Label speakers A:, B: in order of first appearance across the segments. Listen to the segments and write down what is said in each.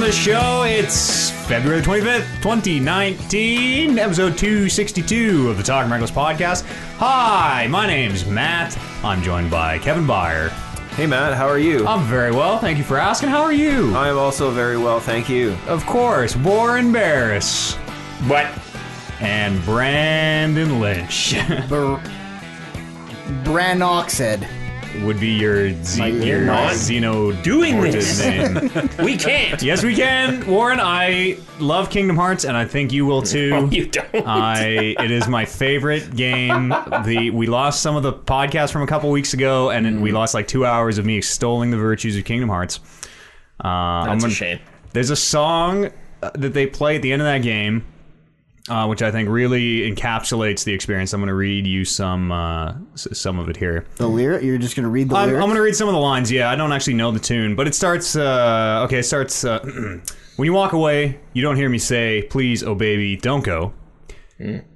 A: the show. It's February 25th, 2019, episode 262 of the Talking Reckless podcast. Hi, my name's Matt. I'm joined by Kevin Byer.
B: Hey Matt, how are you?
A: I'm very well. Thank you for asking. How are you?
B: I am also very well, thank you.
A: of course, Warren Barris. What? And Brandon Lynch
C: Br- Branoxid.
A: would be your, Z-
C: Like,
A: your
C: not
A: Xeno
D: doing
A: Mortis
D: this.
A: name.
D: We can't.
A: Yes, we can, Warren. I love Kingdom Hearts, and I think you will too.
D: You don't.
A: I it is my favorite game. The we lost some of the podcast from a couple weeks ago, and
D: Mm.
A: then we lost like two hours of me extolling the virtues of Kingdom Hearts. Uh, I'm
D: That's a
A: gonna-
D: shame.
A: There's a song uh, that they play at the end of that game, uh, which I think really encapsulates the experience. I'm going to read you some uh, s- some of it here.
C: The lyric? You're just gonna read the
A: I'm,
C: lyrics?
A: I'm gonna read some of the lines. Yeah, I don't actually know the tune, but it starts. Uh, okay, it starts. Uh, when you walk away, you don't hear me say, "Please, oh baby, don't go."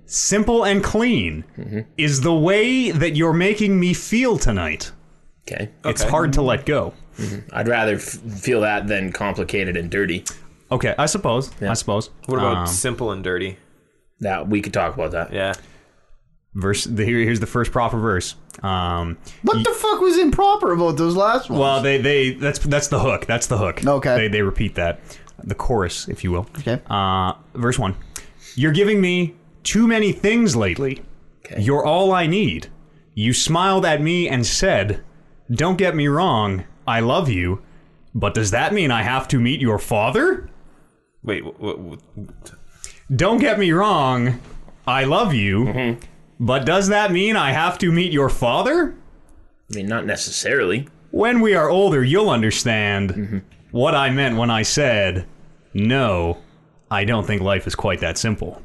A: Simple and clean
C: Mm-hmm.
A: is the way that you're making me feel tonight.
D: Okay.
A: It's hard to let go.
D: I'd rather f- feel that than complicated and dirty.
A: Okay, I suppose. I suppose.
B: What about
A: Um,
B: simple and dirty?
D: That we could talk about that.
B: Yeah.
A: verse? The, here- here's the first proper verse. Um,
C: what the fuck was improper about those last ones?
A: well, they they that's that's the hook. That's the hook.
C: Okay.
A: They they repeat that, the chorus, if you will.
C: okay.
A: Uh, verse one. You're giving me too many things lately. You're all I need. You smiled at me and said, Don't get me wrong, I love you. But does that mean I have to meet your father?
B: Wait, w- w- w-
A: Don't get me wrong, I love you. But does that mean I have to meet your father?
D: I mean, not necessarily.
A: When we are older, you'll understand what I meant when I said, No, I don't think life is quite that simple.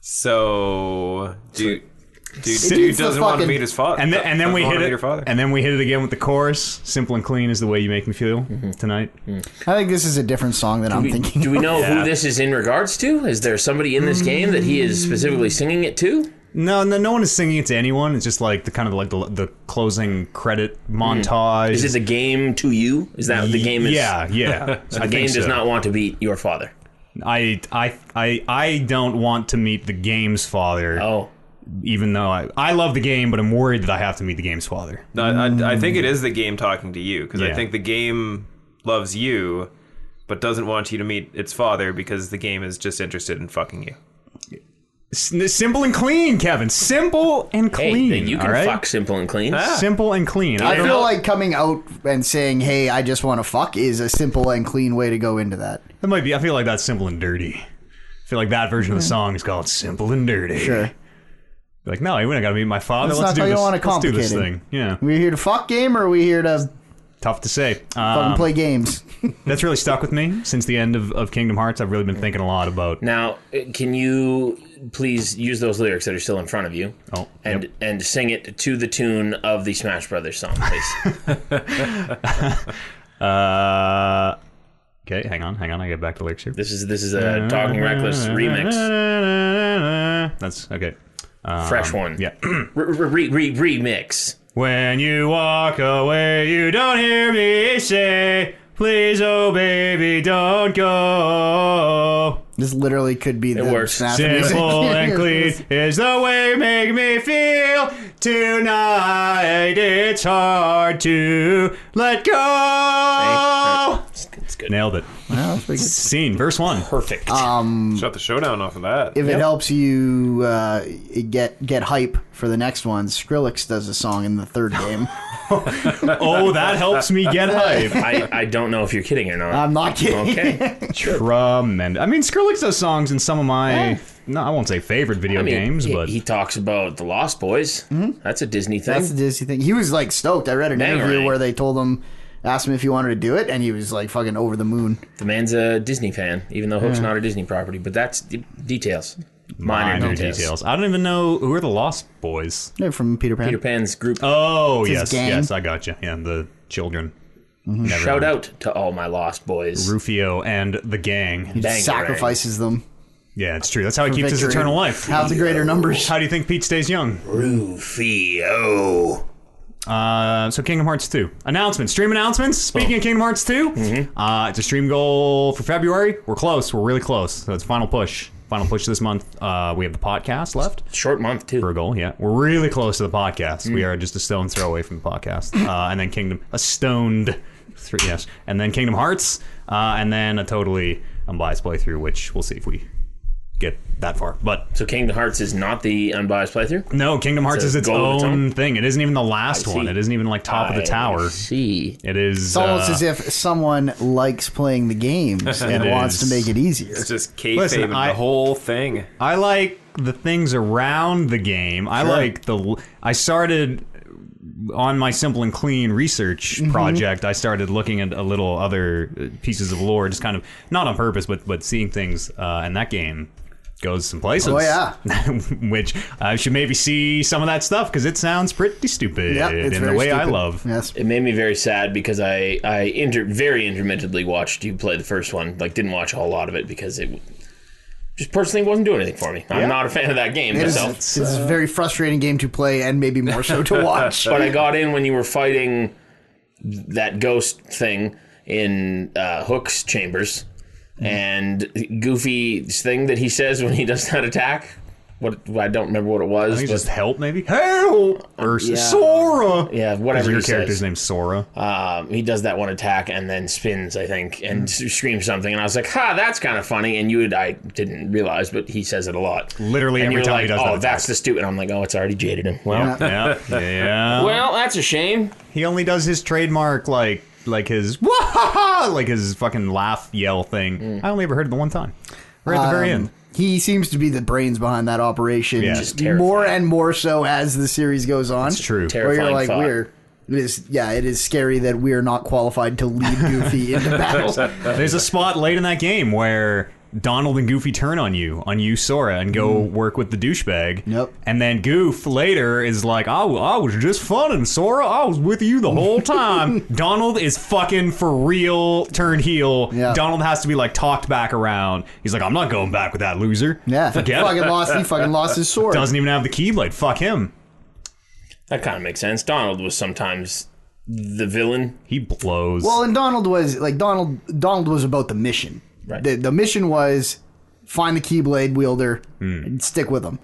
B: so dude, dude,
C: It
B: dude
C: is the
B: doesn't want to
C: fucking-
B: meet his father.
A: and then, and then we hit
B: meet
A: it,
B: Your father.
A: and then we hit it again with the chorus. Simple and clean is the way you make me feel
D: Mm-hmm.
A: tonight.
C: I think this is a different song than I'm thinking.
D: Do we know who this is in regards to? Is there somebody in this game that he is specifically singing it to?
A: No, no, no one is singing it to anyone. It's just like the kind of like the, the closing credit montage.
D: Mm-hmm. Is it the game to you? Is that what the game is?
A: Yeah, yeah.
D: The game does not want to beat your father.
A: I, I, I, I don't want to meet the game's father,
D: Oh.
A: even though I, I love the game, but I'm worried that I have to meet the game's father.
B: No, I, I think it is the game talking to you because
A: Mm. Yeah.
B: I think the game loves you, but doesn't want you to meet its father because the game is just interested in fucking you.
A: S- simple and clean, Kevin. Simple and
D: Hey,
A: clean. Ah.
D: then you
A: all
D: can
A: right?
D: fuck simple and clean.
A: Simple and clean.
C: I
A: I
C: feel
A: don't know.
C: like coming out and saying, "Hey, I just want to fuck" is a simple and clean way to go into that.
A: That might be. I feel like that's simple and dirty. I feel like that version of the song is called "Simple and Dirty." Like, no, we're not gonna meet my father.
C: That's
A: let's
C: not
A: do
C: how you
A: this.
C: wanna
A: let's do this
C: complicate
A: thing.
C: it.
A: Yeah,
C: Are we here to fuck game, or are we here to
A: tough to say.
C: fucking
A: Um,
C: play games?
A: that's really stuck with me since the end of, of Kingdom Hearts. I've really been thinking a lot about.
D: Now, uh, can you please use those lyrics that are still in front of you
A: Oh,
D: and and sing it to the tune of the Smash Brothers song, please?
A: Uh, okay, hang on, hang on. I get back to lyrics here.
D: this is this is a Talking Reckless remix,
A: That's okay.
D: fresh one.
A: Yeah.
D: Re- re- re- re- remix.
A: When you walk away, you don't hear me say, "Please, oh baby, don't go."
C: This literally could be the
D: works.
C: Snap music.
A: Simple and clean is the way you make me feel tonight. It's hard to let go.
D: It's, it's good.
A: Nailed it.
C: Yeah, that's pretty good.
A: Scene, verse one.
D: Perfect.
B: Shut the showdown off of that.
C: if it helps you uh, get get hype for the next one, Skrillex does a song in the third game.
A: Oh, that helps me get hype.
D: I, I don't know if you're kidding or not.
C: I'm not kidding.
D: okay.
A: Tremendous. I mean, Skrillex does songs in some of my, no, I won't say favorite video
D: I mean,
A: games,
D: he,
A: but
D: he talks about the Lost Boys. That's a Disney thing.
C: That's the Disney thing. He was like stoked. I read an interview
D: Bangarang.
C: where they told him, asked him if he wanted to do it, and he was like fucking over the moon.
D: the man's a Disney fan, even though Hook's not a Disney property. But that's d- details. Minor,
A: minor
D: details.
A: details. I don't even know who are the Lost Boys.
C: They're from Peter Pan.
D: Peter Pan's group.
A: Oh,
C: his
A: yes,
C: gang.
A: yes, I got you. Yeah, the children. Never
D: Shout
A: mind.
D: out to all my Lost Boys.
A: Rufio and the gang.
D: Bangarang.
C: Sacrifices them.
A: Yeah, it's true. That's how he keeps his
C: victory.
A: eternal life.
C: Have the greater numbers.
A: How do you think Pete stays young?
D: Rufio.
A: Uh, so Kingdom Hearts 2 announcements, stream announcements. Speaking of Kingdom Hearts 2, uh, it's a stream goal for February. We're close. We're really close. So it's final push. Final push this month. Uh, we have the podcast left
D: Short month
A: for
D: too.
A: a goal. Yeah, we're really close to the podcast. We are just a stone throw away from the podcast. Uh, and then Kingdom, a stoned three, yes, and then Kingdom Hearts, uh, and then a totally unbiased playthrough, which we'll see if we get that far. But
D: So Kingdom Hearts is not the unbiased playthrough.
A: no, Kingdom Hearts
D: a
A: is its
D: goal of
A: own,
D: its own?
A: thing. It isn't even the last
D: I see.
A: one. It isn't even like top of the
D: I
A: tower.
D: See,
A: It is.
C: It's almost
A: uh,
C: as if someone likes playing the games and
A: It
C: wants
A: is.
C: to make it easier.
B: It's just
A: Listen,
B: kayfabe
A: I-
B: the whole thing.
A: I like the things around the game. I like the. I started on my simple and clean research
C: Mm-hmm.
A: project. I started looking at a little other uh, pieces of lore, just kind of not on purpose, but but seeing things. Uh, and that game goes some places.
C: Oh, yeah.
A: which I should maybe see some of that stuff because it sounds pretty stupid
C: Yep,
A: in
C: it's
A: the
C: very
A: way I
C: stupid.
A: love.
C: Yes.
D: it made me very sad because I I inter- very intermittently watched you play the first one. Like didn't watch a whole lot of it because it just personally wasn't doing anything for me. I'm not a fan of that game
C: It is,
D: myself.
C: it's, it's a very frustrating game to play and maybe more so to watch.
D: But I got in when you were fighting that ghost thing in uh, Hook's chambers, and Goofy's thing that he says when he does that attack. What I don't remember what it was.
A: I think
D: but-
A: it's just help, maybe help or Sora.
D: yeah, whatever
A: your
D: he
A: character's
D: says.
A: name's Sora.
D: Um, he does that one attack and then spins, I think,
A: Hmm.
D: and s- screams something. And I was like, "Ha, that's kind of funny." And you, would, I didn't realize, but he says it a lot.
A: Literally
D: and
A: every
D: you're
A: time
D: like,
A: he does
D: "Oh,
A: that attack."
D: that's the stupid." And I'm like, "Oh, it's already jaded him." Well,
A: yeah, yeah.
D: well, that's a shame.
A: He only does his trademark like like his "Wahaha," like his fucking laugh yell thing. I only ever heard it the one time. Right at the very
C: Um,
A: end.
C: He seems to be the brains behind that operation,
A: Yeah.
D: Just
C: more
D: terrifying.
C: and more so as the series goes on. It's
A: true.
C: Where you're
D: Terrifying
C: like,
D: thought.
C: we're it is yeah, it is scary that we are not qualified to lead Goofy into battle.
A: There's a spot late in that game where Donald and Goofy turn on you, on you Sora, and go work with the douchebag.
C: Mm. Yep.
A: And then Goof later is like, I, w- I was just funning, Sora. I was with you the whole time. Donald is fucking for real turned heel.
C: Yeah.
A: Donald has to be like talked back around. He's like, I'm not going back with that loser.
C: Yeah,
A: Forget
C: fucking
A: it.
C: lost. He fucking lost his sword.
A: Doesn't even have the Keyblade. Fuck him.
D: That kind of makes sense. Donald was sometimes the villain.
A: He blows.
C: Well, and Donald was like Donald. Donald was about the mission.
D: Right.
C: The, the mission was find the Keyblade wielder and stick with him.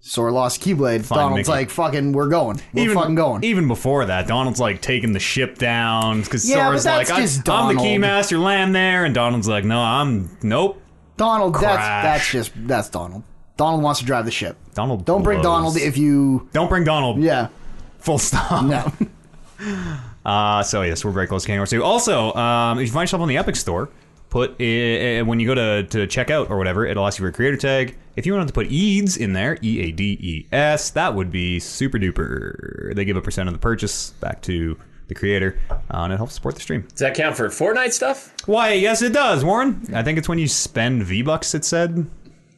C: Sora lost Keyblade. Donald's
A: Hmm. Mickey.
C: like, fucking, we're going. We're fucking going.
A: Even before that, Donald's like taking the ship down because
C: Yeah, but
A: Sora's
C: that's
A: like, I,
C: just
A: I'm the
C: Donald."
A: keymaster, land there, and Donald's like, no, I'm nope.
C: Donald,
A: Crash.
C: that's that's just that's Donald. Donald wants to drive the ship.
A: Donald,
C: Don't bring
A: blows.
C: Donald if you.
A: Don't bring Donald.
C: Yeah.
A: Full stop.
C: No.
A: Uh, so yes, we're very close to Kingdom Hearts 2. Also, um, if you find yourself on the Epic Store, put uh, when you go to to check out or whatever, it'll ask you for a creator tag. If you wanted to put EADS in there, E A D E S, that would be super duper. They give a percent of the purchase back to the creator, uh, and it helps support the stream.
D: Does that count for Fortnite stuff?
A: Why, yes, it does, Warren. I think it's when you spend V Bucks. It said,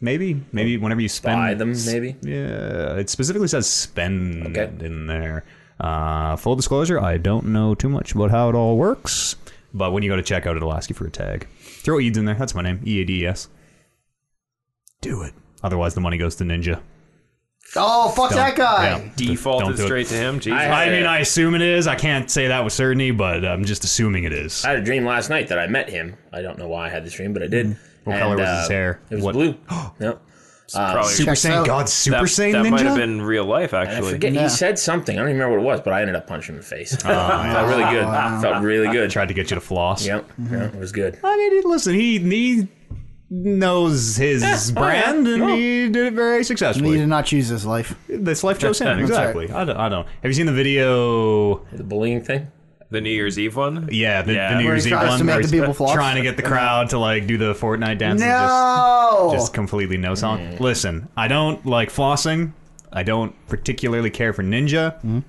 A: maybe, maybe whenever you spend
D: Buy them, maybe.
A: Yeah, it specifically says spend
D: Okay.
A: in there. Uh, full disclosure, I don't know too much about how it all works, but when you go to checkout, it'll ask you for a tag. Throw Eads in there. That's my name, E A D E S. Do it. Otherwise, the money goes to Ninja.
C: Oh fuck that guy.
A: Yeah. Don't
B: Defaulted
A: do it.
B: straight to him. Jesus.
D: I-
A: I mean, I assume it is. I can't say that with certainty, but I'm just assuming it is.
D: I had a dream last night that I met him. I don't know why I had this dream, but I did.
A: Hmm.
D: uh,
A: What color was his hair?
D: It was
A: What-
D: blue. no.
B: Probably-
A: Super
C: Checks
A: Saiyan
C: out.
A: God,
B: that,
A: Super Saiyan
B: that
A: Ninja.
B: might have been real life,
D: I
B: actually.
D: forget.
C: Yeah.
D: He said something. I don't even remember what it was, but I ended up punching him in the face.
A: Oh,
D: Felt really good. Felt really good.
A: Tried to get you to floss.
D: Yep. Yeah, it was good.
A: I mean, he- listen, he he knows his
C: oh,
A: brand and he did it very
C: He
A: successfully.
C: did not choose his life.
A: This life chose him.
B: That's
A: Exactly. I, don't, I don't. Have you seen the video?
D: The bullying thing.
B: The New Year's Eve one.
A: Yeah, the,
B: Yeah.
A: the New
B: Where
C: he
A: Year's Eve
C: tries
A: one.
C: to make
A: where
C: the
A: he's
C: people floss?
A: Trying to get the crowd to like do the Fortnite dance. and
C: No.
A: Just, just completely no song. Listen, I don't like flossing. I don't particularly care for Ninja.
C: Mm-hmm.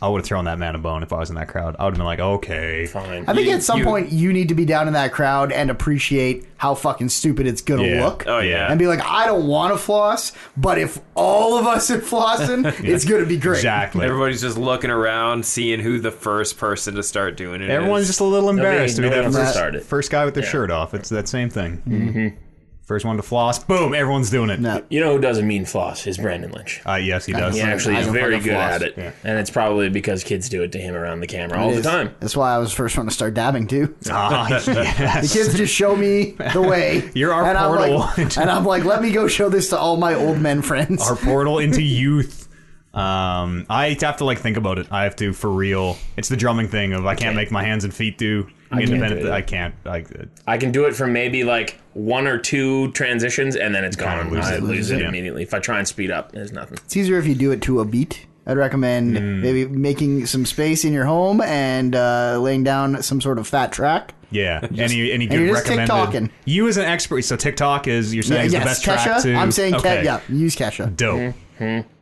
A: I would have thrown that man a bone if I was in that crowd. I would have been like, okay.
D: Fine.
C: I think
B: You-
C: at some
B: you-
C: point you need to be down in that crowd and appreciate how fucking stupid it's gonna
A: Yeah.
C: look.
B: Oh yeah.
C: And be like, I don't want to floss, but if all of us are flossing, it's gonna be great.
A: Exactly.
B: Everybody's just looking around, seeing who the first person to start doing it.
A: Everyone's
B: is.
A: just a little embarrassed to be
D: nobody
A: that
D: ever
A: first,
D: started.
A: first guy with their shirt off. It's that same thing. Mm-hmm. First one to floss, boom! Everyone's doing it.
C: Mm-hmm. No.
D: You know who doesn't mean floss is Brandon Lynch.
A: Uh, yes, he does.
D: He
C: Yeah,
D: actually
C: I
D: is
C: can
D: very
C: fucking
D: good
C: floss.
D: at it, and it's probably because kids do it to him around the camera all
C: It
D: the
C: is.
D: time.
C: That's why I was the first one to start dabbing too.
A: Ah, yes.
C: The kids just show me the way.
A: You're our
C: and
A: portal.
C: I'm like, and I'm like, let me go show this to all my old men friends.
A: our portal into youth. Um, I have to like think about it. I have to for real. It's the drumming thing of I can't make my hands and feet do independent.
D: do it.
A: I can't. Like uh,
D: I can do it for maybe like one or two transitions, and then it's gone.
A: lose
D: I
A: it,
D: lose it
A: yeah.
D: immediately. If I try and speed up, there's nothing.
C: It's easier if you do it to a beat. I'd recommend
A: Hmm.
C: maybe making some space in your home and uh, laying down some sort of fat track.
A: yeah. any any good
C: you're just
A: recommended?
C: TikToking.
A: You as an expert. So TikTok is you're saying is the best
C: Kesha.
A: track to.
C: I'm saying, Ke-
A: okay.
C: yeah, use Kesha.
A: Dope.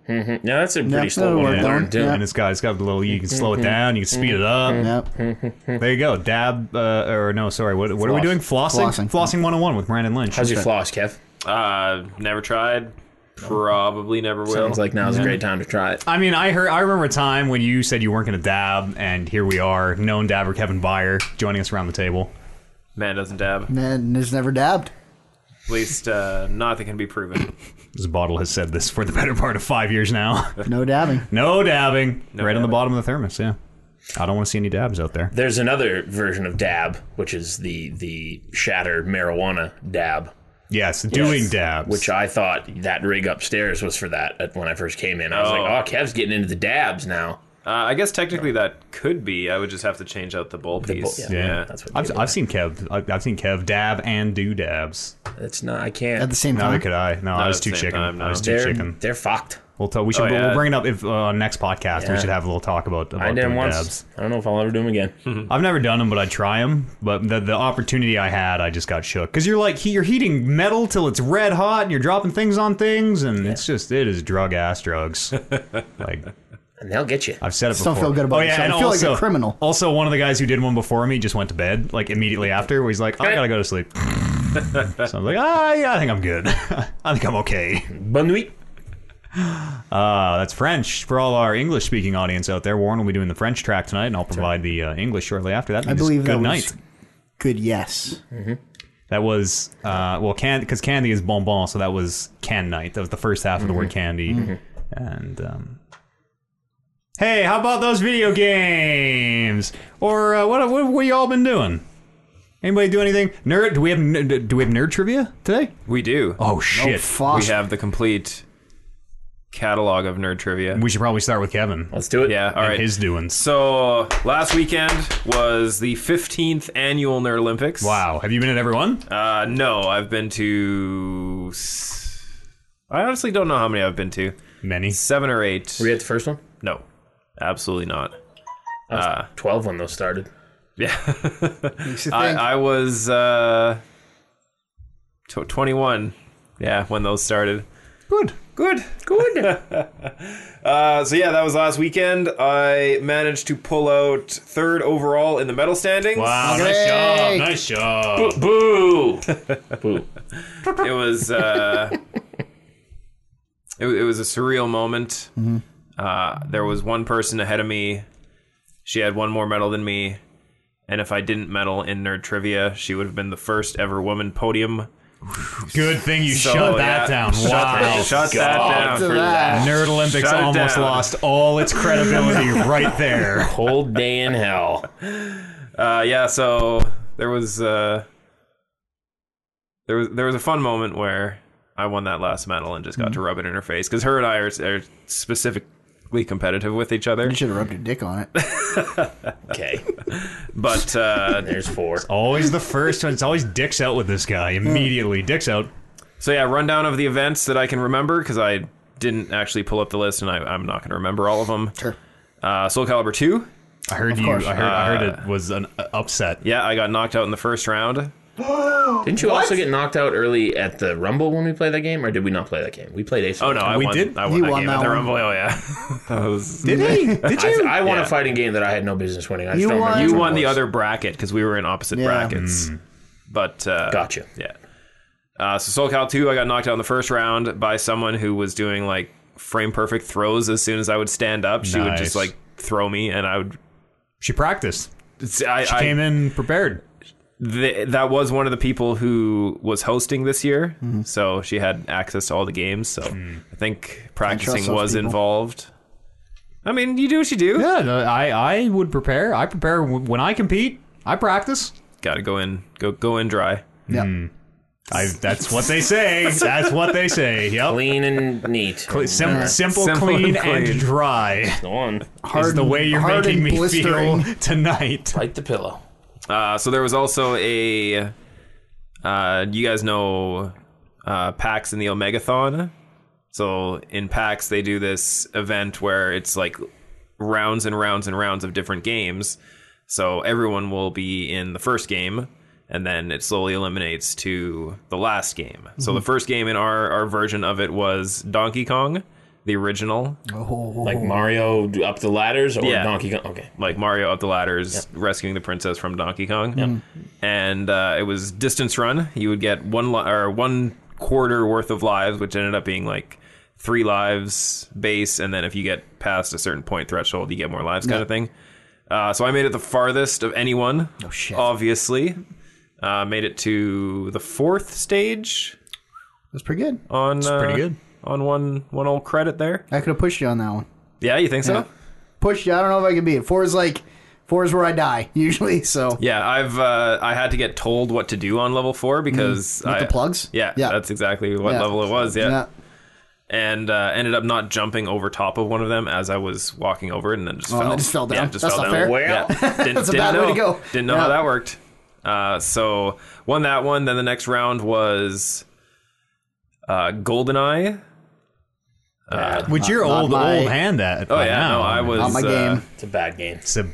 D: Yeah, that's a pretty
C: Yeah,
D: slow
C: that'll
D: one
C: work,
D: to
C: that
D: learn
C: one.
D: too.
C: Yeah.
A: And it's got it's got the little. You can slow it down. You can speed it up.
C: Yep.
A: There you go. Dab uh, or no? Sorry. What, what are we
D: Floss.
A: doing? Flossing.
C: Flossing.
A: Flossing 101 with Brandon Lynch.
D: How's your floss, Kev?
B: Uh, never tried. Probably never will.
D: Sounds like now's a great time to try it.
A: I mean, I heard. I remember a time when you said you weren't going to dab, and here we are, known dabber Kevin Byer joining us around the table.
B: man doesn't dab.
C: And has never dabbed.
B: At least uh, not that can be proven.
A: This bottle has said this for the better part of five years now.
C: No dabbing.
A: no dabbing. right on the
B: dabbing.
A: bottom of the thermos. Yeah. I don't want to see any dabs out there.
D: There's another version of dab, which is the the shattered marijuana dab,
A: Yes, doing dabs.
D: which I thought that rig upstairs was for that at- when I first came in. I was
B: Oh.
D: like, oh, Kev's getting into the dabs now.
B: Uh, I guess technically that could be. I would just have to change out the bowl
D: bull-
B: piece.
D: yeah.
A: yeah,
D: that's what
A: I've,
D: they do.
A: I've seen Kev. I've, I've seen Kev dab and do dabs.
D: It's not. I
C: At
D: can't.
C: the same
A: Neither
C: time.
A: could I. No, I
B: at
A: was
B: the
A: too
B: same
A: chicken.
B: time,
A: I was
B: no.
A: too
D: they're
A: chicken.
D: they're fucked.
A: We'll tell. We should.
B: Oh, yeah.
A: We'll bring it up if uh, next podcast. We
D: Yeah.
A: should have a little talk about about
D: I did
A: doing
D: them once.
A: dabs.
D: I don't know if I'll ever do them again.
B: Hmm.
A: I've never done them, but I'd try them. But the, the opportunity I had, I just got shook. Because you're like, he, you're heating metal till it's red hot and you're dropping things on things. And it's just, it is drug ass drugs. like,
D: and they'll get you.
A: I've said it before.
C: don't feel good about
A: oh, yeah,
C: yourself.
A: and
C: You feel like a
A: also,
C: criminal.
A: Also, one of the guys who did one before me just went to bed, like immediately after, where he's like, I gotta go to sleep. so I was like, ah, yeah, I think I'm good. I think I'm okay.
D: Bonne nuit.
A: Uh, that's French for all our English speaking audience out there. Warren will be doing the French track tonight, and I'll provide the uh, English shortly after that.
C: I believe
A: good
C: that
A: night.
C: was good. Yes.
A: That was uh, well, can because candy is bonbon, so that was can night. That was the first half of the
B: Mm-hmm.
A: word candy. And um, hey, how about those video games? Or uh, what, what? What y'all been doing? Anybody do anything? Nerd? Do we have nerd- do we have nerd trivia today?
B: We do.
A: Oh shit!
C: Fuck.
B: we have the complete catalog of nerd trivia.
A: we should probably start with Kevin.
D: Let's do it.
B: yeah. All right.
A: His doings.
B: so last weekend was the 15th annual Nerd Olympics.
A: Wow. Have you been at everyone?
B: Uh, no, I've been to. s- I honestly don't know how many I've been to.
A: Many.
B: Seven or eight.
D: Were you at the first one?
B: No, absolutely not.
D: I was 12 when those started.
B: Yeah.
C: Makes you
B: I,
C: think.
B: I was uh, tw 21. Yeah, when those started.
A: Good.
B: Good, good. uh, so yeah, that was last weekend. I managed to pull out third overall in the medal standings.
A: Wow.
C: Great.
A: Nice job. Nice job.
D: Boo! Boo.
B: It was uh, it, wa- it was a surreal moment. Uh, there was one person ahead of me. She had one more medal than me, and if I didn't medal in nerd trivia, she would have been the first ever woman podium.
A: Good thing you
B: So,
A: shut that
B: yeah.
A: down.
B: Shut
A: wow.
B: that- shut that down
C: to
B: for
C: that.
A: Nerd Olympics
B: Shut it
A: almost
B: down.
A: lost all its credibility right there.
D: Cold day in hell.
B: Uh, yeah, so there was uh, there was there was a fun moment where I won that last medal and just got to rub it in her face because her and I are, are specifically competitive with each other.
C: You should have rubbed your dick on it.
D: Okay,
B: But uh,
D: there's four.
A: Always the first one. It's always dicks out with this guy immediately. Dicks out.
B: so yeah, rundown of the events that I can remember because I didn't actually pull up the list and I, I'm not going to remember all of them.
C: Sure.
B: Uh, Soul Calibur two.
A: I heard you.
C: course.
A: I heard. I heard it was an uh, upset.
B: Yeah, I got knocked out in the first round.
D: Didn't you also get knocked out early at the Rumble when we played that game, or did we not play that game? We played Ace.
B: Oh no, I
A: We
B: won.
A: did?
B: I won
C: You
B: that
C: won
B: game
C: that
B: at the
C: one.
B: Rumble. Oh yeah, That was-
A: Did he? Did
D: I, I won
B: Yeah.
D: a fighting game that I had no business winning. I just
C: You
D: don't
C: won-
D: remember
B: you
D: what it
B: won the
D: was.
B: other bracket because we were in opposite
C: Yeah.
B: brackets.
A: Hmm.
B: But uh,
D: Gotcha.
B: Yeah. Uh, so Soul Cal 2, I got knocked out in the first round by someone who was doing like frame perfect throws as soon as I would stand up. She would
A: Nice.
B: just like throw me and I would
A: She practiced.
B: I, I
A: Came in prepared.
B: th- that was one of the people who was hosting this year,
C: Mm-hmm.
B: so she had access to all the games. So I think practicing
C: those
B: was
C: people.
B: involved. I mean, you do what you do.
A: Yeah, no, I I would prepare. I prepare w- when I compete. I practice.
B: Got to go in, go go in dry.
C: Yeah.
A: I, that's what they say. That's what they say. Yep.
D: Clean and neat.
A: Cle- sim- simple,
B: Simple and
A: clean,
B: clean.
A: and dry
D: Go on.
A: is the way you're
C: hard
A: making
C: and
A: me
C: blistering.
A: feel tonight.
D: Bite the pillow.
B: Uh, so there was also a. Uh, you guys know uh, PAX and the Omegathon. So in PAX, they do this event where it's like rounds and rounds and rounds of different games. So everyone will be in the first game, and then it slowly eliminates to the last game. So the first game in our, our version of it was Donkey Kong, the original,
D: Like Mario up the ladders or
B: Yeah.
D: Donkey Kong. Okay.
B: like Mario up the ladders, rescuing the princess from Donkey Kong, and uh, it was distance run. You would get one li- or one quarter worth of lives, which ended up being like three lives base, and then if you get past a certain point threshold, you get more lives, kind of thing. Uh, so I made it the farthest of anyone. Oh
C: shit.
B: Obviously, uh, made it to the fourth stage
C: That's pretty good.
B: on
A: pretty
B: uh,
A: good.
B: on one one old credit there.
C: I could have pushed you on that one.
B: Yeah, you think so?
C: Pushed you. I don't know if I could beat it. Four is like four is where I die usually. So
B: Yeah, I've uh, I had to get told what to do on level four because I,
C: Mm-hmm. the plugs?
B: Yeah,
C: Yeah.
B: that's exactly what
C: Yeah.
B: level it was. Yeah,
C: yeah.
B: and uh, ended up not jumping over top of one of them as I was walking over, it and then just
C: Oh, and
B: fell.
C: then just fell down.
B: Yeah, just
C: That's
B: fell
C: not
B: down.
C: fair.
D: Well.
B: Yeah, didn't,
C: That's a
B: didn't
C: bad
B: know.
C: way to go.
B: Didn't know how
C: Yeah.
B: that worked. Uh, so won that one. Then the next round was uh, Goldeneye. Uh,
D: Uh,
A: Would your
C: not
A: old
C: my-
A: old hand at?
B: Oh yeah, no, I was
C: Not my
B: uh,
C: game.
D: It's a bad game.
A: It's a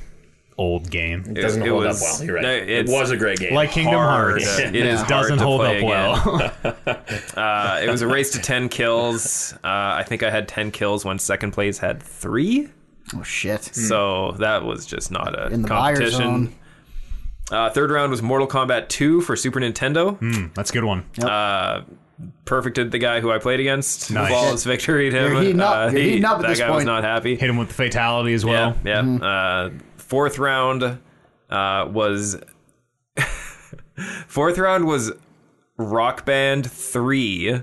A: old game.
D: It doesn't
B: it
D: hold
B: was-
D: up well. You're right.
B: no,
D: it
B: it's-
D: was a great game.
A: Like Kingdom
B: hard.
A: Hearts,
B: It
A: It
B: is hard
A: doesn't
B: to
A: hold
B: play
A: up well.
B: again. Uh, it was a race to 10 kills. Uh, I think I had 10 kills when second place had three.
C: Oh shit.
B: So that was just not a
C: In the buyer
B: Mm, competition.
C: zone.
B: Uh, third round was Mortal Kombat 2 for Super Nintendo.
A: Hmm, that's a good one.
B: Perfected the guy who I played against.
A: Nice.
B: Flawless victory to him.
C: You're heating up.
B: Uh,
C: You're
B: he-
C: heating up at
B: that
C: this
B: guy was
C: point.
B: not happy.
A: Hit him with the fatality as well.
B: Yeah, yeah. Uh, fourth round uh, was fourth round was Rock Band three,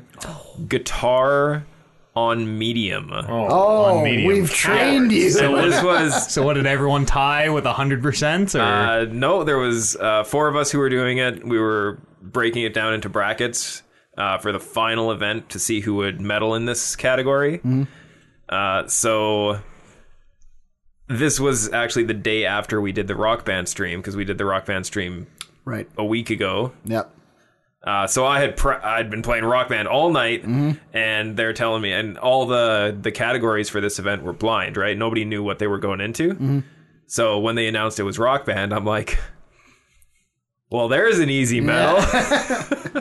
B: guitar on medium.
C: Oh,
A: medium.
C: we've trained you.
B: So this was
A: So what did everyone tie with hundred percent? Or
B: uh, no, there was uh, four of us who were doing it. We were breaking it down into brackets uh, for the final event to see who would medal in this category. Uh, so this was actually the day after we did the rock band stream because we did the rock band stream
C: right.
B: a week ago.
C: Yep.
B: Uh, so I had pre- I'd been playing Rock Band all night, and they're telling me, and all the the categories for this event were blind, right? Nobody knew what they were going into. So when they announced it was Rock Band, I'm like, "Well, there's an easy medal."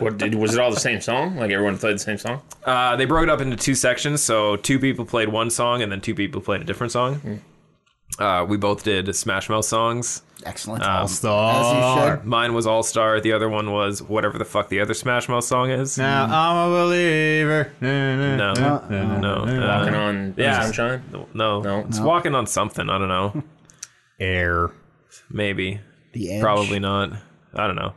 D: What did, was it all the same song? Like everyone played the same song?
B: Uh, they broke it up into two sections, so two people played one song, and then two people played a different song. Uh, we both did Smash Mouth songs.
C: Excellent.
B: Um,
A: star.
C: As you should.
B: Mine was All Star. The other one was whatever the fuck the other Smash Mouth song is.
A: Now I'm a believer. Na, na,
B: Mm. No,
A: na.
B: no, no. Uh,
D: Walking on
B: yeah.
D: sunshine?
B: No,
D: No?
B: it's walking on something. I don't know.
A: Air.
B: Maybe,
C: The edge.
B: probably not. I don't know.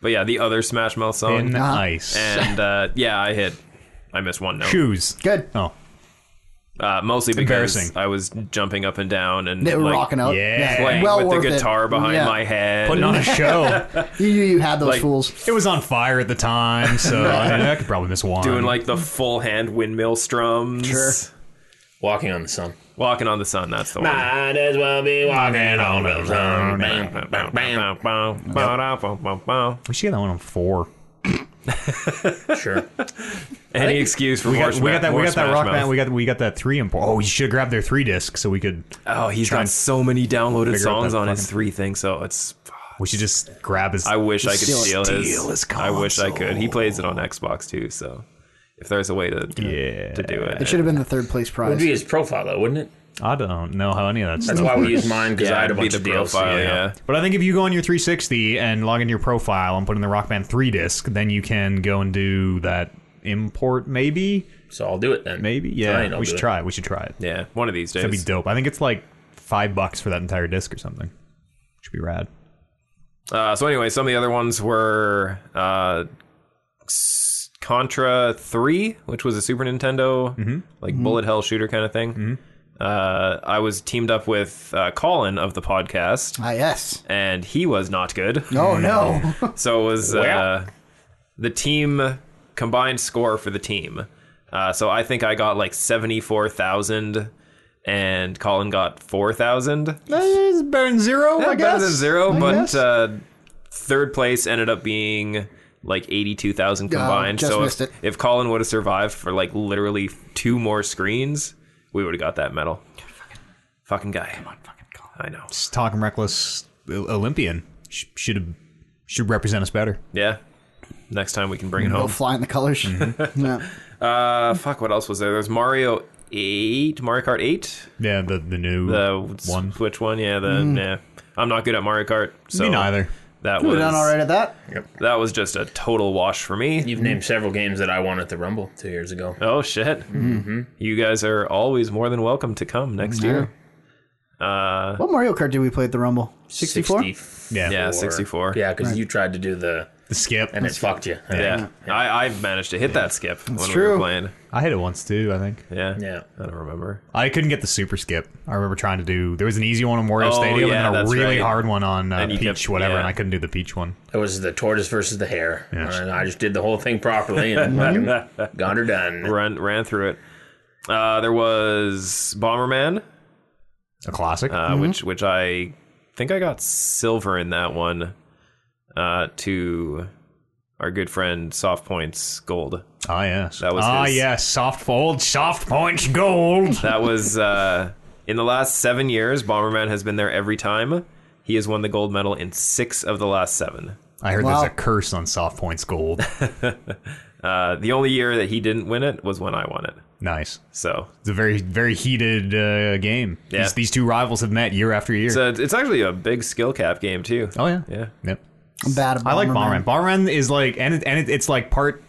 B: But yeah, the other Smash Mouth song,
A: In ice.
B: and uh, yeah, I hit. I missed one note,
A: Shoes.
C: Good.
A: Oh.
B: uh, mostly because
A: Embarrassing.
B: I was jumping up and down and
C: They were
B: like,
C: rocking out.
A: yeah.
B: playing
C: Well
B: with
C: worth
B: the
C: it.
B: guitar behind
C: Yeah.
B: my head.
A: Putting on a show.
C: You knew you had those
B: Like-
C: fools.
A: it was on fire at the time, so I, mean, I could probably miss one.
B: Doing like the full hand windmill strums,
C: Sure.
D: Walking on the sun.
B: walking on the sun. That's the one.
D: Might as well be walking on the sun. Bam, bam, bam.
A: we should get that one on four.
D: Sure.
B: Any excuse for
A: We
B: more
A: got, we
B: Sma-
A: got that.
B: more
A: We got that
B: Smash
A: rock
B: Mouth.
A: band. We got we got that three and four. Oh, you should grab their three disc so we could.
B: Oh, he's got so many downloaded
A: figure out
B: songs
A: that
B: on his
A: fucking-
B: three thing, so it's.
A: We should just grab his.
B: I wish I could steal,
C: Steal-
B: his. I wish I could. He plays it on Xbox too, so if there's a way to
A: Yeah.
B: to do it,
C: It should have been the third place prize.
D: would be his profile, though, wouldn't it?
A: I don't know how any of that
D: That's
A: stuff.
D: why we use mine because
B: Yeah,
D: I had a
B: it'd be
D: bunch
B: the
D: of DLC.
B: profile, yeah.
A: But I think if you go on your 360 and log into your profile and put in the Rock Band 3 disc, then you can go and do that import, maybe?
D: So I'll do it then.
A: Maybe? Yeah.
D: Fine, I'll
A: we
D: do
A: should
D: it.
A: try it. We should try it.
B: yeah, one of these days.
A: That'd be dope. I think it's like five bucks for that entire disc or something. Should be rad.
B: Uh, so anyway, some of the other ones were uh, S- Contra Three, which was a Super Nintendo like bullet hell shooter kind of thing. Uh, I was teamed up with uh, Colin of the podcast,
C: Ah, yes.
B: and he was not good.
C: Oh no.
B: So it was uh, the team combined score for the team. Uh, so I think I got like seventy four thousand, and Colin got four thousand.
A: It's better than zero, I
B: better than
A: guess.
B: zero,
C: I
B: but
C: guess.
B: uh, third place ended up being like eighty-two thousand combined.
C: just
B: so
C: missed
B: if,
C: it.
B: if Colin would have survived for like literally two more screens, we would have got that medal. Fucking guy. Come on, fucking Colin. I know.
A: Just talking reckless O- Olympian Sh- should have should represent us better.
B: Yeah. Next time we can bring it
C: Go
B: home.
C: flying the colors.
B: Mm-hmm.
C: yeah.
B: Uh, fuck. What else was there? There's Mario Eight, Mario Kart Eight,
A: Yeah, the the new
B: the
A: one.
B: Switch one. Yeah, the nah. I'm not good at Mario Kart, so
A: Me neither.
B: That
C: We're
B: was
C: done all right at that.
B: that was just a total wash for me.
D: You've named several games that I won at the Rumble two years ago.
B: Oh shit! You guys are always more than welcome to come next year. Uh,
C: What Mario Kart did we play at the Rumble? 64?
D: 64?
A: Yeah.
B: Yeah. 64.
D: Yeah, because you tried to do the
A: The skip.
D: and it fucked you. I
B: yeah,
D: think.
B: I, I managed to hit that skip when we were
C: true.
B: playing.
A: I hit it once too, I think.
B: Yeah,
D: Yeah.
B: I don't remember.
A: I couldn't get the super skip. I remember trying to do. There was an easy one on Wario
B: Oh,
A: Stadium and
B: yeah,
A: then a
B: that's
A: really
B: right.
A: hard one on uh,
B: And you
A: Peach,
B: kept-
A: whatever,
B: yeah.
A: and I couldn't do the Peach one.
D: It was the tortoise versus the hare.
A: Yes.
D: And I just did the whole thing properly and fucking got her done.
B: Ran ran through it. Uh, there was Bomberman,
A: A classic.
B: uh, which which I think I got silver in that one. Uh, to our good friend Soft Points Gold.
A: ah yes.
B: that was
A: ah
B: his-
A: yes. Soft fold, soft points, gold.
B: That was uh, in the last seven years. Bomberman has been there every time. He has won the gold medal in six of the last seven.
A: I heard
C: Wow.
A: there's a curse on soft points gold.
B: Uh, the only year that he didn't win it was when I won it.
A: nice.
B: So
A: It's a very very heated uh, game.
B: Yeah.
A: These, these two rivals have met year after year.
B: so it's- it's actually a big skill cap game too.
A: oh yeah.
B: yeah.
A: Yep.
C: I'm bad at
A: I like Bomberman.
C: Bomberman.
A: Bomberman is like and it, and it, it's like part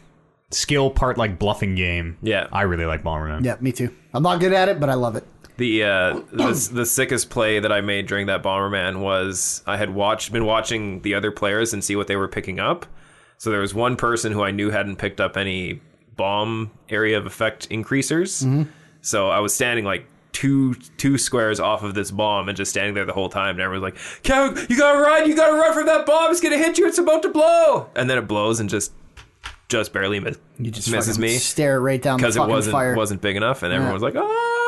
A: skill, part like bluffing game.
B: Yeah.
A: I really like Bomberman.
C: Yeah, me too. I'm not good at it, but I love it.
B: The uh, the the sickest play that I made during that Bomberman was I had watched been watching the other players and see what they were picking up. So there was one person who I knew hadn't picked up any bomb area of effect increasers.
C: Mm-hmm.
B: So I was standing like two two squares off of this bomb and just standing there the whole time. And everyone's like, "Kevin, you gotta run! You gotta run from that bomb! It's gonna hit you! It's about to blow!" And then it blows and just just barely miss, misses
C: fucking
B: me
C: Stare right down the
B: because it
C: fucking
B: wasn't
C: fire.
B: wasn't big enough. And everyone was like,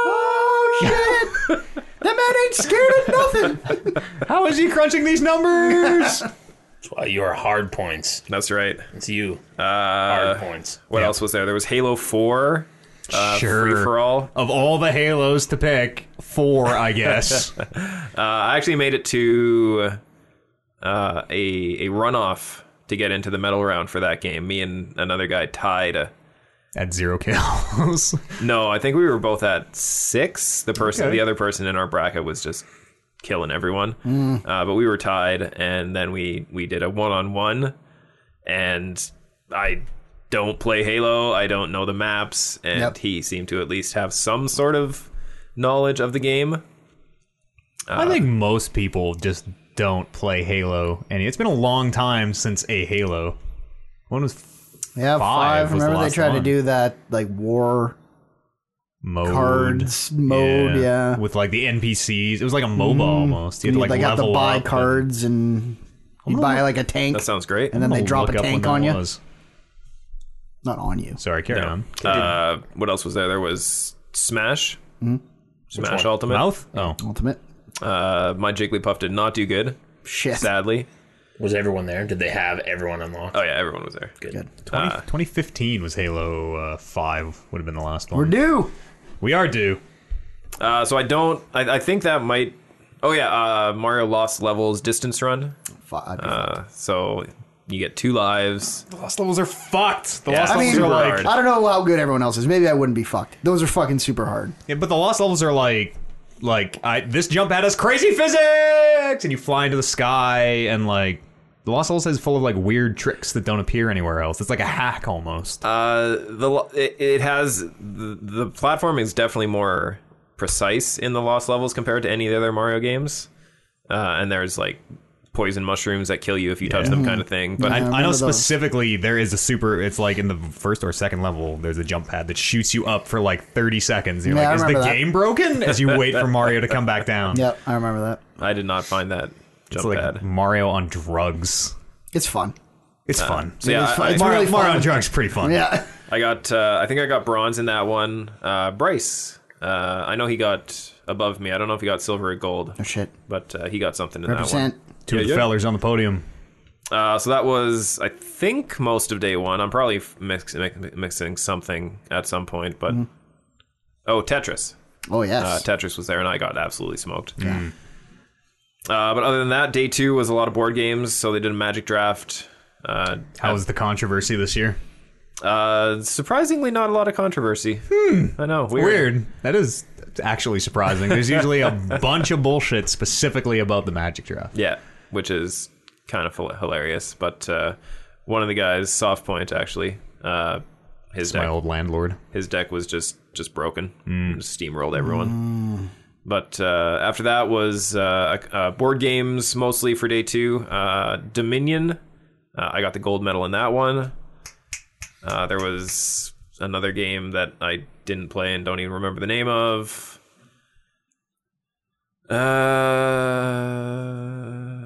C: Oh shit! that man ain't scared of nothing.
A: How is he crunching these numbers?
D: That's why you are hard points.
B: That's right.
D: It's you. Uh, hard points.
B: What
A: Yeah.
B: else was there? There was Halo 4, uh,
A: sure.
B: Free for All.
A: Of all the Halos to pick, four, I guess.
B: Uh, I actually made it to uh, a, a runoff to get into the medal round for that game. Me and another guy tied. uh,
A: At zero kills.
B: No, I think we were both at six. The person,
A: Okay.
B: the other person in our bracket was just killing everyone.
A: Mm.
B: Uh, but we were tied, and then we we did a one on one, and I don't play Halo. I don't know the maps, and
C: Yep.
B: he seemed to at least have some sort of knowledge of the game.
A: I think most people just don't play Halo. And it's been a long time since a Halo. One was
C: Yeah,
A: Five
C: five.
A: was the
C: Remember they
A: last
C: tried
A: one.
C: to do that like war
A: mode.
C: cards mode. Yeah, Mm.
A: With like the NPCs. It was like a MOBA almost. You had to
C: you
A: like,
C: like have to
A: level
C: buy
A: up and-
C: cards and you buy like a tank
B: That sounds great.
C: and then they
A: I'll
C: drop
A: Oh,
C: a
A: look up
C: tank
A: when
C: on
A: that
C: you.
A: was.
C: Not on you.
A: Sorry, carry on.
B: Uh, what else was there? There was Smash, Smash
D: one?
B: Ultimate.
A: Hmm? Mouth? Oh.
C: Ultimate.
B: Uh, my Jigglypuff did not do good,
C: Shit.
B: sadly.
D: Was everyone there? Did they have everyone unlocked?
B: Oh yeah, everyone was there. Good.
A: 20, 2015 was Halo uh, 5, would have been the last one.
C: We're due.
A: We are due.
B: Uh, so I don't. I, I think that might. Oh yeah, uh, Mario lost levels distance run.
C: Five.
B: Uh, so you get two lives.
A: The lost levels are fucked. The
B: Yeah.
A: lost
B: I
C: I
A: levels
C: mean,
A: are
B: super
A: like.
B: hard.
C: I don't know how good everyone else is. Maybe I wouldn't be fucked. Those are fucking super hard.
A: Yeah, but the lost levels are like. Like, I, this jump hat has crazy physics! And you fly into the sky, and like. The Lost Levels is full of like weird tricks that don't appear anywhere else. It's like a hack almost.
B: Uh, the lo- it, it has the, the platform is definitely more precise in the lost levels compared to any of the other Mario games. Uh, and there's like poison mushrooms that kill you if you touch them, kind of thing. But
A: I,
B: I,
A: I know
C: remember those.
A: specifically there is a super. It's like in the first or second level. There's a jump pad that shoots you up for like 30 seconds. You're
C: Yeah,
A: like,
C: I
A: is the
C: remember that.
A: game broken? As you wait for Mario to come back down.
C: Yep, I remember that.
B: I did not find that
A: it's
B: jump
A: like
B: pad.
A: Mario on drugs.
C: It's fun.
A: It's fun.
B: So yeah,
C: It's
B: I,
C: fun.
B: I,
A: Mario,
C: really
A: Mario
C: fun.
A: on drugs, is pretty fun.
C: Yeah.
B: I got. Uh, I think I got bronze in that one. Uh, Bryce. Uh, I know he got above me. I don't know if he got silver or gold,
C: Oh shit.
B: but uh, he got something in
C: Represent.
A: Two of the
B: Yeah, yeah.
A: fellers on the podium.
B: that one. Uh, so that was, I think, most of day one. I'm probably f- mix, mix, mixing something at some point,
C: Mm-hmm.
B: but oh, Tetris.
C: Oh
B: Uh,
C: yes.
B: Tetris was there, and I got absolutely smoked. Uh, but other than that, day two was a lot of board games. So they did a Magic Draft. Uh,
A: How was the controversy this year?
B: uh, surprisingly, not a lot of controversy. I know,
A: Weird. That is actually surprising. There's usually a bunch of bullshit specifically about the Magic Draft.
B: Yeah, which is kind of hila- hilarious. But uh, one of the guys, Soft Point, actually, uh, his
A: My
B: deck,
A: old landlord.
B: his deck was just just broken, Just steamrolled everyone. But uh, after that was uh, uh, board games mostly for day two. Uh, Dominion, uh, I got the gold medal in that one. Uh, there was another game that I didn't play and don't even remember the name of. Uh,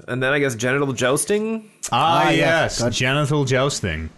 B: and then I guess genital jousting.
A: Ah,
C: Ah, yeah.
A: yes.
C: Gotcha.
A: Genital jousting.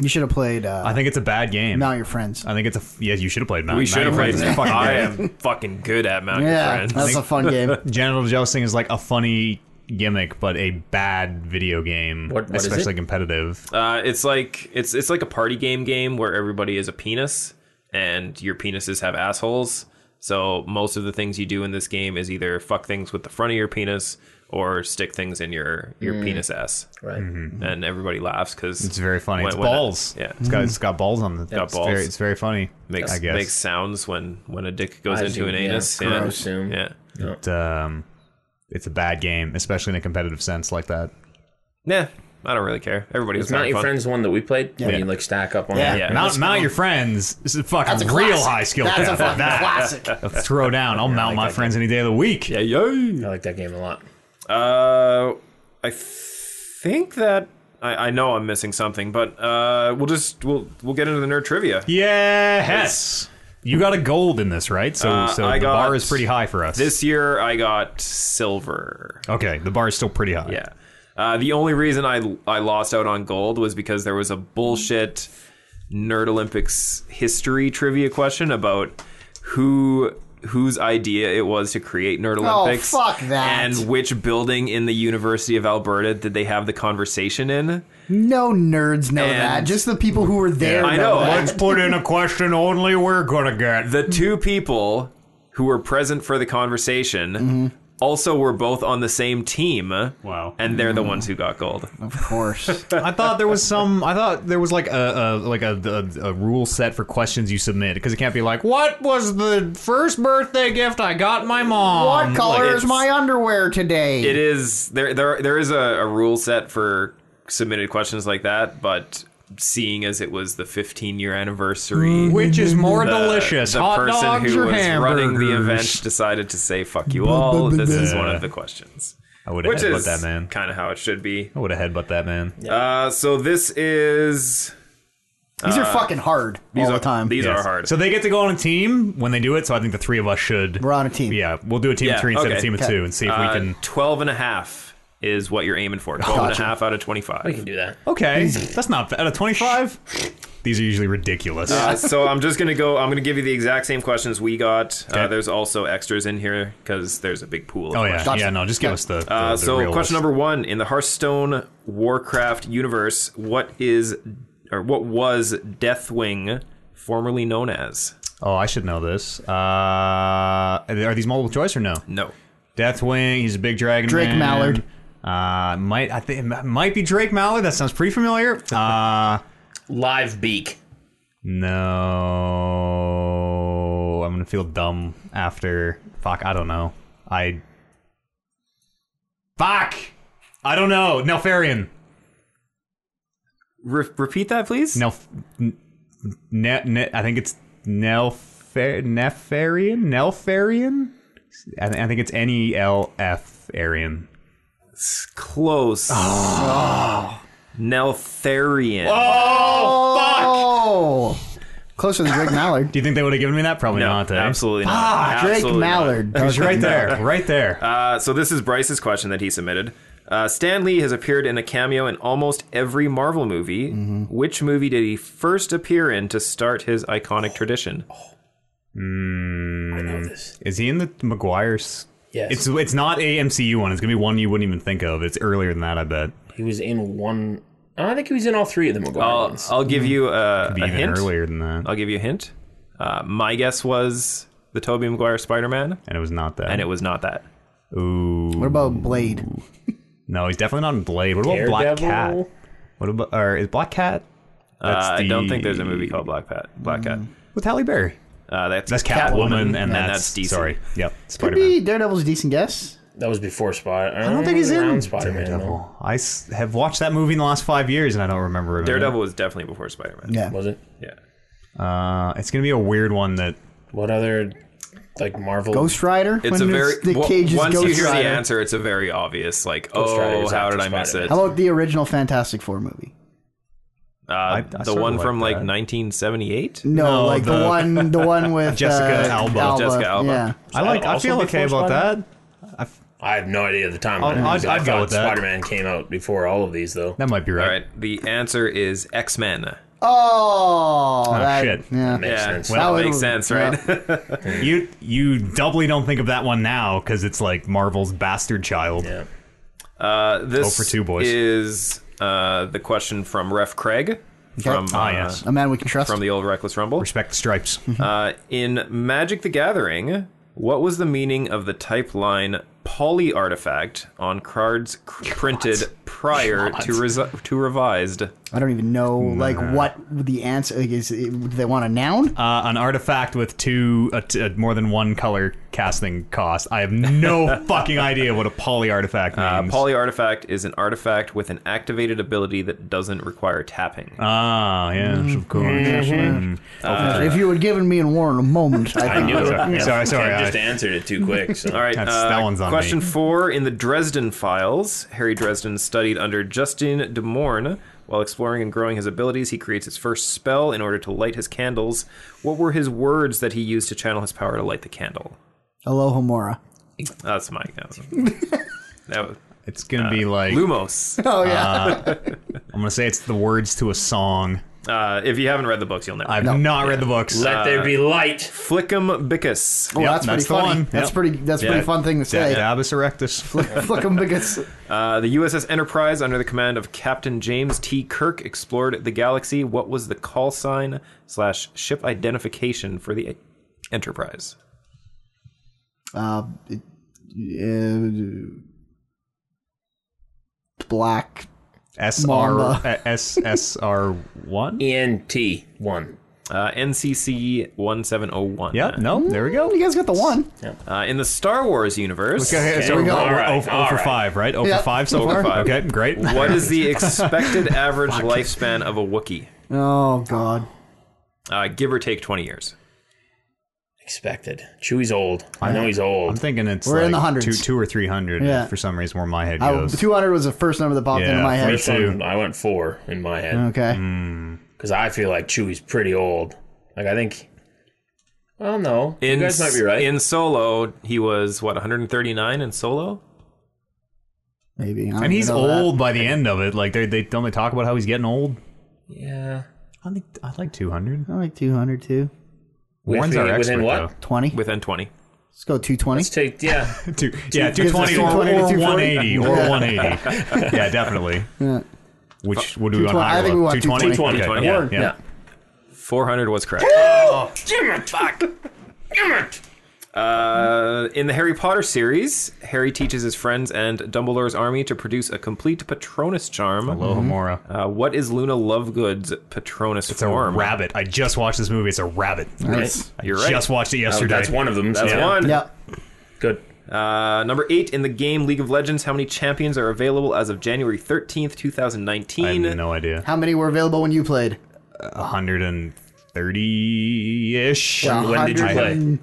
C: You should have played. Uh,
A: I think it's a bad game.
C: now your friends.
A: I think it's a. f- Yeah, you should have played Mount.
B: We should have played.
A: Fucking
B: I am fucking good at Mountain
C: yeah,
B: Friends.
C: that's a fun game.
A: Genital jousting is like a funny gimmick, but a bad video game,
D: What- what is
A: especially
D: it?
A: competitive.
B: Uh, it's like it's it's like a party game game where everybody is a penis and your penises have assholes. So most of the things you do in this game is either fuck things with the front of your penis or stick things in your your
D: Mm.
B: penis ass,
D: Right.
B: and everybody laughs because
A: Mm-hmm. It's very funny.
B: when-
A: it's
B: when that-
A: balls.
B: yeah,
A: it's got it's got balls on the. It's
B: got
A: it's
B: balls.
A: Very, it's very funny.
B: makes
A: I guess.
B: makes sounds when when a dick goes
D: I
B: into
D: see,
B: an
D: yeah.
B: anus. Yeah,
D: Gross.
B: yeah.
A: It, um, it's a bad game, especially in a competitive sense like that.
B: Nah, I don't really care. Everybody was
D: It's not
B: having
D: your
B: fun.
D: friends one that we played when
C: Yeah.
D: you like stack up on
C: Yeah.
D: it.
B: Yeah.
A: Mount, mount your friends. This is fucking
C: That's a
A: real
C: classic.
A: high skill.
C: That's a
A: test.
C: fucking
A: That-
C: classic.
A: Throw down. I'll mount my friends any day of the week.
B: Yeah, yay.
D: I like that game a lot.
B: Uh, I think that I, I know I'm missing something, but uh, we'll just we'll we'll get into the nerd trivia.
A: Yes. You got a gold in this, right? So,
B: Uh,
A: so
B: I
A: the
B: got
A: bar is pretty high for us.
B: This year I got silver.
A: okay, the bar is still pretty high.
B: Yeah. Uh, the only reason I I lost out on gold was because there was a bullshit Nerd Olympics history trivia question about who whose idea it was to create Nerd Olympics.
C: Oh, fuck that.
B: And which building in the University of Alberta did they have the conversation in?
C: No nerds know
B: And-
C: that. Just the people who were there.
B: I know.
C: that.
A: Let's put in a question only we're gonna get.
B: the two people who were present for the conversation also were both on the same team.
A: Wow.
B: And they're the ones who got gold.
C: Of course.
A: I thought there was some. I thought there was like a, a like a, a, a rule set for questions you submit because it can't be like, what was the first birthday gift I got my mom?
C: what color
B: Um,
C: is
B: it's-
C: my underwear today?
B: It is there there there is a, a rule set for submitted questions like that, but seeing as it was the 15 year anniversary
A: Mm-hmm. Which is more
B: the-
A: delicious,
B: the
A: hot
B: person
A: dogs
B: who
A: or
B: was running the event
A: hamburgers?
B: decided to say fuck you all this is one of the questions
A: I would have
B: which
A: headbutt
B: is
A: that man.
B: kind of how it should be
A: I would have headbutt that man.
B: uh, so this is
C: These are fucking hard all
B: uh, these
C: the
B: are
C: time.
B: these
A: Yes.
B: are hard
A: So they get to go on a team when they do it. So I think the three of us should.
C: We're on a team.
A: Yeah, we'll do a team
B: Yeah,
A: of three instead of
B: okay.
A: a team of
C: Okay.
A: two and see if we
B: Uh,
A: can.
B: 12 and a half is what you're aiming for 12 and
C: Gotcha.
B: a half out of
D: We
B: 25
D: can do that.
A: Okay, that's not out of twenty-five. These are usually ridiculous.
B: uh, so i'm just gonna go i'm gonna give you the exact same questions we got uh,
A: Okay.
B: there's also extras in here because there's a big pool of
A: oh yeah,
B: questions.
A: yeah. No, just give us the. the-
B: Uh,
A: the
B: so
A: real
B: question
A: list.
B: number one in the hearthstone warcraft universe what is or what was deathwing formerly known as
A: Oh, I should know this. Uh, are these multiple choice or no?
B: no
A: Deathwing. He's a big dragon.
C: Drake
A: man.
C: Mallard.
A: Uh, might I think it might be Drake Mallard? That sounds pretty familiar. Uh,
D: Live beak.
A: no, I'm gonna feel dumb after. Fuck, I don't know. I. Fuck, I don't know. Nelfarian.
B: Re- repeat that please
A: Nelf. n- Ne, ne, I think it's Nelfer, Nefarian? Nelfarian? I, th- I think it's N E L F Arian.
B: It's close.
A: Ah.
B: Neltharion.
C: Oh, closer than Drake Mallard.
A: Do you think they would have given me that? Probably
B: No,
A: not. eh?
B: absolutely not.
C: Ah, Drake
B: Absolutely not.
C: Mallard.
A: It was right there. Right there.
B: Uh, so this is Bryce's question that he submitted. Uh, Stan Lee has appeared in a cameo in almost every Marvel movie. Which movie did he first appear in to start his iconic tradition?
D: I know this.
A: Is he in the McGuire's?
D: Yes.
A: It's it's not a MCU one. It's gonna be one you wouldn't even think of. It's earlier than that, I bet.
D: He was in one. I think he was in all three of the McGuire
B: I'll,
D: ones.
B: I'll give you a,
A: Be
B: a
A: even
B: hint. Oh.
A: earlier than that.
B: I'll give you a hint. Uh, my guess was the Tobey Maguire Spider-Man,
A: And it was not that.
B: and it was not that.
A: Ooh.
C: What about Blade?
A: No, he's definitely not in Blade. What about Black
D: Daredevil?
A: Cat? What about or is Black Cat? That's
B: Uh, I don't think there's a
A: the-
B: movie called Black Cat. Black Cat.
A: with Halle Berry.
B: Uh, that's,
A: Mm-hmm. That's Catwoman,
B: Catwoman,
A: and, that's,
B: DC.
A: Sorry, yep.
C: Could
A: Spider Man.
C: be Daredevil's a decent guess.
D: That was before Spider. I
A: I don't think he's in
D: Spider Man.
A: Daredevil. I s- have watched that movie in the last five years, and I don't remember him. in it.
B: Daredevil was definitely before Spider-Man.
C: Yeah.
D: Was it?
B: Yeah.
A: Uh, it's gonna be a weird one that
D: What other like Marvel?
C: Ghost Rider.
B: It's a very
C: the
B: wo-
C: Cage's
B: once
C: Ghost
B: you hear
C: Rider.
B: the answer, it's a very obvious like,
D: Rider
B: oh,
D: is
B: how
D: after
B: did I miss it? Uh,
D: Spider-Man.
C: How about the original Fantastic Four movie?
A: I
B: the
A: sorta
B: one
A: like
B: from like
A: that.
B: 1978.
C: No,
A: No,
C: like the,
A: the-
C: one, the one with
A: Jessica
C: uh,
A: Alba.
B: Jessica Alba.
C: Yeah.
A: I like. I
D: also
A: feel okay
D: before
A: about
D: Spider-Man?
A: that.
D: I have no idea the timeline.
A: I'll- I'd-
D: I
A: I'd go
D: thought
A: with that.
D: Spider-Man came out before all of these, though.
A: That might be right.
B: All right, the answer is X Men.
C: Oh, that,
A: shit.
C: Yeah.
D: Makes
B: Yeah,
D: sense.
B: well,
C: That
B: that makes
C: would-
B: sense, right?
A: You you doubly don't think of that one now because it's like Marvel's bastard child.
D: yeah.
B: Uh, this
A: Oh, for two, boys.
B: is uh, the question from Ref Craig from
A: Ah,
B: uh,
A: yes.
C: A man we can trust.
B: from the old Reckless Rumble.
A: Respect the stripes.
B: Uh, in Magic the Gathering, what was the meaning of the type line poly artifact on cards cr- printed prior to resi- to revised? Uh,
C: I don't even know like what the answer like, is. it- Do they want a noun?
A: Uh, an artifact with two uh, t- uh, more than one color casting cost. I have no fucking idea what a poly artifact
B: A
A: means.
B: Uh, poly artifact is an artifact with an activated ability that doesn't require tapping.
A: ah, yes, of course. Mm.
C: if you had given me and Warren a moment, I
D: I
C: think
D: knew it.
A: Mm-hmm. Sorry,
D: Yeah.
A: sorry, sorry,
D: I just
A: I-
D: answered it too quick. So.
B: All right,
A: That's-
B: uh,
A: that one's on
B: question
A: me.
B: four. In the Dresden Files, Harry Dresden studied under Justin de Morn. While exploring and growing his abilities, he creates his first spell in order to light his candles. What were his words that he used to channel his power to light the candle?
C: Aloha Mora.
B: That's my guess. that was,
A: It's gonna be like
B: Lumos.
C: Oh yeah.
A: I'm gonna say it's the words to a song.
B: Uh, if you haven't read the books, you'll never.
A: I've
C: No.
A: not read the books.
D: Let there be light.
B: Flickum Bickus.
C: well,
A: Yep,
C: that's pretty
A: that's the
C: funny.
A: one.
C: That's
A: Yep.
C: pretty. That's
B: Yeah.
C: pretty fun thing to say.
A: Dabus erectus.
C: Look, 'em because
B: Uh, the USS Enterprise, under the command of Captain James T. Kirk, explored the galaxy. What was the call sign slash ship identification for the Enterprise?
C: uh, black.
A: S
C: Mamba.
A: R uh, S S R one.
D: ENT E one.
B: Uh, NCC 1701.
A: Yep. No. There we go.
C: You guys got the one.
B: Uh, in the Star Wars universe,
A: Okay, so
D: we
A: we're
D: go.
A: oh,
D: All
A: we're
D: right,
A: oh, oh
D: all
A: for
D: right.
A: five, right? Oh
C: Yeah.
A: for five so
B: Oh for
A: far.
B: five.
A: Okay, great.
B: what is the expected average lifespan of a Wookiee?
C: Oh god.
B: Uh, give or take 20 years.
D: Expected. Chewie's old. I know he's old.
A: I'm thinking it's
C: We're
A: like
C: in the hundreds.
A: two, two or three hundred.
C: Yeah.
A: For some reason, where my head
C: I,
A: goes.
C: 200 was the first number that popped into
A: Yeah, Mm.
C: my
A: me
C: head.
D: First
A: too.
D: one, I went four in my head
C: Okay.
D: because I feel like Chewie's pretty old. Like I think. Well, no,
B: In,
D: you guys might be right.
B: In Solo, he was, what, 139 in Solo?
C: Maybe. I don't
A: and he's
C: even know that.
A: old by the end of it. Like they, they don't they talk about how he's getting old.
D: yeah,
A: I think I like two hundred.
C: I like 200 too.
A: Warren's
D: Within-
A: our expert
D: within what?
A: though.
C: 20.
B: Within 20.
C: Let's go 220.
D: let's take yeah.
A: Two, yeah, two twenty or,
C: 220
A: or
C: to 240.
A: one eighty or one eighty. yeah, definitely. Which would we want?
C: 220. I think we want
D: 220.
A: Okay, yeah,
C: 220.
A: yeah.
B: 400 was correct.
D: Damn it! Fuck! Damn it!
B: Uh, in the Harry Potter series, Harry teaches his friends and Dumbledore's army to produce a complete Patronus charm.
A: Lohomora.
B: Uh, what is Luna Lovegood's Patronus
A: It's a
B: form?
A: rabbit. I just watched this movie. It's a rabbit.
C: Nice.
A: I
B: You're right.
A: Just watched it
D: Oh,
A: yesterday.
D: that's one of them.
B: That's one.
C: Yep.
D: Good.
B: Uh, number eight in the game League of Legends. How many champions are available as of January thirteenth, two thousand
A: I
B: nineteen?
A: have no idea.
C: How many were available when you played?
A: 130 ish.
D: When did you
C: 100
D: play?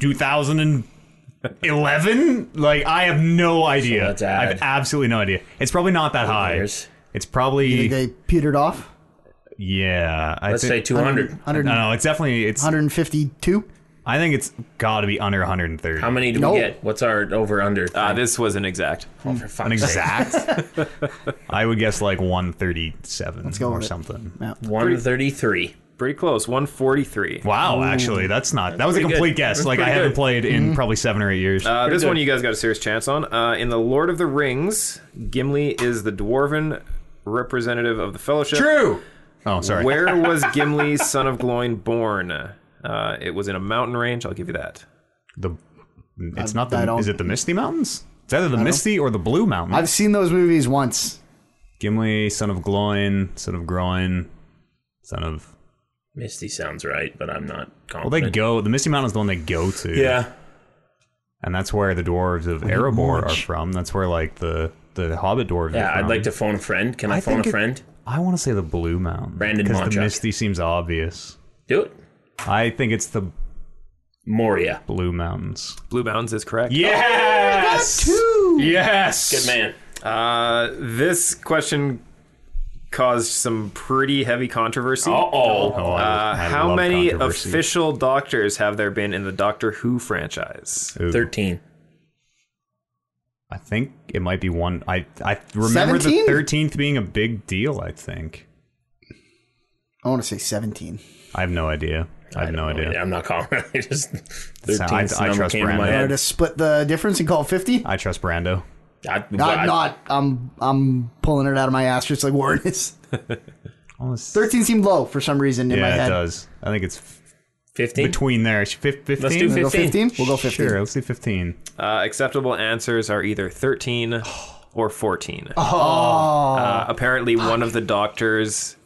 A: 2000 and Eleven? Like I have no idea.
D: let's
A: I
D: add.
A: have absolutely no idea. It's probably not that high.
D: cares?
A: It's probably
C: Think they petered off.
A: yeah. I
D: Let's say
A: think,
D: 200.
C: 100,
A: No, no, it's definitely it's.
C: 152.
A: I think it's got to be under 130.
D: How many do
C: No.
D: we get? What's our over under? Oh,
B: Uh, this wasn't exact.
D: for fuck's sake.
A: exact? I would guess like 137
C: go
A: or
C: with it.
A: something.
D: 133.
B: Pretty close. 143.
A: Wow, actually, that's not. That was a
B: pretty
A: complete
B: good.
A: guess.
B: That's
A: like I
B: pretty
A: haven't
B: good.
A: played
C: Mm-hmm.
A: in probably seven or eight years.
B: Uh, this
D: good.
B: one you guys got a serious chance on. Uh, in The Lord of the Rings, Gimli is the dwarven representative of the Fellowship.
A: True. Oh, sorry.
B: Where was Gimli, son of Gloin, born? Uh, it was in a mountain range. I'll give you that.
A: The it's not the.
C: I don't-
A: Is it the Misty Mountains? It's either the Misty or the Blue Mountains.
C: I've seen those movies once.
A: Gimli, son of Gloin, son of Groin, son of.
D: Misty sounds right, but I'm not
A: Well, they
D: confident.
A: go. The Misty Mountain is the one they go to.
D: Yeah.
A: and that's where the dwarves of Erebor are from. That's where like the the Hobbit dwarves.
D: Yeah,
A: are
D: I'd
A: from.
D: like to phone a friend. Can I,
A: I
D: phone a
A: think it-
D: friend?
A: I want to say the Blue Mountain.
D: Brandon
A: because the
D: Monchuk.
A: Misty seems obvious.
D: Do it.
A: I think it's the
D: Moria.
A: Blue Mountains.
B: Blue Mounds is correct. Oh,
A: Yes. Yes.
D: Good man.
B: Uh, this question caused some pretty heavy controversy.
D: Uh-oh.
A: Oh, I-
B: Uh,
A: I
B: how
A: love
B: many
A: controversy.
B: official doctors have there been in the Doctor Who franchise?
A: Ooh,
D: 13.
A: I think it might be one. I I remember
C: 17?
A: the thirteenth being a big deal. I think.
C: I want to say 17.
A: I have no idea. I have no idea.
D: I'm not calling. I just 13
A: I- I
D: number
A: trust
D: came to my
A: Brandon.
C: Or
D: head.
C: to split the difference and call it 50?
A: I trust Brando.
D: I,
C: Not,
D: I-
C: not. I'm, I'm pulling it out of my ass just like Warren is.
A: Almost-
C: 13 seemed low for some reason in my
A: Yeah, it
C: head.
A: does. I think it's f-
D: 15.
A: between there. Fifteen.
D: Let's do
C: We'll go 15?
D: 15.
C: We'll go 15.
A: Sure. Let's do fifteen.
B: Uh, acceptable answers are either 13 or 14.
A: Oh.
B: Uh, apparently, one of the doctors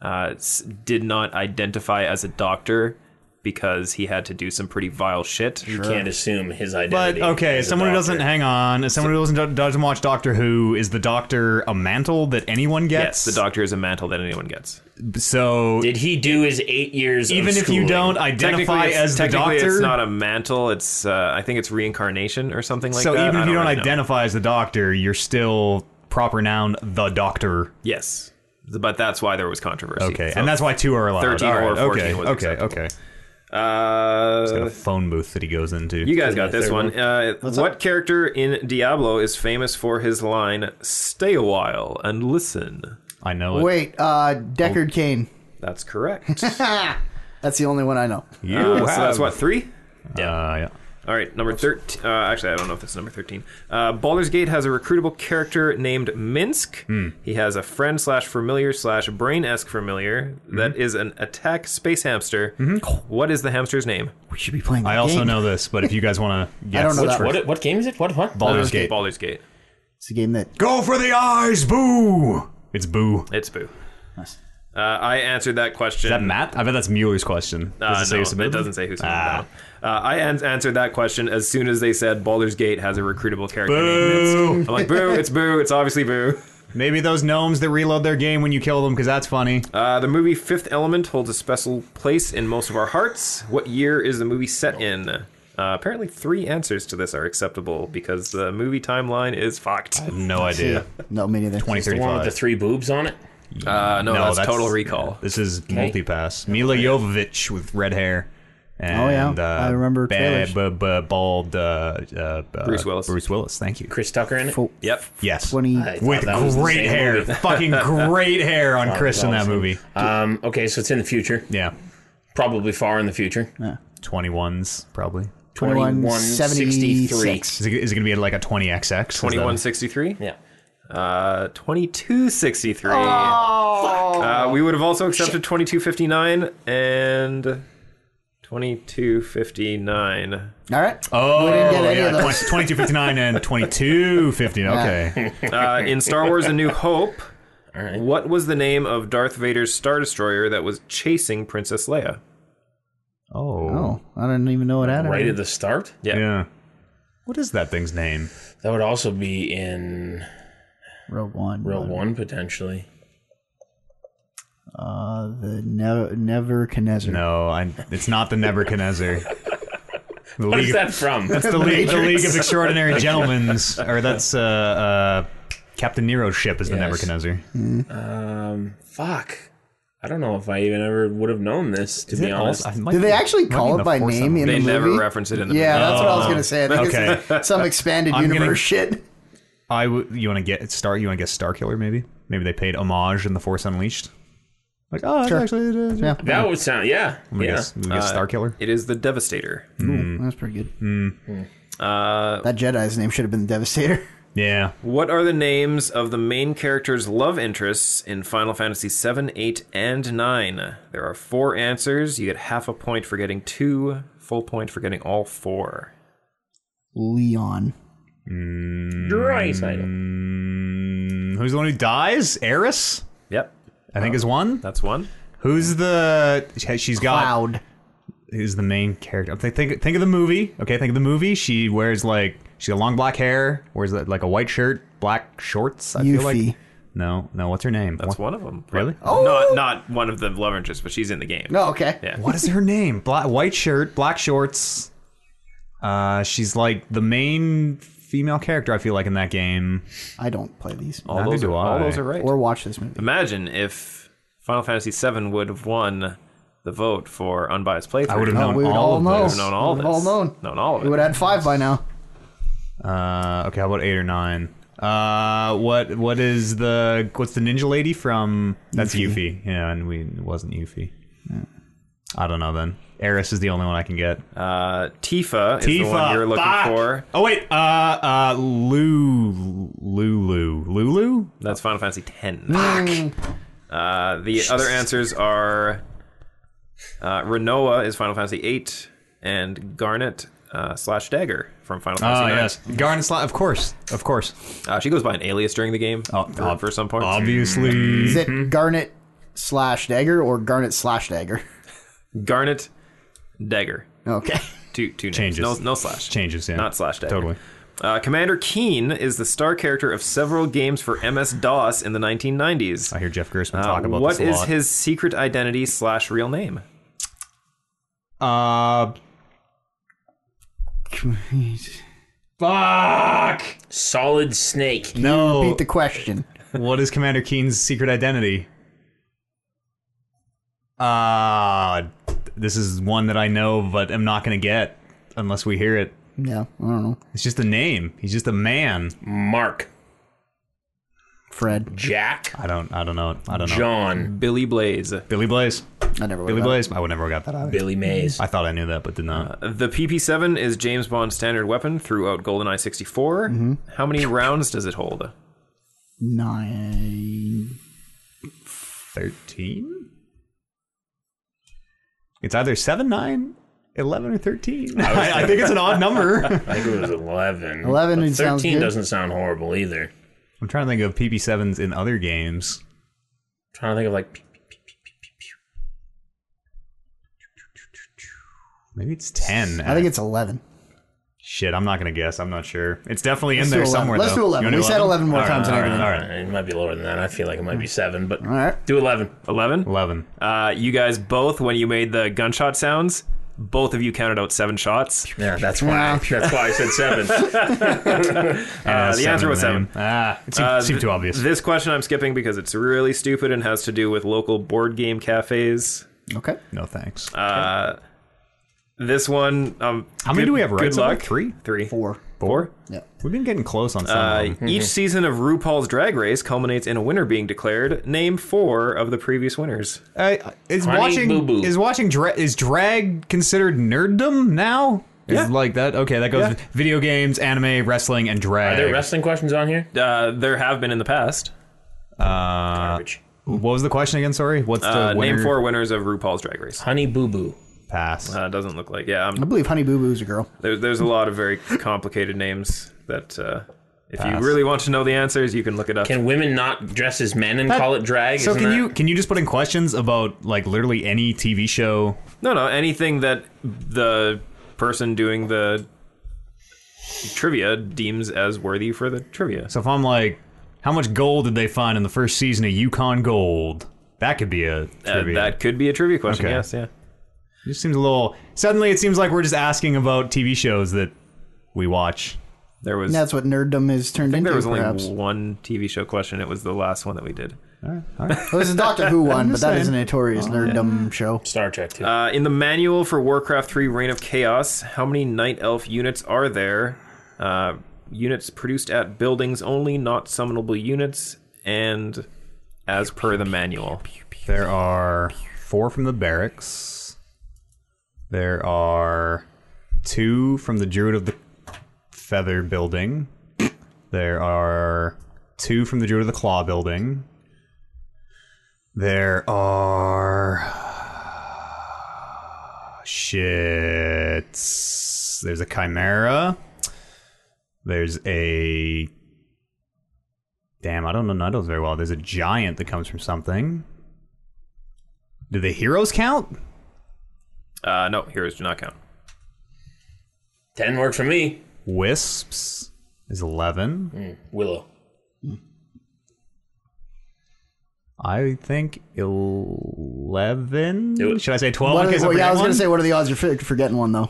B: uh, s- did not identify as a doctor because he had to do some pretty vile shit.
D: You can't assume his
A: But
D: identity.
A: okay,
D: as a
A: someone who doesn't
D: doctor.
A: hang on, someone who doesn't doesn't watch Doctor Who is the Doctor a mantle that anyone gets.
B: Yes, the doctor is a mantle that anyone gets.
A: So
D: Did he do his eight years? of
A: even if you
D: schooling?
A: don't identify
B: it's-
A: as the
B: technically
A: Doctor,
B: it's not a mantle. It's uh, I think it's reincarnation or something like
A: so
B: that.
A: even
B: I
A: if you don't
B: really know.
A: identify as the Doctor, you're still proper noun the Doctor.
B: yes, but that's why there was controversy.
A: Okay,
B: So-
A: and that's why two are allowed.
B: 13
A: All right,
B: or 14
A: okay,
B: was
A: okay,
B: acceptable.
A: okay.
B: Uh,
A: Got a phone booth that he goes into.
B: You guys got
D: the
B: this
D: third
B: one. Uh, what character in Diablo is famous for his line "Stay a while and listen"?
A: I know it.
C: Wait, uh,
A: Oh.
C: Deckard Kane.
B: That's correct.
C: That's the only one I know.
A: you
B: Uh, so
A: have.
B: that's what three.
A: Uh, yeah.
B: All right, number thirteen. Uh, actually, I don't know if this is number thirteen. Uh, Baldur's Gate has a recruitable character named Minsk.
A: Hmm.
B: He has a friend slash familiar slash brain esque familiar
A: Hmm.
B: that is an attack space hamster. What is the hamster's name?
C: We should be playing.
A: I
C: that
A: also
C: game.
A: know this, but if you guys want to guess,
C: don't know
A: which
C: that
A: one-
D: What, what game is it? What? What?
A: Baldur's Gate.
B: Uh, Baldur's Gate.
C: It's a game that
A: Go for the eyes, boo! It's boo.
B: It's Boo. Uh, I answered that question.
A: Is that Matt? I bet that's Mueller's question.
B: Uh,
A: Does it say
B: no,
A: who submitted
B: it
A: them?
B: doesn't say who submitted
A: Ah.
B: that one. Uh, I an- answered that question as soon as they said Baldur's Gate has a recruitable character. named Minsk. I'm like, boo, it's boo, it's obviously boo.
A: Maybe those gnomes that reload their game when you kill them, because that's funny.
B: Uh, the movie Fifth Element holds a special place in most of our hearts. What year is the movie set in? Uh, apparently, three answers to this are acceptable because the movie timeline is fucked.
A: no idea.
C: no me neither.
A: Twenty
D: The
A: thirty
D: Uh, one with the
A: five.
D: three boobs on it.
B: Uh, no, that's, Total Recall.
A: This is multipass. Mila Jovovich with red hair. And,
C: Oh, yeah.
A: uh,
C: I remember
A: ba-
C: trailers.
A: ba- ba- bald uh, uh, uh,
B: Bruce Willis.
A: Bruce Willis. Thank you.
D: Chris Tucker in it.
C: Fo-
B: Yep.
A: Yes.
C: Twenty.
D: I thought
A: With
D: that was the
A: great
D: same
A: hair,
D: movie.
A: fucking great hair on Chris in that
D: awesome.
A: movie.
D: Um, okay, so it's in the future,
A: Yeah,
D: probably far in the future.
A: twenty ones probably.
D: 2163.
C: 2176.
A: Is it, is it gonna be like a twenty XX? Is that-
B: 2163?
D: Yeah.
B: Uh, 2263.
C: Oh.
B: Uh, we would have also accepted 2259 and Uh, 2259.
C: All right.
A: Oh,
C: didn't get any
A: yeah,
C: of
A: 20-
C: those.
A: 2259 and 2250. Okay.
B: Uh, in Star Wars A New Hope,
D: right.
B: what was the name of Darth Vader's Star Destroyer that was chasing Princess Leia?
A: Oh.
C: Oh, I didn't even know it had. it.
D: Right at the start.
A: Yeah. What is that thing's name?
D: That would also be in
C: Rogue One.
D: Rogue One potentially.
C: Uh, the ne- Never Kinezer.
A: No, I, it's not the Nebuchadnezzar. The
D: What is
A: League-
D: that from?
A: That's the league, the league of extraordinary gentlemen's, or that's uh, uh, Captain Nero's ship is the
D: Yes.
A: Nebuchadnezzar.
D: um, fuck. I don't know if I even ever would have known this, to be honest.
C: Did they actually call it by name in
B: They
C: the
B: never
C: movie?
B: reference it in the
C: yeah,
B: movie.
C: that's what I was gonna say. I think
A: Oh. Okay.
C: it's some expanded
A: I'm gonna-
C: universe shit.
A: I would. You want to get Star? You want to guess Star Killer? Maybe. Maybe they paid homage in the Force Unleashed. Like oh, that's
C: Sure.
A: actually uh,
C: Yeah,
D: that would sound, yeah.
A: I'm gonna
D: yeah.
A: guess, I'm gonna guess
B: Uh,
A: Star Killer.
B: It is the Devastator.
A: Hmm.
C: that's pretty good.
B: Uh,
C: That Jedi's name should have been the Devastator.
A: Yeah.
B: what are the names of the main characters' love interests in Final Fantasy 7, 8, and 9? There are four answers. You get half a point for getting two, full point for getting all four.
C: Leon.
D: Dry title.
A: Mm, Who's the one who dies? Eris,
B: Yep,
A: I think, is one.
B: that's one.
A: Who's the? She's got.
C: Cloud.
A: Who's the main character? Think, think think of the movie. Okay, think of the movie. She wears like she got long black hair. Wears like a white shirt, black shorts. I feel
C: Yuffie.
A: like. No, no. What's her name? what,
B: That's one of them.
A: Really?
B: Oh, not not one of the love interests, but she's in the game.
C: No, okay.
B: Yeah.
A: what is her name? Black white shirt, black shorts. Uh, she's like the main female character. I feel like in that game.
C: I don't play these
B: All
A: Neither
B: those,
A: do
B: are,
A: I.
B: all those are right.
C: or watch this movie.
B: Imagine if Final Fantasy VII would have won the vote for unbiased playthrough.
A: I would have
C: Oh,
A: known
C: we would
A: all
C: all
A: of
C: know.
A: those.
B: known all
C: We've
B: this.
C: all known.
B: Known all of
C: We would
B: it.
C: have had five by now.
A: Uh, okay, how about eight or nine? Uh, what what is the what's the ninja lady from? That's Yuffie. Yeah, and we it wasn't Yuffie. I don't know. Then Eris is the only one I can get.
B: Uh, Tifa, is the one
A: Tifa,
B: you're looking
A: fuck!
B: for.
A: Oh wait, uh, uh, Lu, Lulu, Lulu.
B: That's Final Fantasy X. Uh, the other answers are uh, Renoa is Final Fantasy VIII, and Garnet uh, slash Dagger from Final
A: Oh
B: Fantasy.
A: yes, Garnet Slot. Of course, of course.
B: IX. Uh, she goes by an alias during the game
A: Oh,
B: for,
A: ob-
B: for some points.
A: Obviously,
C: Is it Garnet slash Dagger or Garnet slash Dagger?
B: Garnet Dagger.
C: Okay.
B: Two two names.
A: Changes.
B: No, no slash.
A: changes. Yeah,
B: Not slash dagger.
A: Totally.
B: Uh, Commander Keen is the star character of several games for MS DOS in the 1990s.
A: I hear Jeff Gerstmann
B: Uh,
A: talk about
B: what
A: this a
B: is
A: lot.
B: his secret identity slash real name?
A: Uh,
D: Fuck! Solid Snake.
A: no.
C: Beat the question.
A: What is Commander Keen's secret identity? Uh this is one that I know but am not gonna get unless we hear it.
C: Yeah, I don't know.
A: It's just a name. He's just a man.
D: Mark.
C: Fred.
D: Jack.
A: I don't I don't know. I don't know.
D: John.
B: Billy Blaze.
A: Billy Blaze.
C: I never would
A: Billy
B: Uh,
C: have.
A: Blaze. I would never have got that out.
D: Billy Mays.
A: I thought I knew that but did not.
B: The PP7 is James Bond's standard weapon throughout GoldenEye 64.
A: Mm-hmm.
B: How many rounds does it hold?
C: Nine.
A: Thirteen? It's either seven, nine, eleven, or thirteen. I, I think it's an odd number.
D: I think it was 11.
C: 11
D: But
C: it sounds
D: 13
C: good.
D: doesn't sound horrible either. I'm
A: I'm trying to think of PP sevens in other games.
D: trying to think of like.
A: Maybe it's ten.
C: I think it's 11.
A: Shit, I'm not gonna guess. I'm not sure. It's definitely
C: Let's
A: in there
C: do 11.
A: somewhere.
C: Let's
A: though.
C: do 11.
A: You wanna
C: We said 11 more times than
A: all
C: I did.
A: All right,
D: uh, It might be lower than that. I feel like it might be 7, but
C: All right.
D: do 11.
B: 11?
A: eleven.
B: Uh, you guys both, when you made the gunshot sounds, both of you counted out seven shots.
D: Yeah, that's why. that's why I said 7.
A: Uh,
B: the answer was seven.
A: Ah, it seemed,
B: Uh,
A: seemed
B: th-
A: too obvious.
B: This question I'm skipping because it's really stupid and has to do with local board game cafes.
C: Okay.
A: no thanks.
B: This one, um,
A: How many
B: good-
A: do we have right
B: Good
A: so far?
B: luck.
A: Three?
B: three,
C: Four.
B: four.
C: Yeah.
A: We've been getting close on some.
B: Uh,
A: of them.
B: Each season of RuPaul's Drag Race culminates in a winner being declared. Name four of the previous winners.
A: Uh, is
D: Honey
A: watching
D: Boo Boo.
A: is watching dra- is drag considered nerddom now? Is
B: Yeah.
A: like that. Okay, that goes
B: Yeah.
A: with video games, anime, wrestling, and drag.
D: Are there wrestling questions on here?
B: Uh, there have been in the past.
D: Garbage.
A: what was the question again? Sorry, what's the
B: Uh,
A: winner
B: name four winners of RuPaul's Drag Race.
D: Honey Boo Boo.
A: pass?
B: Uh, doesn't look like yeah.
C: I
B: Um,
C: believe Honey Boo Boo's a girl.
B: there, there's a lot of very complicated names that uh, if you really want to know the answers, you can look it up.
D: Can women not dress as men and call it drag?
A: so
D: Isn't
A: can
D: that-
A: you can you just put in questions about like literally any TV show?
B: No, no, anything that the person doing the trivia deems as worthy for the trivia.
A: So if I'm like, how much gold did they find in the first season of Yukon Gold? That could be a
B: Uh,
A: trivia.
B: that could be a trivia question.
A: Okay.
B: Yes, yeah.
A: It just seems a little. Suddenly, it seems like we're just asking about TV shows that we watch.
B: There was
C: And that's what nerddom is turned into,
B: there was only
C: perhaps.
B: one TV show question. It was the last one that we did.
C: Well, this is Doctor Who one, but that is a
A: saying.
C: notorious nerddom show.
D: Star Trek too.
B: Uh, in the manual for Warcraft 3 Reign of Chaos, how many Night Elf units are there? Uh, units produced at buildings only, not summonable units, and as per the manual.
A: There are four from the barracks. There are two from the Druid of the Feather building. There are two from the Druid of the Claw building. There are. Shit. There's a Chimera. There's a. Damn, I don't know Nuddles very well. There's a giant that comes from something. Do the heroes count?
B: Uh, no, heroes do not count.
D: Ten worked for me.
A: Wisps is 11.
D: Willow.
A: I think 11.
D: Do it.
A: Should I say 12? Oh,
C: What
A: in
C: are
A: case
C: the- well,
A: I
C: yeah, I was
A: forget
C: going to say,
A: one?
C: what are the odds you're fi- forgetting one, though?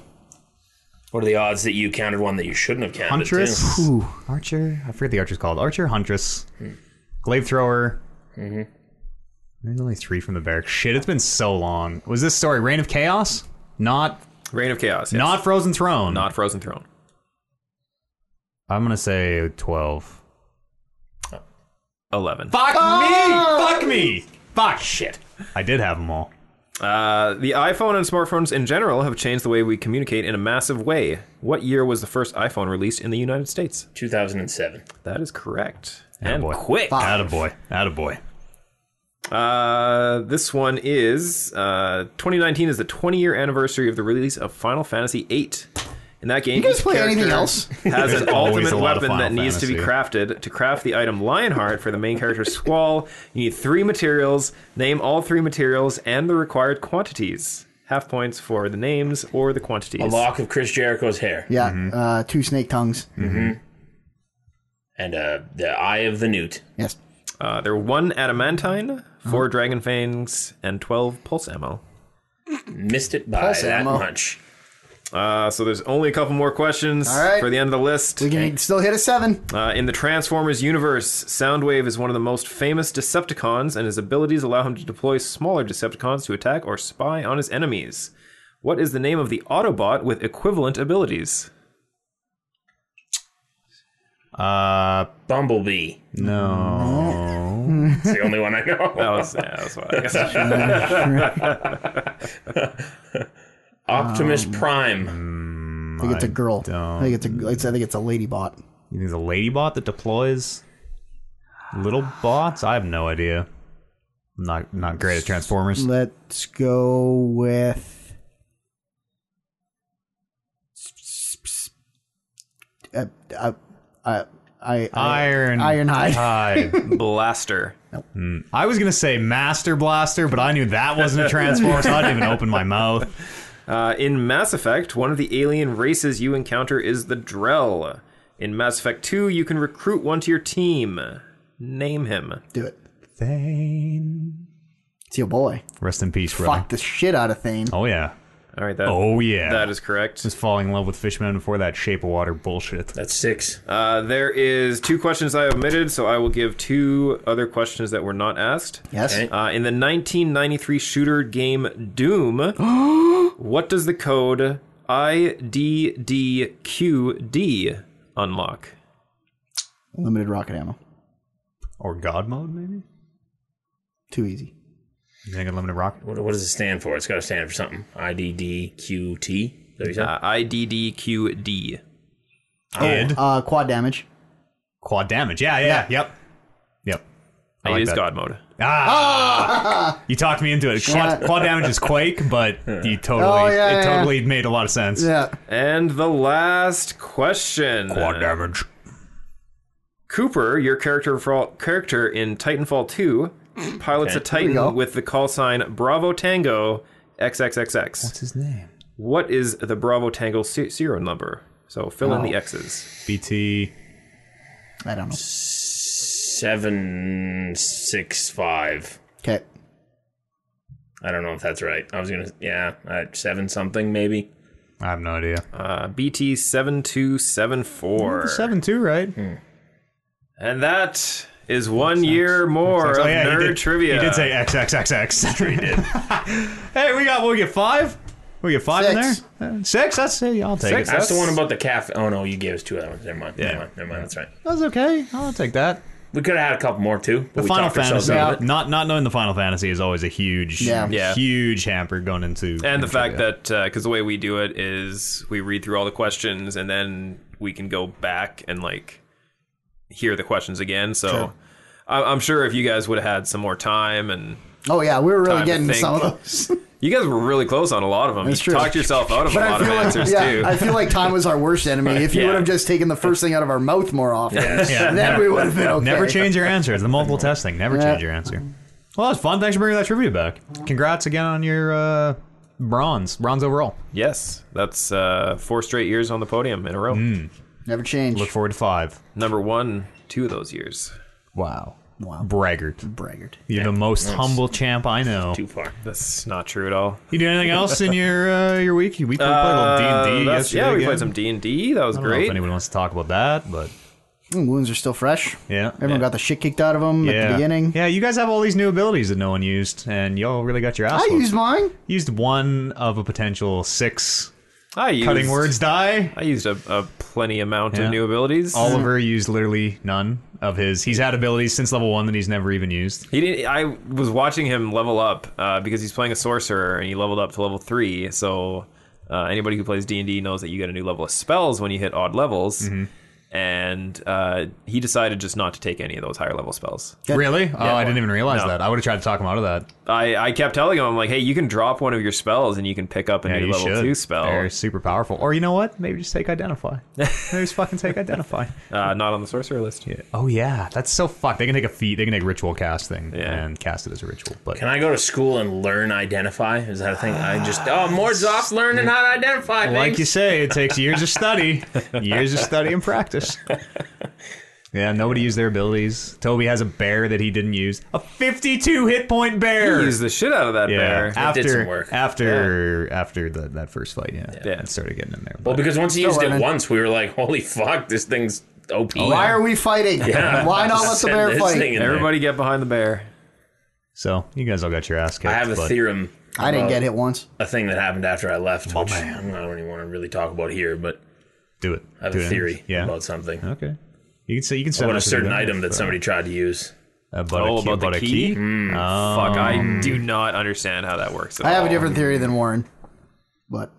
D: What are the odds that you counted one that you shouldn't have counted? too?
A: Huntress. Archer. I forget the archer's called. Archer, Huntress. Glaive Thrower. Mm-hmm. There's only three from the barracks. Shit, it's been so long. Was this story Reign of Chaos? Not
B: Reign of Chaos. yes.
A: not Frozen Throne.
B: not Frozen Throne.
A: I'm going to say 12.
B: 11.
A: Fuck
C: Ah!
A: me! Fuck me! Fuck shit. I did have them all.
B: Uh, the iPhone and smartphones in general have changed the way we communicate in a massive way. What year was the first iPhone released in the United States?
D: 2007.
B: That is correct. and
A: Attaboy.
B: quick.
A: Attaboy. Attaboy.
B: Uh, this one is uh, 2019 is the 20 year anniversary of the release of Final Fantasy VIII. In that game,
C: You guys
B: each
C: play
B: character
C: anything else?
B: has an
A: There's always
B: ultimate
A: a lot of
B: weapon that
A: Final
B: needs to be
A: Fantasy.
B: crafted. To craft the item Lionheart for the main character Squall, you need three materials. Name all three materials and the required quantities. Half points for the names or the quantities.
D: A lock of Chris Jericho's hair
C: Yeah,
A: Mm-hmm.
C: uh, two snake tongues.
A: Mm.
D: and uh, the eye of the newt.
C: Yes.
B: Uh, there were one adamantine, four dragon fangs, and twelve pulse ammo.
D: Missed it by
C: Pulse
D: that
C: ammo.
D: much.
B: Uh, so there's only a couple more questions
C: All right.
B: for the end of the list.
C: We can still hit a seven.
B: Uh, in the Transformers universe, Soundwave is one of the most famous Decepticons, and his abilities allow him to deploy smaller Decepticons to attack or spy on his enemies. What is the name of the Autobot with equivalent abilities?
A: Uh,
D: Bumblebee.
A: Oh
C: Oh,
A: no.
D: It's the only one I know.
B: That was, yeah, that's what I guess. I should-
D: Optimus
A: um,
D: Prime.
C: I think it's a girl. I think it's a. It's, I think it's a lady bot.
A: You think it's a ladybot that deploys little bots? I have no idea. I'm not not great at Transformers.
C: Let's go with. Uh, uh, uh, I, I,
A: Iron Uh,
C: Ironhide.
A: Hide.
B: Blaster.
A: I was gonna say Master Blaster, but I knew that wasn't a Transformer, so I didn't even open my mouth.
B: Uh, in Mass Effect, one of the alien races you encounter is the Drell. In Mass Effect 2, you can recruit one to your team. Name him.
C: do it.
A: Thane.
C: It's your boy.
A: Rest in peace, brother.
C: Fuck the shit out of Thane.
A: Oh yeah.
B: All right, that,
A: Oh yeah.
B: that is correct.
A: just falling in love with Fishman before that Shape of Water bullshit.
D: That's six.
B: Uh, there is two questions I omitted, so I will give two other questions that were not asked.
C: Yes.
D: Okay.
B: Uh, in the 1993 shooter game Doom, what does the code IDDQD unlock?
C: Limited rocket ammo.
A: Or God mode, maybe?
C: Too easy.
A: You think Unlimited Rocket?
D: What, what does it stand for? It's got to stand for something. IDDQT. Is that what you said?
B: Uh, IDDQD.
A: Id.
C: Uh, quad damage.
A: Quad damage. Oh. Yeah, yeah, yeah. Yep. Yep. I
B: It is
A: like that.
B: God mode.
A: Ah! you talked me into it. Quad,
C: Yeah.
A: quad damage is Quake, but you totally,
C: Oh, yeah,
A: it
C: yeah.
A: totally made a lot of sense.
C: Yeah.
B: And the last question.
A: damage.
B: Cooper, your character for, character in Titanfall 2, pilots a
C: go.
B: Titan with the call sign Bravo Tango XXXX.
A: What's his name?
B: What is the Bravo Tango se- serial number? So fill in the X's.
A: BT.
C: I don't know.
D: Seven, six, five.
C: Okay.
D: I don't know if that's right. I was gonna, yeah, uh, seven something maybe.
A: I have no idea.
B: Uh, BT seven two seven four,
A: Seven two, right?
B: and that is one year more of
A: Oh, yeah, he
B: nerd
A: did-
B: trivia.
A: He did say XXXX. Sure he did. hey, we got, we'll get five? We get five
C: Six.
A: in there? Uh, Six? That's, hey, I'll take
B: Six?
A: it.
D: That's, the
B: That's-
D: one about the calf. Oh no, you gave us two other ones. Never mind. Never mind. Never mind. That's right.
A: That's okay. I'll take that.
D: We could have had a couple more too. But
A: The
D: we
A: Final
D: talked ourselves
A: Fantasy.
D: out of it.
A: Not not knowing the Final Fantasy is always a huge,
C: Yeah.
B: Yeah.
A: huge hamper going into.
B: and the
A: into
B: fact
A: it.
B: that because the way we do it is we read through all the questions and then we can go back and like hear the questions again. So I- I'm sure if you guys would have had some more time and
C: Oh yeah, we were really
B: Time to
C: getting
B: think.
C: some of those.
B: you guys were really close on a lot of them.
C: That's
B: you
C: true.
B: talked yourself out of a lot of
C: like,
B: answers
C: yeah,
B: too.
C: I feel like time was our worst enemy. If you
B: Yeah.
C: would have just taken the first thing out of our mouth more often,
A: Yeah.
C: then we would have been okay.
A: Never change your answer. It's the multiple testing. Never change your answer. Well, that's fun. Thanks for bringing that trivia back. Congrats again on your uh, bronze, bronze overall.
B: yes, that's uh, four straight years on the podium in a row.
A: Hmm.
C: Never change.
A: Look forward to five.
B: Number one, two of those years.
A: Wow,
C: Wow.
A: braggart.
C: Braggart.
A: You're the most humble champ I know.
D: Too far.
B: That's not true at all.
A: You do anything else in your uh, your week? We played a little D and D
B: Uh, that's-
A: yesterday.
B: yeah, we
A: again.
B: played some D and D. That was
A: I don't know if
B: great.
A: anyone wants to talk about that, but
C: Mm, wounds are still fresh.
A: yeah,
C: Everyone got the shit kicked out of them at
A: yeah.
C: the beginning.
A: Yeah, you guys have all these new abilities that no one used, and y'all really got your ass.
C: I
A: whooped.
C: used mine.
A: used one of a potential six
B: I used,
A: cutting words die.
B: I used a, a plenty amount
A: Yeah.
B: of new abilities.
A: Oliver used literally none of his. He's had abilities since level one that he's never even used.
B: He didn't. I was watching him level up uh, because he's playing a sorcerer and he leveled up to level three. So uh, anybody who plays D anD D knows that you get a new level of spells when you hit odd levels.
A: Mm-hmm.
B: And uh, he decided just not to take any of those higher level spells.
A: Really? oh, I didn't even realize
B: No.
A: that. I would have tried to talk him out of that.
B: I, I kept telling him, I'm like, hey, you can drop one of your spells and you can pick up a
A: Yeah,
B: new
A: you
B: level
A: should.
B: two spell.
A: They're super powerful. Or you know what? Maybe just take identify. Maybe just fucking take identify.
B: Uh, not on the sorcerer list. Yeah.
A: Oh yeah, that's so fucked. They can take a feat. They can take ritual casting
B: Yeah.
A: and cast it as a ritual. But
D: Can I go to school and learn identify? Is that a thing? I just oh more off learning how to identify.
A: Ah, like
D: things.
A: you say, it takes years of study, years of study and practice. Yeah, nobody used their abilities. Toby has a bear that he didn't use. A 52 hit point bear.
B: He used the shit out of that
A: yeah,
B: bear.
A: after
D: did some work.
A: after after the, that first fight, yeah,
B: Yeah.
A: it started getting in there.
D: well, because once he used
C: learning.
D: it once, we were like, holy fuck, this thing's op.
A: Oh,
C: Why are we fighting? Why not let the
D: Send
C: bear
D: this thing
C: fight?
D: in there.
B: Everybody get behind the bear.
A: so you guys all got your ass kicked.
D: I have a
A: but-
D: theorem.
C: I didn't
D: about
C: get hit once.
D: a thing that happened after I left, which
A: man.
D: I don't even want to really talk about here, but
A: Do it.
D: I have
A: Do
D: a
A: it.
D: theory
A: Yeah.
D: about something.
A: okay. You can say you can send
D: About a
A: us
D: certain
A: video.
D: item that somebody Mm-hmm. tried to use.
A: about
B: Oh,
A: a key,
B: about the
A: about a key?
B: key? Fuck,
A: Um,
B: I do not understand how that works. at
C: I have
D: Oh.
C: a
B: all.
C: different theory than Warren, but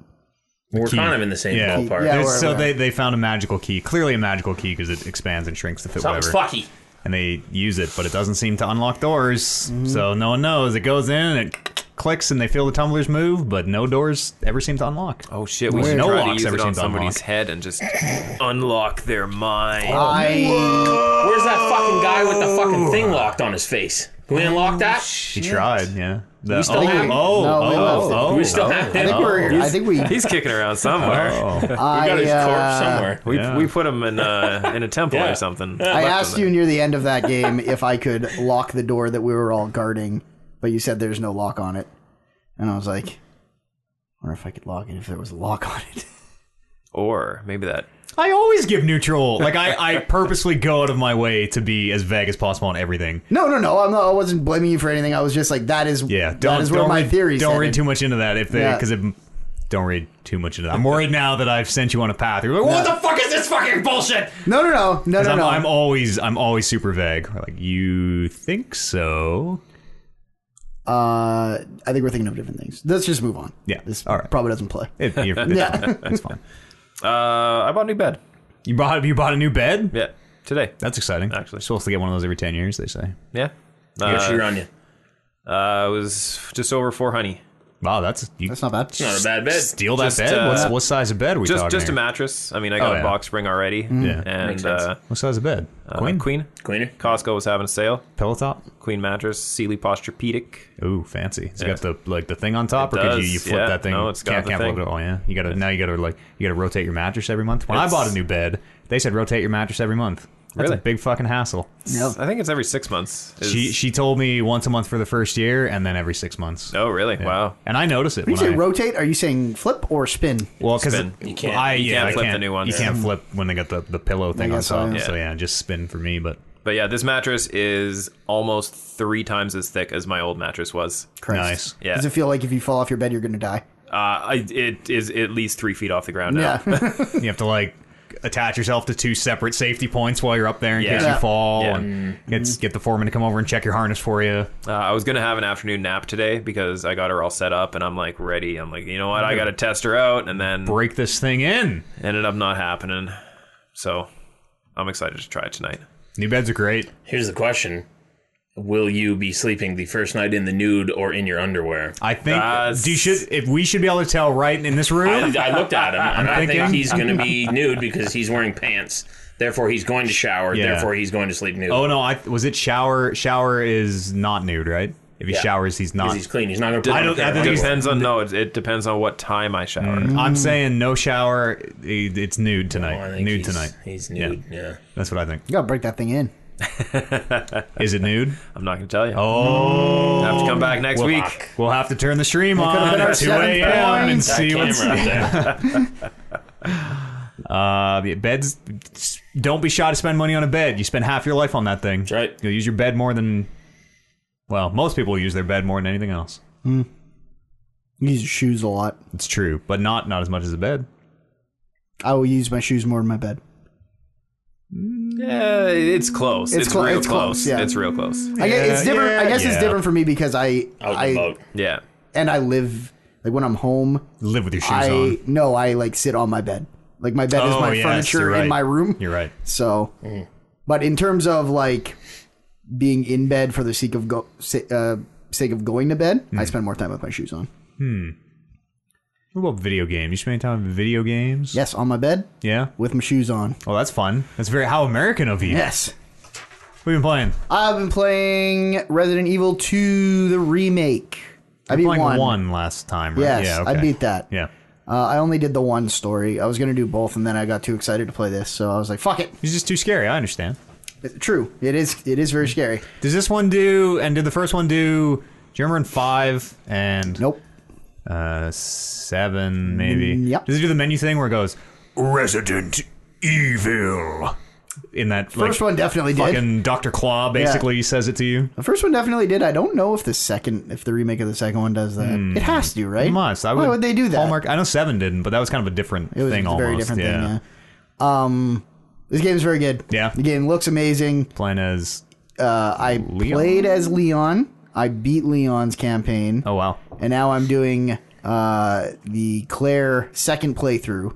D: We're
A: key.
D: kind of in the same
A: Yeah.
D: ballpark.
C: Yeah,
A: There's-
C: we're-
A: so they,
C: we're-
A: they found a magical key, clearly a magical key because it expands and shrinks to fit
D: Something's
A: whatever,
D: fucky.
A: and they use it, but it doesn't seem to unlock doors. So
C: Mm-hmm.
A: no one knows. It goes in, and it clicks, and they feel the tumblers move, but no doors ever seem to unlock.
B: Oh shit! We should
A: No
B: try to
A: locks
B: use
A: ever
B: it on
A: seem to
B: somebody's
A: unlock.
B: head and just unlock their
A: Oh,
B: mind.
C: Oh, I
D: Where's that fucking guy with the fucking
A: Oh.
D: thing locked on his face? Can we unlock that?
A: He tried, yeah. The-
D: We still
A: oh,
D: have-
A: oh,
C: No, we
A: oh,
C: left it.
A: oh,
D: we still have
C: I
D: him.
C: think we're. I think we.
B: He's kicking around somewhere.
A: oh.
D: we got his
C: I,
D: corpse
C: uh,
D: somewhere.
B: We,
A: Yeah.
B: we put him in uh, in a temple
D: Yeah.
B: or something.
C: I
B: Left
C: asked
B: him
C: you near the end of that game if I could lock the door that we were all guarding, but you said there's no lock on it, and I was like, I wonder if I could lock it if there was a lock on it.
B: there. Or maybe that.
A: I always give neutral. Like I, I purposely go out of my way to be as vague as possible on everything.
C: No, no, no. I'm not, I wasn't blaming you for anything. I was just like, that is
A: Yeah, don't
C: that is where
A: don't
C: my
A: read,
C: theories.
A: Don't read
C: ended.
A: too much into that if they
C: Yeah.
A: because it. Don't read too much into that. I'm worried now that I've sent you on a path. You're like, what the fuck is this fucking bullshit?
C: No, no, no, no,
A: 'Cause
C: no,
A: I'm,
C: no.
A: I'm always I'm always super vague. Like you think so?
C: uh, I think we're thinking of different things. Let's just move on.
A: Yeah,
C: this
A: all right.
C: probably doesn't play.
A: It, you're, it's
C: Yeah.
A: fine. It's fine.
B: Uh, I bought a new bed.
A: You bought you bought a new bed.
B: Yeah, today.
A: That's exciting.
B: Actually.
A: You're supposed to get one of those every ten years. They say.
B: Yeah,
D: Yoshi
B: uh,
D: Rania.
B: uh, it was just over four honey.
A: Wow, that's you
C: That's not bad.
D: Not a bad bed.
A: steal that
B: Just,
A: bed. What's-
B: uh,
A: what size of bed are we
B: Just
A: talking?
B: just a
A: here?
B: mattress. I mean, I got
A: Oh,
B: a
A: yeah. Mm.
B: box spring already.
A: Yeah.
B: and
D: Makes sense.
B: uh,
A: What size of bed? Queen,
B: Queen Queen
D: Cleaner.
B: Costco was having a sale.
A: pillow top.
B: Queen mattress, Sealy Posturepedic.
A: Ooh, fancy! It's got the like the thing on top, or could you,
B: does,
A: you flip
B: yeah.
A: that thing?
B: No, it's got
A: can't,
B: the
A: can't
B: thing.
A: Flip it. Oh yeah, you gotta now you gotta like you gotta rotate your mattress every month. When I bought a new bed, they said rotate your mattress every month. That's
B: Really?
A: a big fucking hassle.
C: Yep.
B: I think it's every six months. is-
A: She she told me once a month for the first year, and then every six months.
B: oh, really? Wow.
A: And I notice it.
C: When you say
A: when I,
C: rotate, are you saying flip or spin?
A: well, because
B: Spin. You
D: can't-
A: I,
B: you
A: yeah,
B: can't
A: I
B: flip the new ones.
A: You can't flip when they got the, the pillow thing on
C: guess so,
A: top.
C: yeah.
A: So yeah, just spin for me. But
B: But yeah, this mattress is almost three times as thick as my old mattress was.
A: Nice.
B: Yeah.
C: Does it feel like if you fall off your bed, you're going to die?
B: Uh, I, it is at least three feet off the ground now.
C: Yeah.
A: you have to like attach yourself to two separate safety points while you're up there in
B: Yeah.
A: case
B: Yeah.
A: you fall,
B: Yeah.
A: and it's get the foreman to come over and check your harness for you.
B: Uh, I was gonna have an afternoon nap today because I got her all set up and I'm like ready. I'm like, you know what? I gotta test her out, and then
A: Break this thing in.
B: ended up not happening. So I'm excited to try it tonight.
A: New beds are great.
D: Here's the question. Will you be sleeping the first night in the nude or in your underwear?
A: I think
B: That's-
A: do you should if we should be able to tell right in this room.
D: I, I looked at him, and I think
A: thinking-
D: he's going to be nude because he's wearing pants. Therefore, he's going to shower.
A: Yeah.
D: Therefore, he's going to sleep nude.
A: oh no, I was it shower. Shower is not nude, right? If he
D: Yeah.
A: showers, he's not.
D: because he's clean. He's not going to.
A: I don't- I
B: It
A: think it's-
B: depends on no, it, it depends on what time I shower.
A: I'm saying no shower. it- It's nude tonight. nude
D: he's,
A: tonight.
D: He's nude. Yeah.
A: That's what I think.
C: you got to break that thing in.
A: Is it nude?
B: I'm not gonna tell you.
A: Oh,
B: I have to come back next
A: Well,
B: week.
D: fuck.
A: we'll have to turn the stream
C: could've
A: on
C: been our
A: at 2
C: seventh
A: a.m. and
C: point.
A: see
D: Camera
A: what's
D: up there.
A: Uh, yeah, beds. Don't be shy to spend money on a bed. You spend half your life on that thing. That's
D: right.
A: You'll use your bed more than. Well, most people use their bed more than anything else.
C: You use your shoes a lot.
A: It's true, but not not as much as a bed.
C: I will use my shoes more in my bed.
B: Yeah, it's close.
C: It's
B: It's,
C: clo-
B: real
C: it's
B: close.
C: close, yeah.
B: It's real close.
C: I guess it's
A: Yeah,
C: different. I
A: yeah,
C: guess
A: yeah.
C: it's different for me because I,
D: Out
C: I
D: and about.
B: Yeah.
C: and I live like when I'm home.
A: Live with your shoes
C: I
A: on.
C: no, I like sit on my bed. Like my bed is
A: Oh,
C: my
A: yes,
C: furniture
A: you're right. Mm.
C: in my room.
A: You're right.
C: So, but in terms of like being in bed for the sake of go sa- uh, sake of going to bed,
A: Mm.
C: I spend more time with my shoes on.
A: What about video games? You spend any time with video games?
C: Yes, on my bed
A: Yeah.
C: with my shoes on.
A: Oh, that's fun. That's very how American of you.
C: Yes,
A: We've been playing.
C: I've been playing Resident Evil 2, the remake. I beat
A: playing
C: one.
A: last time. Right?
C: Yes,
A: yeah,
C: I
A: okay.
C: beat that.
A: Yeah.
C: Uh, I only did the one story. I was gonna do both, and then I got too excited to play this, so I was like, "Fuck it."
A: It's just too scary. I understand.
C: It- True, it is. It is very scary.
A: Does this one do? And did the first one do? Do you remember in five and
C: Nope.
A: uh, seven maybe?
C: Mm, yep.
A: Does it do the menu thing where it goes Resident Evil in that
C: First
A: like,
C: one definitely did.
A: Fucking Doctor Claw basically says it to you.
C: The first one definitely did. I don't know if the second, if the remake of the second one does that. It has to, right?
A: Hmm. It must. I
C: Why would they do that?
A: Hallmark. I know seven didn't, but that was kind of a different
C: it was
A: thing.
C: a
A: almost.
C: very different
A: yeah.
C: thing. Yeah. Um, this game's very good.
A: Yeah.
C: The game looks amazing.
A: Playing as
C: Uh, I
A: Leon?
C: played as Leon. I beat Leon's campaign,
A: oh wow,
C: and now I'm doing uh, the Claire second playthrough,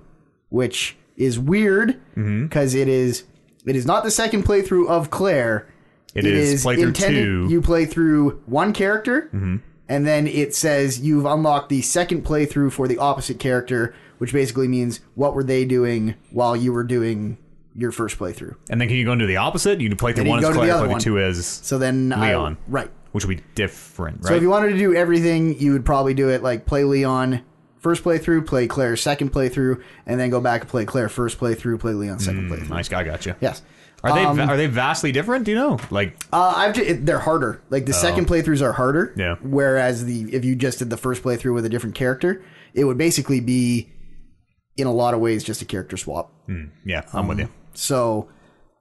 C: which is weird
A: Mm-hmm.
C: because is it is not the second playthrough of Claire.
A: it is, playthrough two. Mm-hmm.
C: You play through one character, and then it says you've unlocked the second playthrough for the opposite character, which basically means what were they doing while you were doing your first playthrough.
A: and then can you go into the opposite? You can play through
C: you
A: one
C: go
A: as
C: to the
A: Claire,
C: other
A: play through two
C: one.
A: as
C: So then I-
A: Leon.
C: right.
A: which would be different, right?
C: So if you wanted to do everything, you would probably do it like play Leon first playthrough, play Claire second playthrough, and then go back and play Claire first playthrough, play Leon second playthrough.
A: nice guy, gotcha.
C: Yes. Um,
A: Are they va- are they vastly different? Do you know? Like
C: Uh, I've ju- it, they're harder. Like the second playthroughs are harder.
A: Oh. Yeah.
C: Whereas the if you just did the first playthrough with a different character, it would basically be, in a lot of ways, just a character swap.
A: Yeah, I'm
C: um,
A: with you.
C: So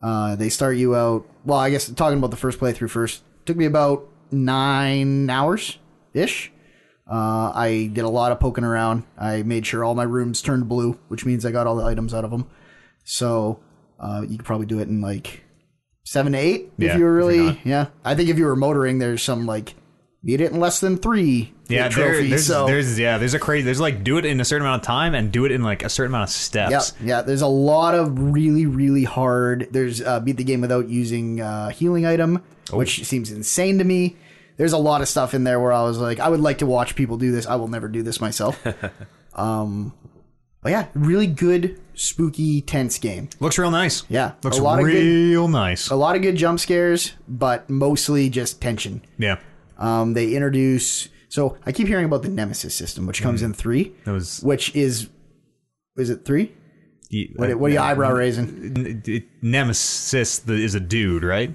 C: uh, they start you out. Well, I guess talking about the first playthrough first took me about nine hours ish. Uh, I did a lot of poking around. I made sure all my rooms turned blue, which means I got all the items out of them. So uh, you could probably do it in like seven to eight
A: Yeah,
C: if you
A: if
C: were
A: you're
C: really.
A: not.
C: Yeah, I think if you were motoring, there's some like beat it in less than three. to
A: Yeah,
C: get
A: there-
C: trophy.
A: there's,
C: so
A: there's yeah, there's a crazy there's like do it in a certain amount of time and do it in like a certain amount of
C: Yeah,
A: steps.
C: yeah. There's a lot of really, really hard. There's uh, beat the game without using uh, healing item, which seems insane to me. There's a lot of stuff in there where I was like, I would like to watch people do this. I will never do this myself. um, but yeah, really good, spooky, tense game.
A: Looks real nice.
C: Yeah,
A: looks
C: a lot of good- Oh.
A: real nice.
C: A lot of good jump scares, but mostly just tension.
A: Yeah,
C: Um, they introduce. So I keep hearing about the Nemesis system, which comes in three,
A: that was
C: which is, is it three?
A: Ye- uh,
C: What, what are you eyebrow raising?
A: N- it- Nemesis the, is a dude, right?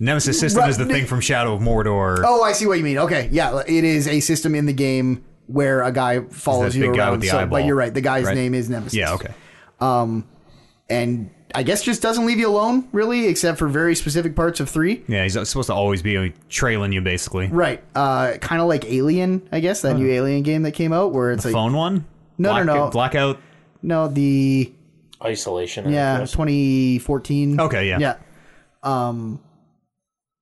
A: Nemesis system
C: Right,
A: is the
C: ne-
A: thing from Shadow of Mordor.
C: Oh, I see what you mean. Okay, yeah, it is a system in the game where a guy follows you
A: big
C: around.
A: guy with the
C: so,
A: eyeball,
C: but you're right. The guy's
A: right?
C: name is Nemesis.
A: Yeah, okay.
C: And I guess just doesn't leave you alone really, except for very specific parts of three.
A: Yeah, he's supposed to always be like, trailing you, basically.
C: Right. Uh, kind of like Alien, I guess that new Alien game that came out where it's like
A: Phone one?
C: No,
A: Black-
C: no, no.
A: Blackout.
C: no the
D: Isolation. I
C: yeah
D: guess.
C: 2014.
A: Okay, yeah.
C: Yeah. Um,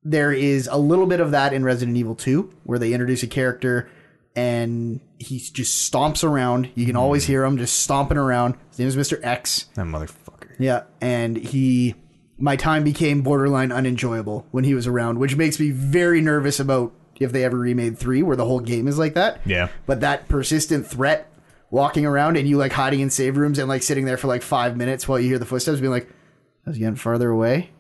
C: there is a little bit of that in Resident Evil 2, where they introduce a character and he just stomps around. You can always
A: Hmm.
C: hear him just stomping around. His name is Mr. X.
A: That motherfucker.
C: Yeah. And he, my time became borderline unenjoyable when he was around, which makes me very nervous about if they ever remade 3, where the whole game is like that.
A: Yeah.
C: But that persistent threat walking around and you like hiding in save rooms and like sitting there for like five minutes while you hear the footsteps being like, I was getting farther away.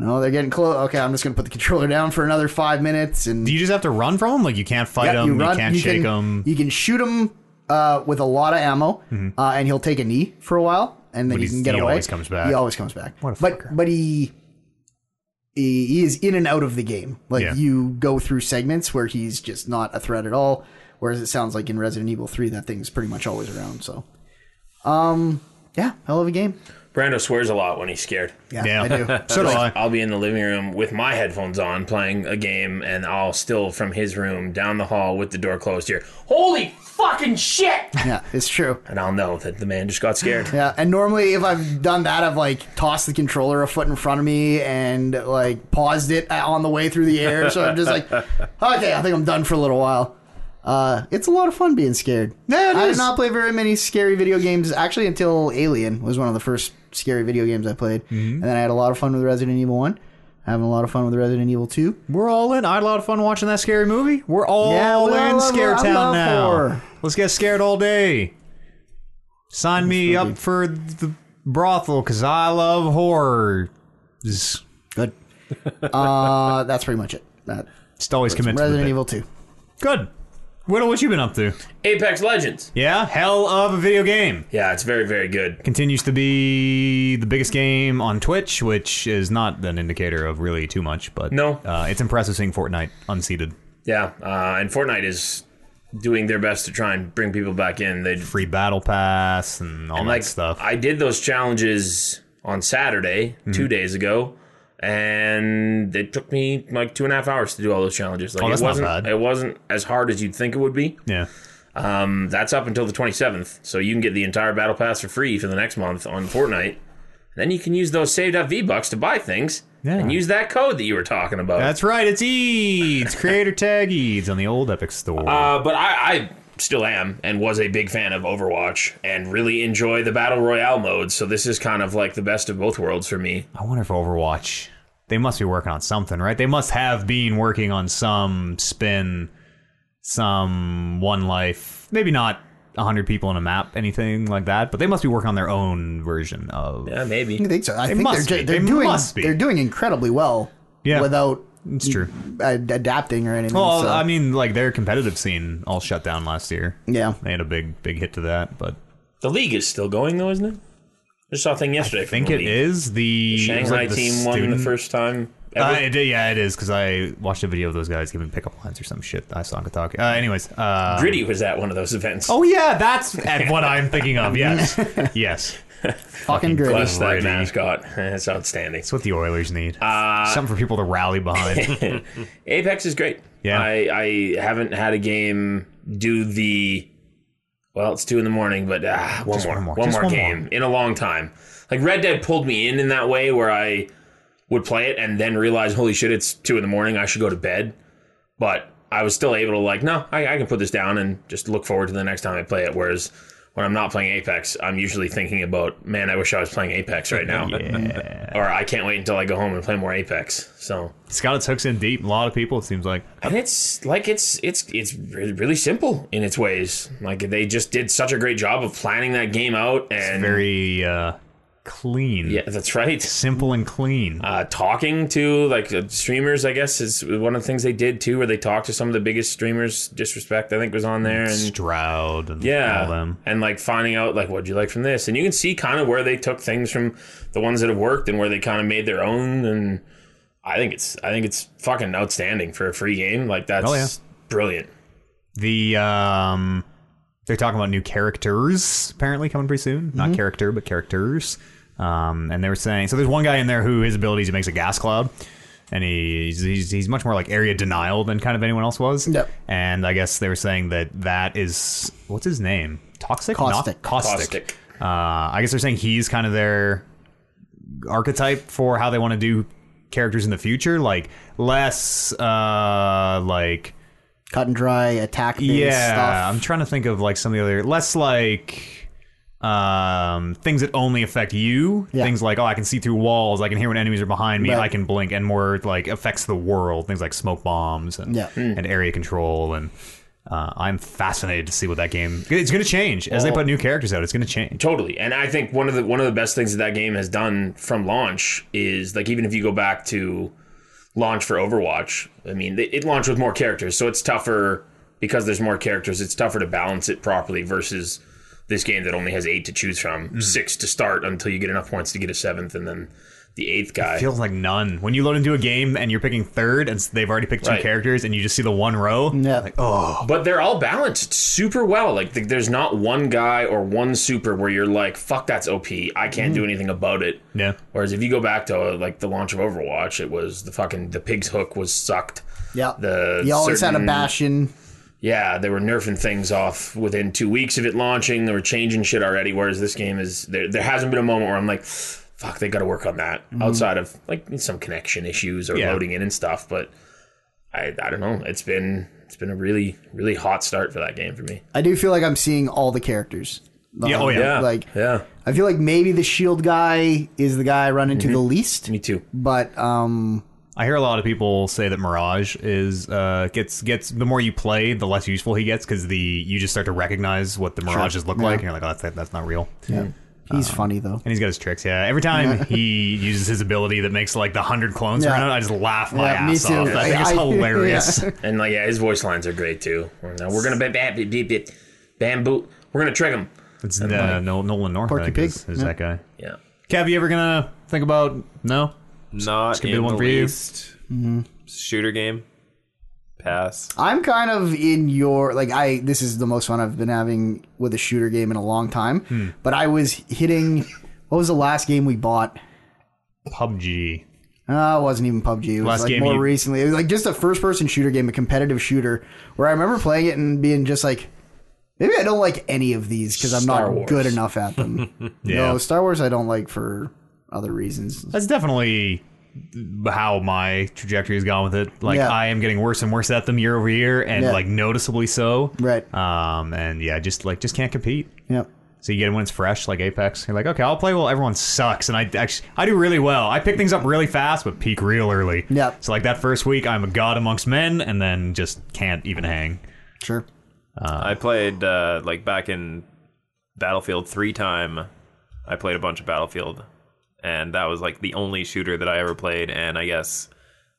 C: No, they're getting close. Okay, I'm just going to put the controller down for another five minutes. And
A: Do you just have to run from him? Like, you can't fight
C: yeah,
A: him, you, can't shake
C: can,
A: him.
C: You can shoot him uh, with a lot of ammo, uh, and he'll take a knee for a while, and then
A: But
C: he
A: he's-
C: can get
A: he
C: away.
A: always comes back.
C: He always comes back.
A: What a
C: but
A: fucker.
C: but he, he he is in and out of the game. Like
A: Yeah.
C: you go through segments where he's just not a threat at all. Whereas it sounds like in Resident Evil Three, that thing's pretty much always around. So, um, yeah, hell of a game.
D: Brando swears a lot when he's scared.
C: Yeah,
A: Yeah.
C: I do.
A: so do I.
D: I'll be in the living room with my headphones on playing a game, and I'll still from his room down the hall with the door closed here. Holy fucking shit!
C: yeah, it's true.
D: And I'll know that the man just got scared.
C: Yeah, and normally if I've done that, I've like tossed the controller a foot in front of me and like paused it uh, on the way through the air. So I'm just like, okay, I think I'm done for a little while. Uh, it's a lot of fun being scared.
A: Yeah, it
C: I
A: is.
C: did not play very many scary video games actually until Alien was one of the first scary video games I played,
A: Mm-hmm.
C: and then I had a lot of fun with Resident Evil One, having a lot of fun with Resident Evil Two.
A: We're all in. I had a lot of fun watching that scary movie. We're all
C: Yeah, we're all
A: in
C: in
A: Scare
C: love- I'm
A: Town
C: love
A: now.
C: for.
A: Let's get scared all day. Sign me up for the brothel because I love horror. Just
C: Good. uh, that's pretty much it. That
A: just always commit to the
C: Resident
A: bit.
C: Evil Two.
A: Good. Whittle, what you been up to?
D: Apex Legends.
A: Yeah, hell of a video game.
D: Yeah, it's very, very good.
A: Continues to be the biggest game on Twitch, which is not an indicator of really too much, but
D: No.
A: uh, it's impressive seeing Fortnite unseated.
D: Yeah, uh, and Fortnite is doing their best to try and bring people back in. They
A: Free battle pass and all that
D: like
A: stuff.
D: I did those challenges on Saturday, two
A: Mm-hmm.
D: days ago, and it took me like two and a half hours to do all those challenges. Like
A: Oh, that's
D: it
A: not
D: wasn't
A: bad.
D: it wasn't as hard as you'd think it would be.
A: yeah.
D: Um, that's up until the 27th, so you can get the entire battle pass for free for the next month on Fortnite. Then you can use those saved up V bucks to buy things
A: Yeah.
D: and use that code that you were talking about.
A: That's right. It's Eads, creator tag Eads on the old Epic Store.
D: Uh, but I, I still am and was a big fan of Overwatch and really enjoy the battle royale mode. So this is kind of like the best of both worlds for me.
A: I wonder if Overwatch. They must be working on something, right? They must have been working on some spin, some one life. Maybe not hundred people in a map, anything like that. But they must be working on their own version of.
D: Yeah, maybe.
C: I think so. I
A: They
C: think
A: must
C: they're,
A: be.
C: ju- they're
A: They
C: doing
A: must be.
C: they're doing incredibly well.
A: Yeah.
C: Without
A: It's true.
C: ad- adapting or anything.
A: Well,
C: so-
A: I mean, like their competitive scene all shut down last year.
C: yeah.
A: They had a big, big hit to that, but
D: The league is still going though, isn't it? I just saw a thing yesterday.
A: I think
D: from
A: it
D: the league.
A: is the it was
D: Shanghai
A: like the
D: team won the
A: student-
D: first time.
A: Uh,
D: Ever.
A: it, yeah, it is because I watched a video of those guys giving pickup lines or some shit. I saw on Kotaku. Uh, anyways, uh,
D: Gritty was at one of those events.
A: Oh yeah, that's at what I'm thinking of. Yes, yes.
C: Fucking good.
D: bless that
A: Gritty.
D: mascot. It's outstanding.
A: It's what the Oilers need. Something for people to rally behind.
D: Apex is great.
A: Yeah.
D: I, I haven't had a game do the well, it's two in the morning, but ah, one, more,
A: one more.
D: one
A: Just
D: more
A: one
D: game in a long time. Like Red Dead pulled me in in that way where I would play it and then realize, holy shit, it's two in the morning. I should go to bed. But I was still able to like, no, I, I can put this down and just look forward to the next time I play it. Whereas when I'm not playing Apex, I'm usually thinking about, man, I wish I was playing Apex right now,
A: yeah.
D: or I can't wait until I go home and play more Apex. So
A: It's got its hooks in deep. A lot of people, it seems like.
D: and it's like it's it's it's re- really simple in its ways. Like they just did such a great job of planning that game out and
A: Very uh, clean.
D: Yeah, that's right.
A: Simple and clean.
D: uh, talking to like uh, streamers, I guess is one of the things they did too, where they talked to some of the biggest streamers. Disrespect, I think, was on there, and
A: Stroud and
D: yeah,
A: all them.
D: and like finding out like what do you like from this, and you can see kind of where they took things from the ones that have worked and where they kind of made their own. And I think it's I think it's fucking outstanding for a free game. Like that's
A: Oh, yeah.
D: brilliant.
A: The um, they're talking about new characters apparently coming pretty soon.
C: Mm-hmm.
A: Not character, but characters. Um, and they were saying so. There's one guy in there who his abilities he makes a gas cloud, and he's he's, he's much more like area denial than kind of anyone else was.
C: Yep.
A: And I guess they were saying that that is what's his name? Toxic,
C: Caustic.
A: Not, caustic.
D: Caustic.
A: Uh, I guess they're saying he's kind of their archetype for how they want to do characters in the future, like less uh, like
C: Cut and dry attack based
A: yeah
C: stuff.
A: i'm trying to think of like some of the other less like um things that only affect you
C: Yeah.
A: things like oh i can see through walls i can hear when enemies are behind me
C: Right.
A: i can blink and more like affects the world things like smoke bombs and,
C: Yeah. Hmm.
A: and area control and uh, i'm fascinated to see what that game it's going to change as they put new characters out it's going to change
D: Totally, and I think one of the one of the best things that that game has done from launch is like even if you go back to launch for Overwatch, I mean they, it launched with more characters, so it's tougher because there's more characters. It's tougher to balance it properly versus this game that only has eight to choose from, six to start until you get enough points to get a seventh, and then the eighth guy.
A: feels like none when you load into a game and you're picking third and s- they've already picked two
D: Right.
A: characters and you just see the one row
C: Yeah.
A: like oh
D: But they're all balanced super well. Like th- there's not one guy or one super where you're like, "Fuck, that's OP. I can't do anything about it."
A: Mm. yeah
D: Whereas if you go back to uh, like the launch of Overwatch, it was the fucking the pig's hook was sucked.
C: yeah.
D: The
C: you always had
D: certain-
C: a bastion.
D: Yeah, they were nerfing things off within two weeks of it launching. They were changing shit already. Whereas this game is there. There hasn't been a moment where I'm like, fuck, they got to work on that outside of like some connection issues or
A: Mm-hmm. Yeah.
D: loading in and stuff. But I I don't know. It's been it's been a really really hot start for that game for me.
C: I do feel like I'm seeing all the characters.
A: Yeah, oh, yeah.
D: Yeah,
C: Like
D: yeah,
C: I feel like maybe the shield guy is the guy I run into the least,
D: Mm-hmm. me too.
C: but um,
A: I hear a lot of people say that Mirage is uh, gets gets the more you play, the less useful he gets because the you just start to recognize what the mirages look like, and you're like, oh, that's that's not real.
D: Uh,
C: he's funny though.
A: And he's got his tricks. Yeah, every time he uses his ability that makes like the hundred clones
C: Yeah.
A: run out, I just laugh my
C: Yeah, me
A: ass
C: too.
A: off. I think it's
C: I- I-
A: hilarious.
C: yeah.
D: And like yeah, his voice lines are great too. Now we're gonna ba- ba- ba- ba- ba- bamboo. We're gonna trick him.
A: It's uh, Nol- Nolan North. I
C: Porky
A: think,
C: Pig.
A: is, is
C: Yeah.
A: that guy?
D: Yeah.
A: Kev, you ever gonna think about no? gonna
B: Not in
A: be
B: the
A: one for you. Mm-hmm.
B: least. Shooter game. Pass.
C: I'm kind of in your like I this is the most fun I've been having with a shooter game in a long time.
A: Hmm.
C: But I was hitting what was the last game we bought?
A: PUBG.
C: Uh, it wasn't even PUBG. It was
A: Last
C: like
A: game
C: more
A: you-
C: recently. It was like just a first person shooter game, a competitive shooter, where I remember playing it and being just like, maybe I don't like any of these because I'm
D: Star
C: not
D: Wars.
C: good enough at them.
A: Yeah.
C: No, Star Wars I don't like for other reasons.
A: That's definitely how my trajectory has gone with it. Like
C: Yeah.
A: I am getting worse and worse at them year over year, and
C: Yeah.
A: like noticeably so.
C: Right.
A: Um. And yeah, just like just can't compete.
C: Yep.
A: So you get it when it's fresh, like Apex. You're like, okay, I'll play while everyone sucks, and I actually I do really well. I pick things up really fast, but peak real early.
C: Yep.
A: So like that first week, I'm a god amongst men, and then just can't even hang.
C: Sure.
A: Ah.
B: I played uh, like back in Battlefield three time. I played a bunch of Battlefield, and that was like the only shooter that I ever played, and I guess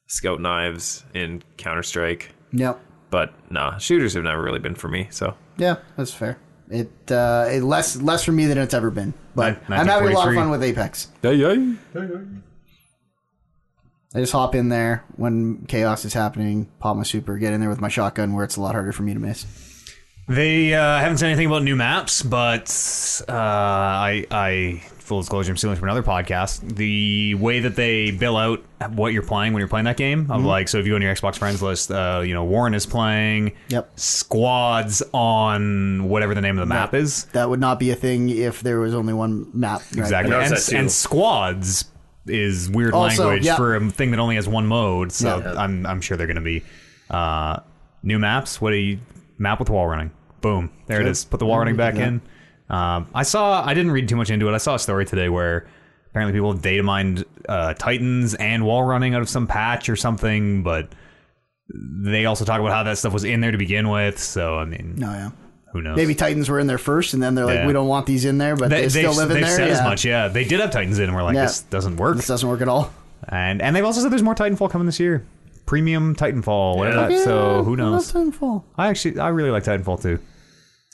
B: scout knives in Counter Strike.
C: Yep.
B: But nah, shooters have never really been for me. So
C: Yeah, that's fair. It, uh, it less less for me than it's ever been, but
A: Nin-
C: I'm having a lot of
A: 1943.
C: fun with Apex. I just hop in there when chaos is happening, pop my super, get in there with my shotgun where it's a lot harder for me to miss.
A: They uh, haven't said anything about new maps, but uh, I, I full disclosure, I'm stealing from another podcast. The way that they bill out what you're playing when you're playing that game, of like, so if you go on your Xbox friends list, uh, you know, Warren is playing
C: Yep.
A: squads on whatever the name of the map is,
C: That would not be a thing if there was only one map. right?
A: exactly,
D: I
A: and,
D: noticed that too.
A: and squads is weird
C: Also,
A: language
C: yeah.
A: for a thing that only has one mode. So
C: Yeah.
A: I'm I'm sure they're going to be uh, new maps. What do you map with wall running? Boom, there it is. Put the
C: Mm-hmm.
A: wall running back in. Um, I saw. I didn't read too much into it. I saw a story today where apparently people data mined uh, Titans and wall running out of some patch or something, but they also talk about how that stuff was in there to begin with. So I mean,
C: No, yeah.
A: Who knows?
C: Maybe Titans were in there first, and then they're like,
A: Yeah.
C: we don't want these in there, but
A: they,
C: they, still
A: have
C: live in there.
A: said as
C: Yeah.
A: much. Yeah, they did have Titans in, and we're like,
C: Yeah.
A: this doesn't work.
C: This doesn't work at all.
A: And and they've also said there's more Titanfall coming this year. Premium Titanfall, whatever. that- so who knows?
C: Well, that's Titanfall.
A: I actually I really like Titanfall too.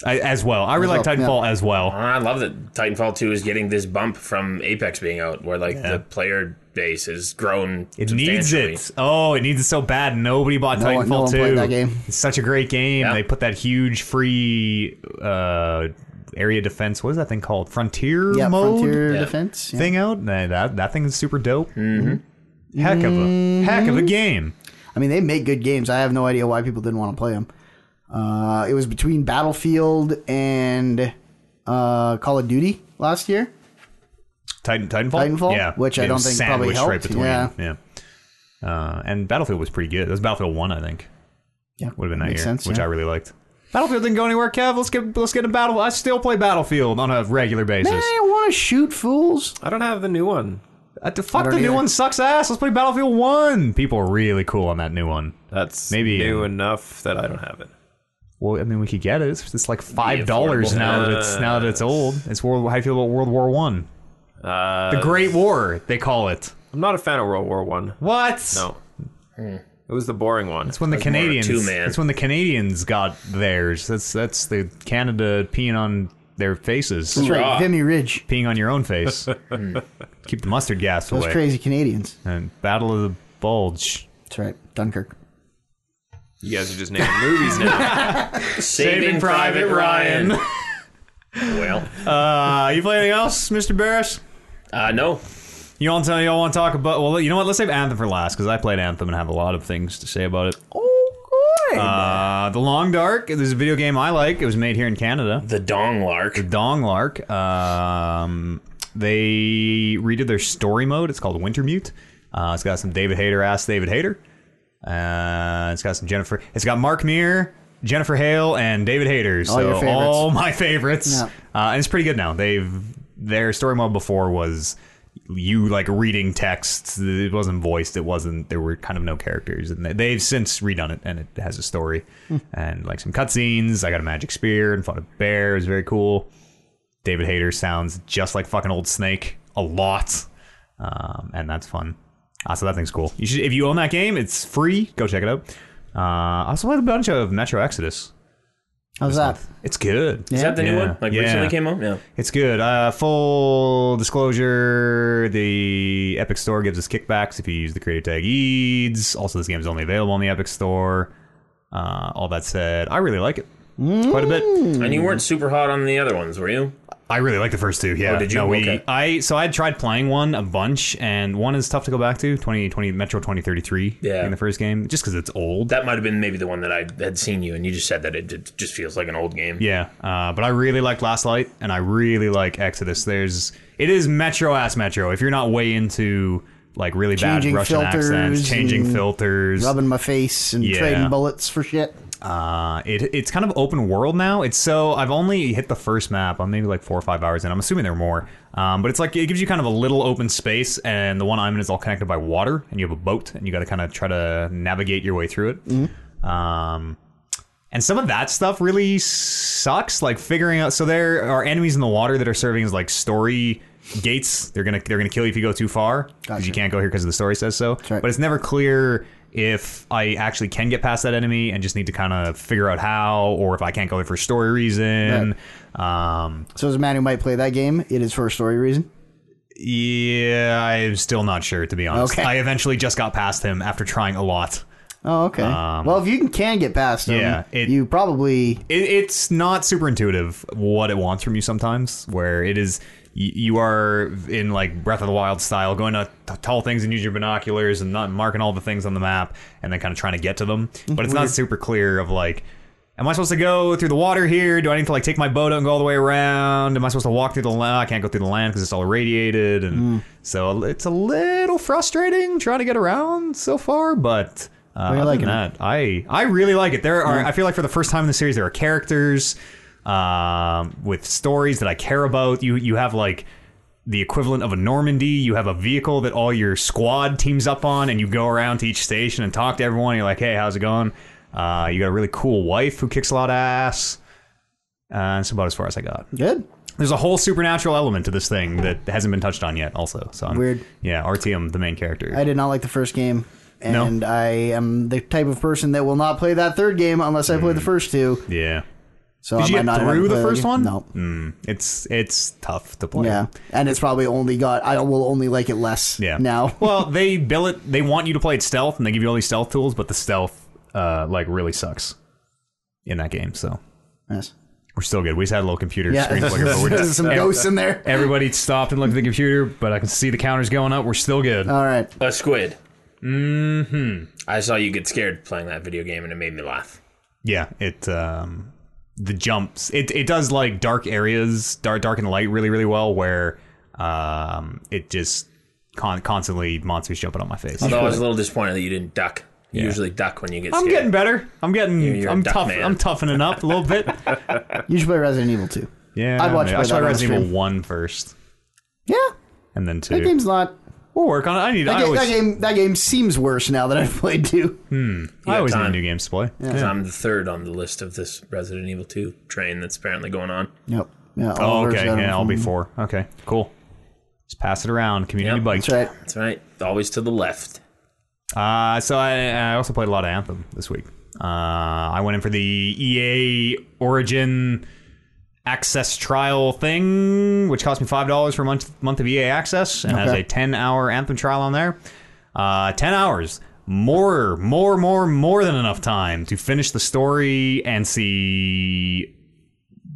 A: I, as well, I really like
C: well, yeah.
A: Titanfall as well.
D: I love that Titanfall 2 is getting this bump from Apex being out, where like the player base has grown.
A: It needs
D: substantially.
A: it. Oh, it needs it so bad. Nobody bought
C: No one-
A: Titanfall
C: no one
A: 2.
C: played that game.
A: It's such a great game.
D: Yeah.
A: They put that huge free uh, area defense. What is that thing called? Frontier
C: Yeah,
A: mode
C: Frontier
D: Yeah.
C: Defense. yeah.
A: thing out. Nah, That that thing is super dope.
D: Mm-hmm.
A: Heck of a heck
C: Mm-hmm.
A: of a game.
C: I mean, they make good games. I have no idea why people didn't want to play them. Uh, it was between Battlefield and uh, Call of Duty last year.
A: Titan Titanfall.
C: Titanfall?
A: yeah,
C: Which I
A: It
C: don't
A: was
C: think probably
A: sandwiched right
C: helped,
A: between.
C: yeah.
A: yeah. Uh, and Battlefield was pretty good. That was Battlefield One, I think.
C: Yeah,
A: Would have been that
C: makes
A: year,
C: sense.
A: which
C: yeah.
A: I really liked. Battlefield didn't go anywhere, Kev. Let's get let's get a battle. I still play Battlefield on a regular basis.
C: Man, I want to shoot fools.
B: I don't have the new one.
A: Uh, the fuck
C: don't
A: the new
C: either.
A: one sucks ass. Let's play Battlefield One. People are really cool on that new one.
B: That's
A: Maybe-
B: new enough that I don't have it.
A: Well, I mean, we could get it. It's, it's like five dollars
D: affordable.
A: now that it's now that it's old. It's World. How do you feel about World War One?
B: Uh,
A: The Great War, they call it.
B: I'm not a fan of World War One.
A: What?
B: No, it was the boring one.
A: It's when the
D: That's more of a
A: Canadians.
D: two-man.
A: It's when the Canadians got theirs. That's that's the Canada peeing on their faces,
C: That's right,
D: Hoorah.
C: Vimy Ridge.
A: peeing on your own face. Keep the mustard gas
C: Those
A: away.
C: crazy Canadians.
A: And Battle of the Bulge.
C: That's right, Dunkirk.
B: You guys are just naming movies now.
D: Saving,
A: Private Ryan.
D: well,
A: Uh, you play anything else, Mister Barris?
D: uh, no.
A: You want to? You all want to talk about? Well, you know what? Let's save Anthem for last because I played Anthem and have a lot of things to say about it.
C: Oh, good.
A: Uh, the Long Dark. This is a video game I like. It was made here in Canada.
D: The Dong Lark.
A: Dong Lark. Um, they redid their story mode. It's called Wintermute. Uh, it's got some David Hayter ass David Hayter. Uh, it's got some Jennifer. It's got Mark Meer, Jennifer Hale, and David Hayter. so
C: your favorites.
A: all my favorites.
C: Yeah.
A: Uh, and it's pretty good now. They've their story mode before was you like reading text. It wasn't voiced. It wasn't. There were kind of no characters, and they- they've since redone it, and it has a story and like some cutscenes. I got a magic spear and fought a bear. It was very cool. David Hayter sounds just like fucking old Snake a lot, um, and that's fun. Uh, so that thing's cool. You should, if you own that game, it's free. Go check it out. Uh, I also played a bunch of Metro Exodus.
C: How's that?
A: It's good.
D: Is that the new
A: Yeah.
D: one? Like
A: Yeah.
D: recently came out? Yeah.
A: It's good. Uh, full disclosure: the Epic Store gives us kickbacks if you use the creator tag EADS. Also, this game is only available on the Epic Store. Uh, all that said, I really like it quite a bit.
D: And you weren't super hot on the other ones, were you?
A: I really like the first two. Yeah.
D: Oh, did you?
A: No, we,
D: Okay.
A: I so I had tried playing one a bunch, and one is tough to go back to. Twenty twenty Metro twenty thirty three.
D: Yeah.
A: In the first game, just because it's old.
D: That might have been maybe the one that I had seen you, and you just said that it, it just feels like an old game.
A: yeah. Uh, but I really like Last Light, and I really like Exodus. There's it is Metro ass Metro. If you're not way into like really
C: Changing
A: bad Russian accents,
C: filters
A: changing
C: and
A: filters,
C: Rubbing my face and
A: Yeah.
C: trading bullets for shit.
A: Uh, it, it's kind of open world now. It's so I've only hit the first map. I'm maybe like four or five hours in. I'm assuming there are more. Um, but it's like it gives you kind of a little open space, and the one I'm in is all connected by water, and you have a boat, and you got to kind of try to navigate your way through it. Um, and some of that stuff really sucks. Like figuring out. So there are enemies in the water that are serving as like story gates. They're gonna they're gonna kill you if you go too far because
C: Gotcha.
A: you can't go here because the story says so.
C: right.
A: But it's never clear if I actually can get past that enemy and just need to kind of figure out how, or if I can't go there for story reason. Um,
C: So as a man who might play that game, it is for a story reason.
A: yeah, I'm still not sure to be honest.
C: Okay.
A: I eventually just got past him after trying a lot.
C: Oh, okay. well, if you can, can get past them,
A: Um, Yeah, it-
C: you probably
A: it, it's not super intuitive what it wants from you sometimes where it is y- you are in like breath of the wild style going to t- tall things and use your binoculars and not marking all the things on the map and then kind of trying to get to them but it's not super clear of like am i supposed to go through the water here do i need to like take my boat out and go all the way around am i supposed to walk through the land i can't go through the land because it's all irradiated and so it's a little frustrating trying to get around so far but uh,
C: you
A: other
C: liking
A: than
C: it?
A: that, I I really like it. There are I feel like for the first time in the series there are characters um, with stories that I care about. You you have like the equivalent of a Normandy. You have a vehicle that all your squad teams up on, and you go around to each station and talk to everyone. You're like, hey, how's it going? Uh, you got a really cool wife who kicks a lot of ass. Uh, that's about as far as I got.
C: Good.
A: There's a whole supernatural element to this thing that hasn't been touched on yet. Also, so I'm,
C: Weird.
A: Yeah, RTM, the main character.
C: I did not like the first game, and I am the type of person that will not play that third game unless I play the first two.
A: yeah,
C: So
A: Mm. Did
C: I
A: you
C: might
A: get
C: not ever
A: through the
C: play that
A: first
C: game.
A: one? Mm.
C: No.
A: it's it's tough to play.
C: Yeah, and it's probably only got. I will only like it less.
A: Yeah.
C: Now.
A: well, they bill it. They want you to play it stealth, and they give you all these stealth tools, but the stealth uh, like really sucks in that game. So
C: Yes.
A: we're still good. We just had a little computer
C: Yeah.
A: screen flicker, but we're just,
C: There's some ghosts in there.
A: everybody stopped and looked at the computer. But I can see the counters going up. We're still good.
D: Uh,
C: All right.
D: A squid. Mm-hmm. I saw you get scared playing that video game, and it made me laugh.
A: yeah, it um, the jumps. It it does like dark areas, dark dark and light, really really well. Where um, it just con- constantly monsters jumping on my face.
D: Although I was a little disappointed that you didn't duck. You usually duck when you get
A: I'm
D: scared.
A: getting better. I'm getting.
D: you're a
A: I'm
D: duck
A: tough.
D: man.
A: I'm toughening up a little bit.
C: You should play Resident Evil 2.
A: Yeah,
C: I'd watch
A: maybe.
C: play
A: I should
C: that
A: play
C: on
A: Resident Evil
C: stream.
A: One first,
C: Yeah.
A: and then two.
C: That game's not.
A: we'll work on it. I need.
C: That,
A: I
C: ga-
A: always,
C: that game. That game seems worse now that I've played two.
A: I always
D: time.
A: need new games to play. Yeah.
D: 'Cause I'm the third on the list of this Resident Evil 2 train that's apparently going on.
C: Yep. Yeah.
A: Oh,
C: Oliver's
A: okay.
C: got it
A: Yeah, I'll be
C: from-
A: four. Okay, cool. Just pass it around. Community
D: Yep.
A: bike.
C: That's right.
D: That's right. Always to the left.
A: Uh, so I, I also played a lot of Anthem this week. Uh, I went in for the EA Origin access trial thing, which cost me five dollars for a month month of EA access, and has
C: Okay.
A: a ten hour Anthem trial on there. Uh, ten hours, more, more, more, more than enough time to finish the story and see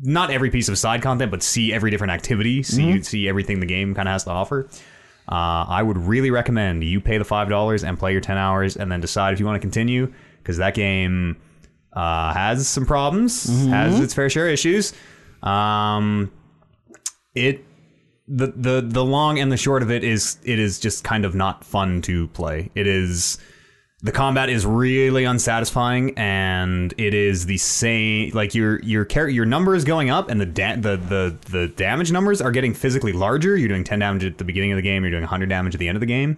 A: not every piece of side content, but see every different activity, see see everything the game kind of has to offer. Uh, I would really recommend you pay the five dollars and play your ten hours, and then decide if you want to continue because that game uh, has some problems, has its fair share of issues. Um, it the the the long and the short of it is it is just kind of not fun to play. It is the combat is really unsatisfying and it is the same like your your char- your number is going up and the da- the the the damage numbers are getting physically larger you're doing 10 damage at the beginning of the game you're doing 100 damage at the end of the game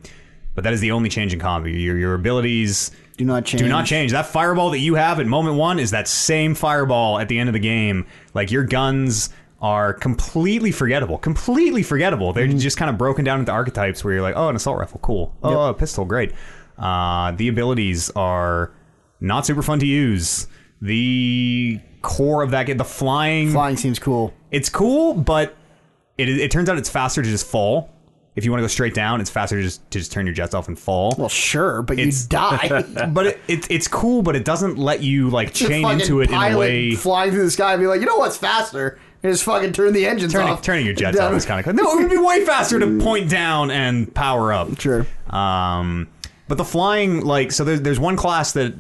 A: but that is the only change in combat your your abilities
C: Do not change.
A: do not change. That fireball that you have at moment one is that same fireball at the end of the game. Like your guns are completely forgettable. Completely forgettable. They're just kind of broken down into archetypes where you're like, oh, an assault rifle, cool. Oh, a pistol, great. Uh, the abilities are not super fun to use. The core of that game, the flying
C: Flying seems cool.
A: it's cool, but it, it turns out it's faster to just fall. If you want to go straight down, it's faster to just, to just turn your jets off and fall
C: Well, sure, but
A: It's-
C: you die.
A: but it, it, it's cool, but it doesn't let you like chain
C: Fucking
A: into it in a
C: pilot
A: way.
C: Flying through the sky and be like, you know what's faster? And just fucking turn the engines
A: Turning,
C: off.
A: turning your jets
C: Down-
A: off is kind of no. It would be way faster to point down and power up.
C: Mm. Sure.
A: Um, but the flying, like, so there's, there's one class that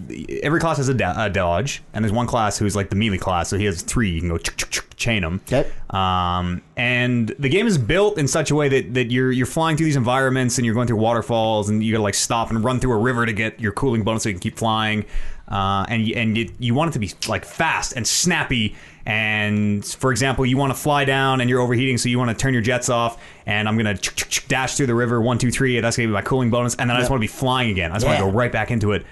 A: every class has a, do- a dodge, and there's one class who's like the melee class, so he has three. You can go chuk, chuk, chuk, chain them.
C: Okay.
A: Um, and the game is built in such a way that, that you're you're flying through these environments and you're going through waterfalls and you gotta like stop and run through a river to get your cooling bonus so you can keep flying. Uh, and you- and it, you want it to be like fast and snappy. And for example, you want to fly down and you're overheating, so you want to turn your jets off. And I'm gonna ch- ch- ch- dash through the river one two three. And that's gonna be my cooling bonus. And then I just want to be flying again. I just
C: Yeah.
A: want to go right back into it.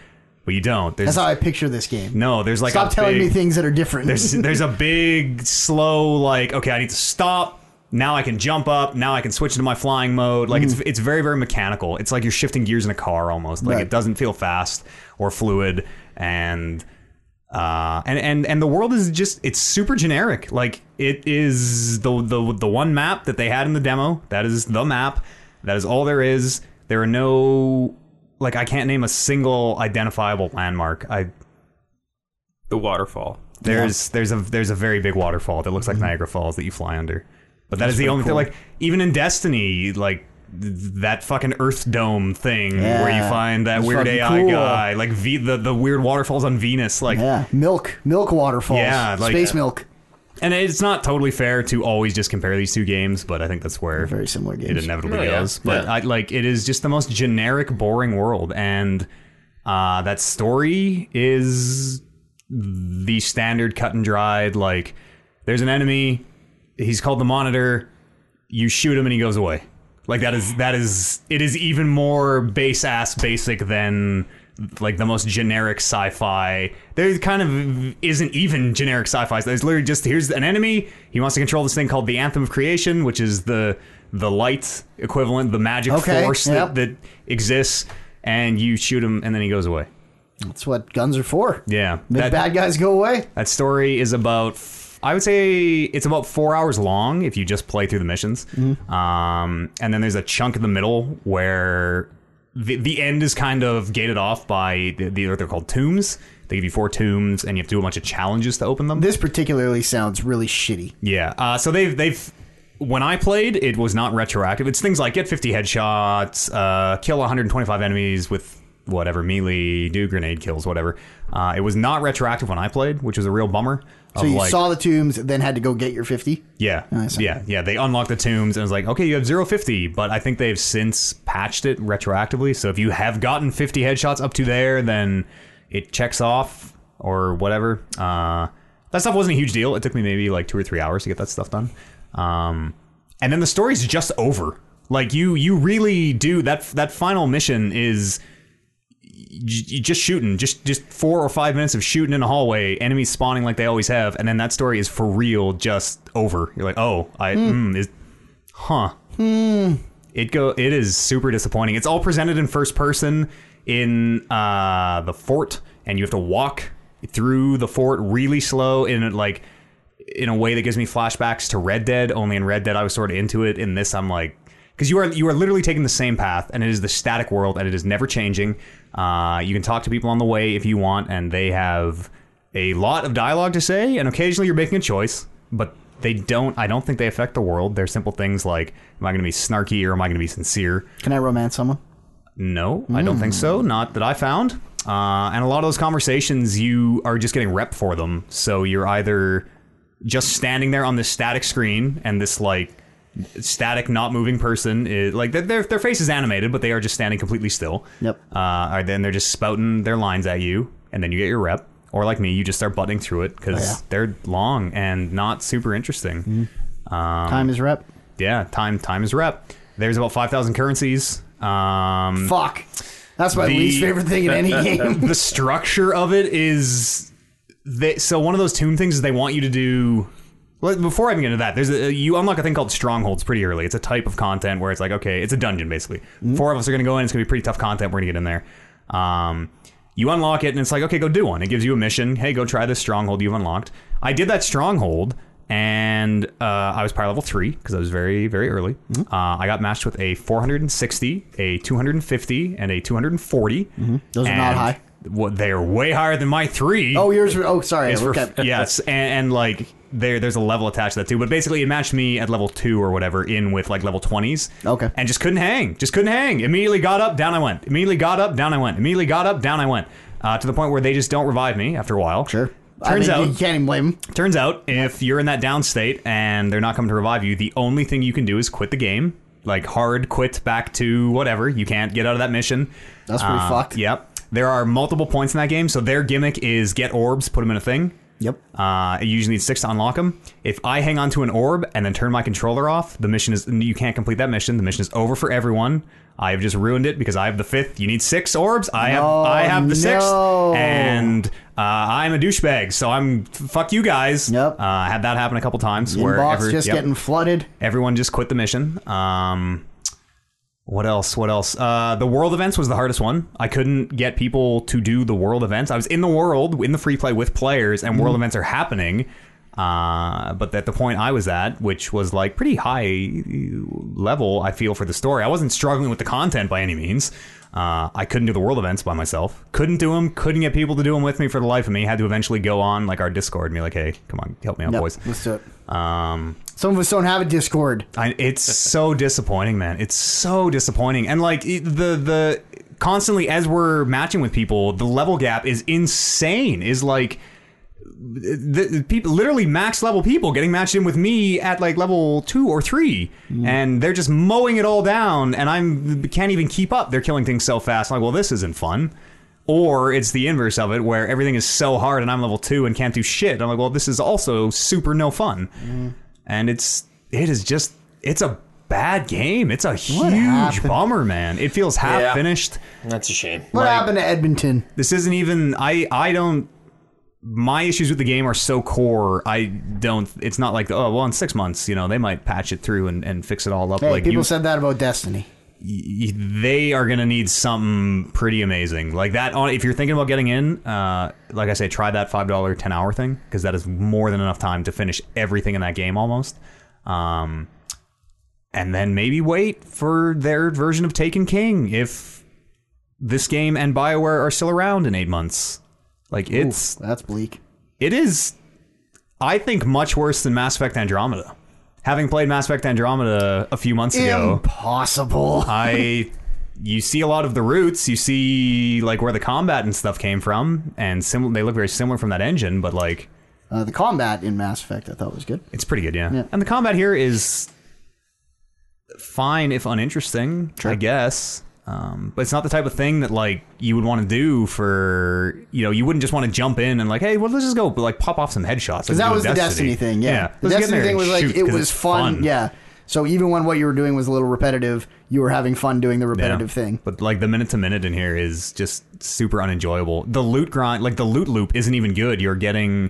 A: But you don't. There's
C: That's how I picture this game.
A: no. There's like
C: Stop
A: a
C: telling
A: big,
C: me things that are different.
A: there's there's a big slow like okay I need to stop now I can jump up now I can switch into my flying mode like it's it's very very mechanical it's like you're shifting gears in a car almost like
C: Right.
A: it doesn't feel fast or fluid and uh and and and the world is just it's super generic like it is the the the one map that they had in the demo that is the map that is all there is there are no like I can't name a single identifiable landmark I
B: The waterfall.
A: there's there's a there's a very big waterfall that looks
C: Mm-hmm.
A: like Niagara Falls that you fly under. But that is the only thing. Like even in Destiny, like th- that fucking Earth Dome thing where you
C: Yeah.
A: find that
C: It's
A: weird
C: fucking
A: AI
C: cool.
A: guy, like v- the the weird waterfalls on Venus, like
C: yeah, milk, milk waterfalls.
A: Yeah, like-
C: space milk.
A: and it's not totally fair to always just compare these two games, but I think that's where
C: Very similar
A: it
C: games.
A: inevitably
D: Oh, yeah.
A: goes. But
D: Yeah.
A: I, like, it is just the most generic, boring world, and uh, that story is the standard cut and dried. Like, there's an enemy. He's called the Monitor. You shoot him, and he goes away. Like that is that is it is even more base ass basic than like the most generic sci-fi. There kind of isn't even generic sci-fi. There's literally just here's an enemy. He wants to control this thing called the Anthem of Creation, which is the the light equivalent, the magic
C: Okay,
A: force
C: yep.
A: that, that exists, and you shoot him, and then he goes away.
C: That's what guns are for.
A: Yeah,
C: Make
A: that,
C: bad guys go away.
A: that story is about. f- I would say it's about four hours long if you just play through the missions.
C: Mm-hmm.
A: Um, and then there's a chunk in the middle where the, the end is kind of gated off by the, the they're called tombs. They give you four tombs, and you have to do a bunch of challenges to open them.
C: This particularly sounds really shitty.
A: Yeah. Uh, so they've they've when I played, it was not retroactive. It's things like get 50 headshots, uh, kill 125 enemies with whatever melee, do grenade kills, whatever. Uh, it was not retroactive when I played, which was a real bummer.
C: So you saw the tombs, then had to go get your fifty.
A: yeah,
C: see.
A: yeah, yeah. They unlocked the tombs and it was like, okay, you have 050, but I think they've since patched it retroactively. So if you have gotten 50 headshots up to there, then it checks off or whatever. Uh, that stuff wasn't a huge deal. It took me maybe like two or three hours to get that stuff done. Um, and then the story's just over. Like you, you really do that. That final mission is j- j- just shooting, just just four or five minutes of shooting in a hallway, enemies spawning like they always have, and then that story is for real just over. You're like, oh, I, mm, is, huh? It go. It is super disappointing. It's all presented in first person in uh, the fort, and you have to walk through the fort really slow in like in a way that gives me flashbacks to Red Dead. Only in Red Dead, I was sort of into it. In this, I'm like, because you are you are literally taking the same path, and it is the static world, and it is never changing. Uh, you can talk to people on the way if you want, and they have a lot of dialogue to say, and occasionally you're making a choice, but they don't. I don't think they affect the world. They're simple things like, am I going to be snarky or am I going to be sincere?
C: Can I romance someone?
A: No, I don't think
C: Hmm.
A: so. Not that I found. Uh, and a lot of those conversations, you are just getting rep for them. So you're either just standing there on this static screen and this like static, not moving person is like their- their their face is animated, but they are just standing completely still.
C: Yep.
A: Uh, or then they're just spouting their lines at you, and then you get your rep. Or like me, you just start butting through it because
C: Oh, yeah. Mm-hmm.
A: they're long and not super interesting. Um,
C: Time is rep.
A: Yeah, time time is rep. There's about five thousand currencies. Um,
C: Fuck. That's my
A: The-
C: least favorite thing in any game.
A: the structure of it is they, so one of those tomb things is they want you to do well, before I even get into that, there's a, you unlock a thing called strongholds pretty early. It's a type of content where it's like, okay, it's a dungeon basically.
C: Mm-hmm.
A: Four of us are going to go in. It's going to be pretty tough content. We're going to get in there. Um, you unlock it, and it's like, okay, go do one. It gives you a mission. Hey, go try this stronghold you've unlocked. I did that stronghold, and uh, I was power level three because I was very, very early.
C: Mm-hmm.
A: Uh, I got matched with a 460, a 250, and a 240.
C: Mm-hmm. Those are not
A: And
C: high.
A: Well, they're way higher than my three.
C: Oh, yours. Were, oh, sorry.
A: It's
C: I
A: for-
C: looked at-
A: yes, and, and like there, there's a level attached to that too. But basically, it matched me at level two or whatever in with like level twenties.
C: Okay.
A: and just couldn't hang, just couldn't hang. Immediately got up, down I went. Immediately got up, down I went. Immediately got up, down I went. Uh, to the point where they just don't revive me after a while.
C: Sure. I
A: Turns
C: mean,
A: out,
C: you can't even blame 'em.
A: turns out, if you're in that down state and they're not coming to revive you, the only thing you can do is quit the game. Like hard quit back to whatever. You can't get out of that mission.
C: That's pretty
A: Uh,
C: fucked.
A: Yep. There are multiple points in that game, so their gimmick is get orbs, put them in a thing.
C: Yep.
A: Uh, you usually need six to unlock them. If I hang onto an orb and then turn my controller off, the mission is you can't complete that mission. The mission is over for everyone. I've just ruined it because I have the fifth. You need six orbs. I have
C: No,
A: I have the sixth,
C: no.
A: and uh, I'm a douchebag. So I'm fuck you guys.
C: Yep.
A: Uh, I had that happen a couple times where
C: Inbox
A: every-
C: just
A: yep
C: getting flooded.
A: everyone just quit the mission. Um, what else? What else? Uh, the world events was the hardest one. I couldn't get people to do the world events. I was in the world in the free play with players, and world events are happening. Uh, but at the point I was at, which was like pretty high level, I feel for the story. I wasn't struggling with the content by any means. Uh, I couldn't do the world events by myself. Couldn't do them. Couldn't get people to do them with me for the life of me. Had to eventually go on like our Discord and be like, "Hey, come on, help me out,
C: Yep.
A: boys."
C: Let's do it.
A: Um,
C: Some of us don't have a Discord.
A: I, it's so disappointing, man. It's so disappointing, and like it- the the constantly as we're matching with people, the level gap is insane. Is like the, the people literally max level people getting matched in with me at like level two or three, and they're just mowing it all down, and I'm can't even keep up. They're killing things so fast. like, well, this isn't fun. Or it's the inverse of it, where everything is so hard, and I'm level two and can't do shit. I'm like, well, this is also super no fun and it's it is just it's a bad game. It's a huge
C: happened?
A: bummer, man. It feels half
B: Yeah.
A: finished.
D: That's a shame.
C: What happened to Edmonton?
A: This isn't even. I I don't. My issues with the game are so core. I don't. It's not like oh well, in six months, you know, they might patch it through and, and fix it all up.
C: Hey,
A: like
C: people
A: you,
C: said that about Destiny.
A: y- they are gonna need something pretty amazing like that. On if you're thinking about getting in, uh, like I say, try that five dollar ten hour thing because that is more than enough time to finish everything in that game almost. Um, and then maybe wait for their version of Taken King if this game and Bioware are still around in eight months. Like it's
C: That's bleak.
A: it is, I think, much worse than Mass Effect Andromeda. Having played Mass Effect Andromeda a few months ago,
C: Impossible.
A: I you see a lot of the roots. You see like where the combat and stuff came from, and sim- they look very similar from that engine. But like,
C: Uh, the combat in Mass Effect I thought was good.
A: it's pretty good, yeah.
C: Yeah.
A: And the combat here is fine if uninteresting, I guess. Um, but it's not the type of thing that like you would want to do for you know you wouldn't just want to jump in and like hey well let's just go but like pop off some headshots
C: Because that was the Destiny thing, yeah. The
A: Let's get in
C: Destiny
A: there
C: thing
A: and
C: was like
A: shoot,
C: it
A: 'cause
C: was
A: it's
C: fun. Yeah. So even when what you were doing was a little repetitive, you were having fun doing the repetitive thing.
A: But like the minute to minute in here is just super unenjoyable. The loot grind, like the loot loop, isn't even good. You're getting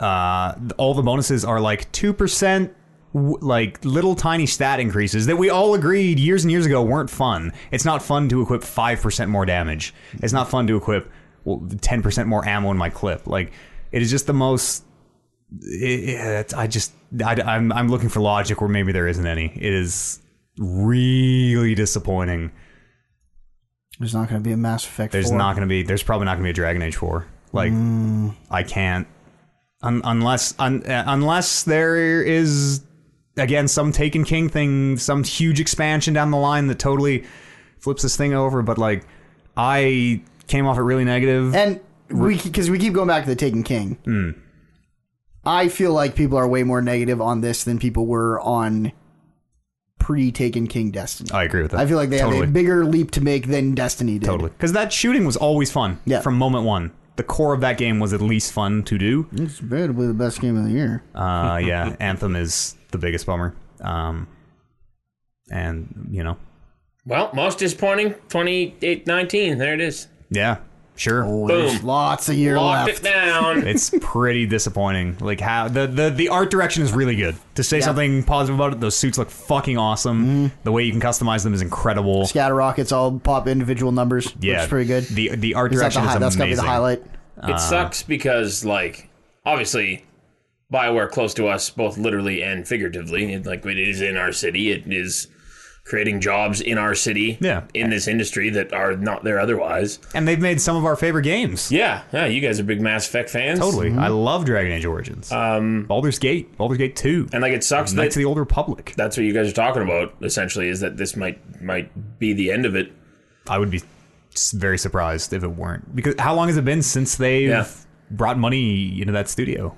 A: uh, th- all the bonuses are like two percent, w- like little tiny stat increases that we all agreed years and years ago weren't fun. It's not fun to equip five percent more damage. It's not fun to equip ten percent more ammo in my clip. Like it is just the most. It, it, I just I, I'm I'm looking for logic where maybe there isn't any. It is really disappointing.
C: There's not going to be a Mass Effect.
A: There's
C: 4.
A: not going to be. There's probably not going to be a Dragon Age four. Like
C: Mm.
A: I can't un, unless un, uh, unless there is again some Taken King thing, some huge expansion down the line that totally flips this thing over. But like I came off it really negative.
C: And we because we keep going back to the Taken King.
A: Hmm.
C: I feel like people are way more negative on this than people were on pre Taken King Destiny.
A: I agree with that.
C: I feel like they
A: totally.
C: have a bigger leap to make than Destiny did.
A: totally because that shooting was always fun.
C: Yeah.
A: from moment one. The core of that game was at least fun to do.
C: It's probably the best game of the year.
A: Uh, yeah, Anthem is the biggest bummer. Um, and you know,
D: Well, most disappointing 28 19. There it is.
A: yeah, sure.
C: Oh, there's
D: Boom.
C: lots of year
D: Locked
C: left.
D: it down.
A: it's pretty disappointing. Like how the, the the art direction is really good. To say something positive about it, those suits look fucking awesome.
C: Mm-hmm.
A: The way you can customize them is incredible.
C: Scatter rockets all pop individual numbers.
A: yeah,
C: which is pretty good.
A: The the art
C: Is that the
A: direction
C: hi-
A: is
C: that's gotta be
A: amazing.
C: the highlight.
D: It
A: Uh-huh.
D: sucks because, like, obviously, Bioware close to us, both literally and figuratively. It, like, it is in our city. It is creating jobs in our city.
A: Yeah.
D: In this industry that are not there otherwise.
A: And they've made some of our favorite games.
D: Yeah. Yeah. You guys are big Mass Effect fans.
A: Totally, I
C: Mm-hmm.
A: love Dragon Age Origins. Um, Baldur's Gate, Baldur's Gate Two,
D: And, like, it sucks
A: Knights
D: that
A: of the Old Republic.
D: that's what you guys are talking about, essentially, is that this might might be the end of it.
A: I would be s- very surprised if it weren't. Because how long has it been since they've
D: Yeah.
A: brought money into that studio?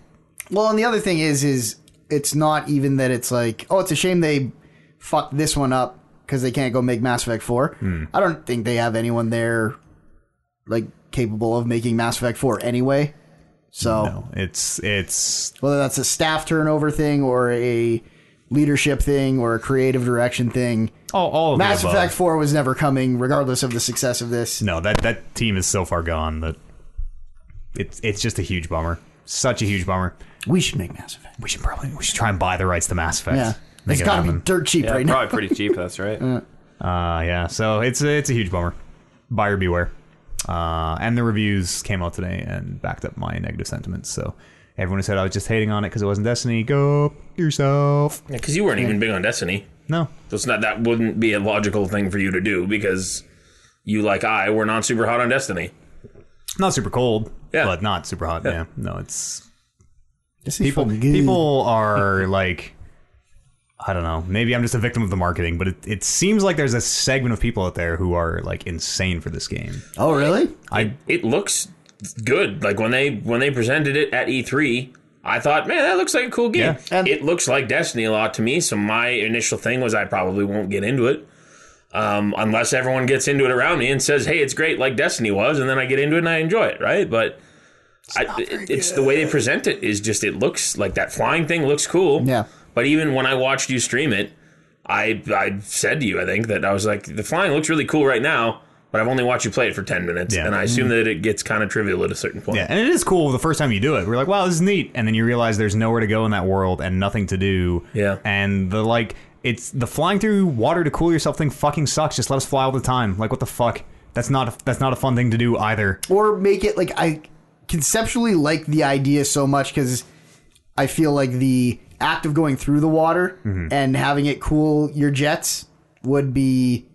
C: Well, and the other thing is, is it's not even that it's like, oh, it's a shame they fucked this one up because they can't go make Mass Effect Four.
A: Hmm.
C: I don't think they have anyone there like capable of making Mass Effect Four anyway. So
A: No, it's it's
C: whether that's a staff turnover thing or a leadership thing or a creative direction thing,
A: all all of the
C: Mass
A: above.
C: Effect Four was never coming, regardless of the success of this.
A: no, that that team is so far gone that it's it's just a huge bummer. Such a huge bummer.
C: We should make Mass Effect.
A: We should probably we should try and buy the rights to Mass Effect.
C: Yeah,
A: Make
C: it's
A: it
C: got to be
A: happen.
C: dirt cheap
B: Yeah,
C: right now.
B: probably pretty cheap. That's right.
A: Uh, yeah, so it's a, it's a huge bummer. Buyer beware. Uh, and the reviews came out today and backed up my negative sentiments. So everyone who said I was just hating on it because it wasn't Destiny, go yourself.
D: Yeah, because you weren't even big on Destiny.
A: No,
D: So it's not that wouldn't be a logical thing for you to do because you, like I, were not super hot on Destiny.
A: not super cold,
D: Yeah.
A: but not super hot. Yeah, no, it's
C: This is
A: people.
C: fucking good.
A: People are like, I don't know. Maybe I'm just a victim of the marketing, but it, it seems like there's a segment of people out there who are like insane for this game.
C: Oh, really?
A: I
D: It looks good. Like when they when they presented it at E3, I thought, man, that looks like a cool game.
A: Yeah.
C: And-
D: it looks like Destiny a lot to me. So my initial thing was I probably won't get into it. Um, unless everyone gets into it around me and says, "Hey, it's great," like Destiny was, and then I get into it and I enjoy it, right? But I, it- it's the way they present it is just it looks like that flying thing looks cool.
C: Yeah.
D: But even when I watched you stream it, I I said to you, I think that I was like, the flying looks really cool right now, but I've only watched you play it for ten minutes,
A: Yeah.
D: and I assume that it gets kind of trivial at a certain point.
A: Yeah, and it is cool the first time you do it. We're like, wow, this is neat, and then you realize there's nowhere to go in that world and nothing to do.
D: Yeah.
A: and the like, it's the flying through water to cool yourself thing fucking sucks. Just let us fly all the time. Like, what the fuck? That's not that's not a fun thing to do either.
C: or make it like I conceptually like the idea so much because I feel like the act of going through the water
A: Mm-hmm.
C: and having it cool your jets would be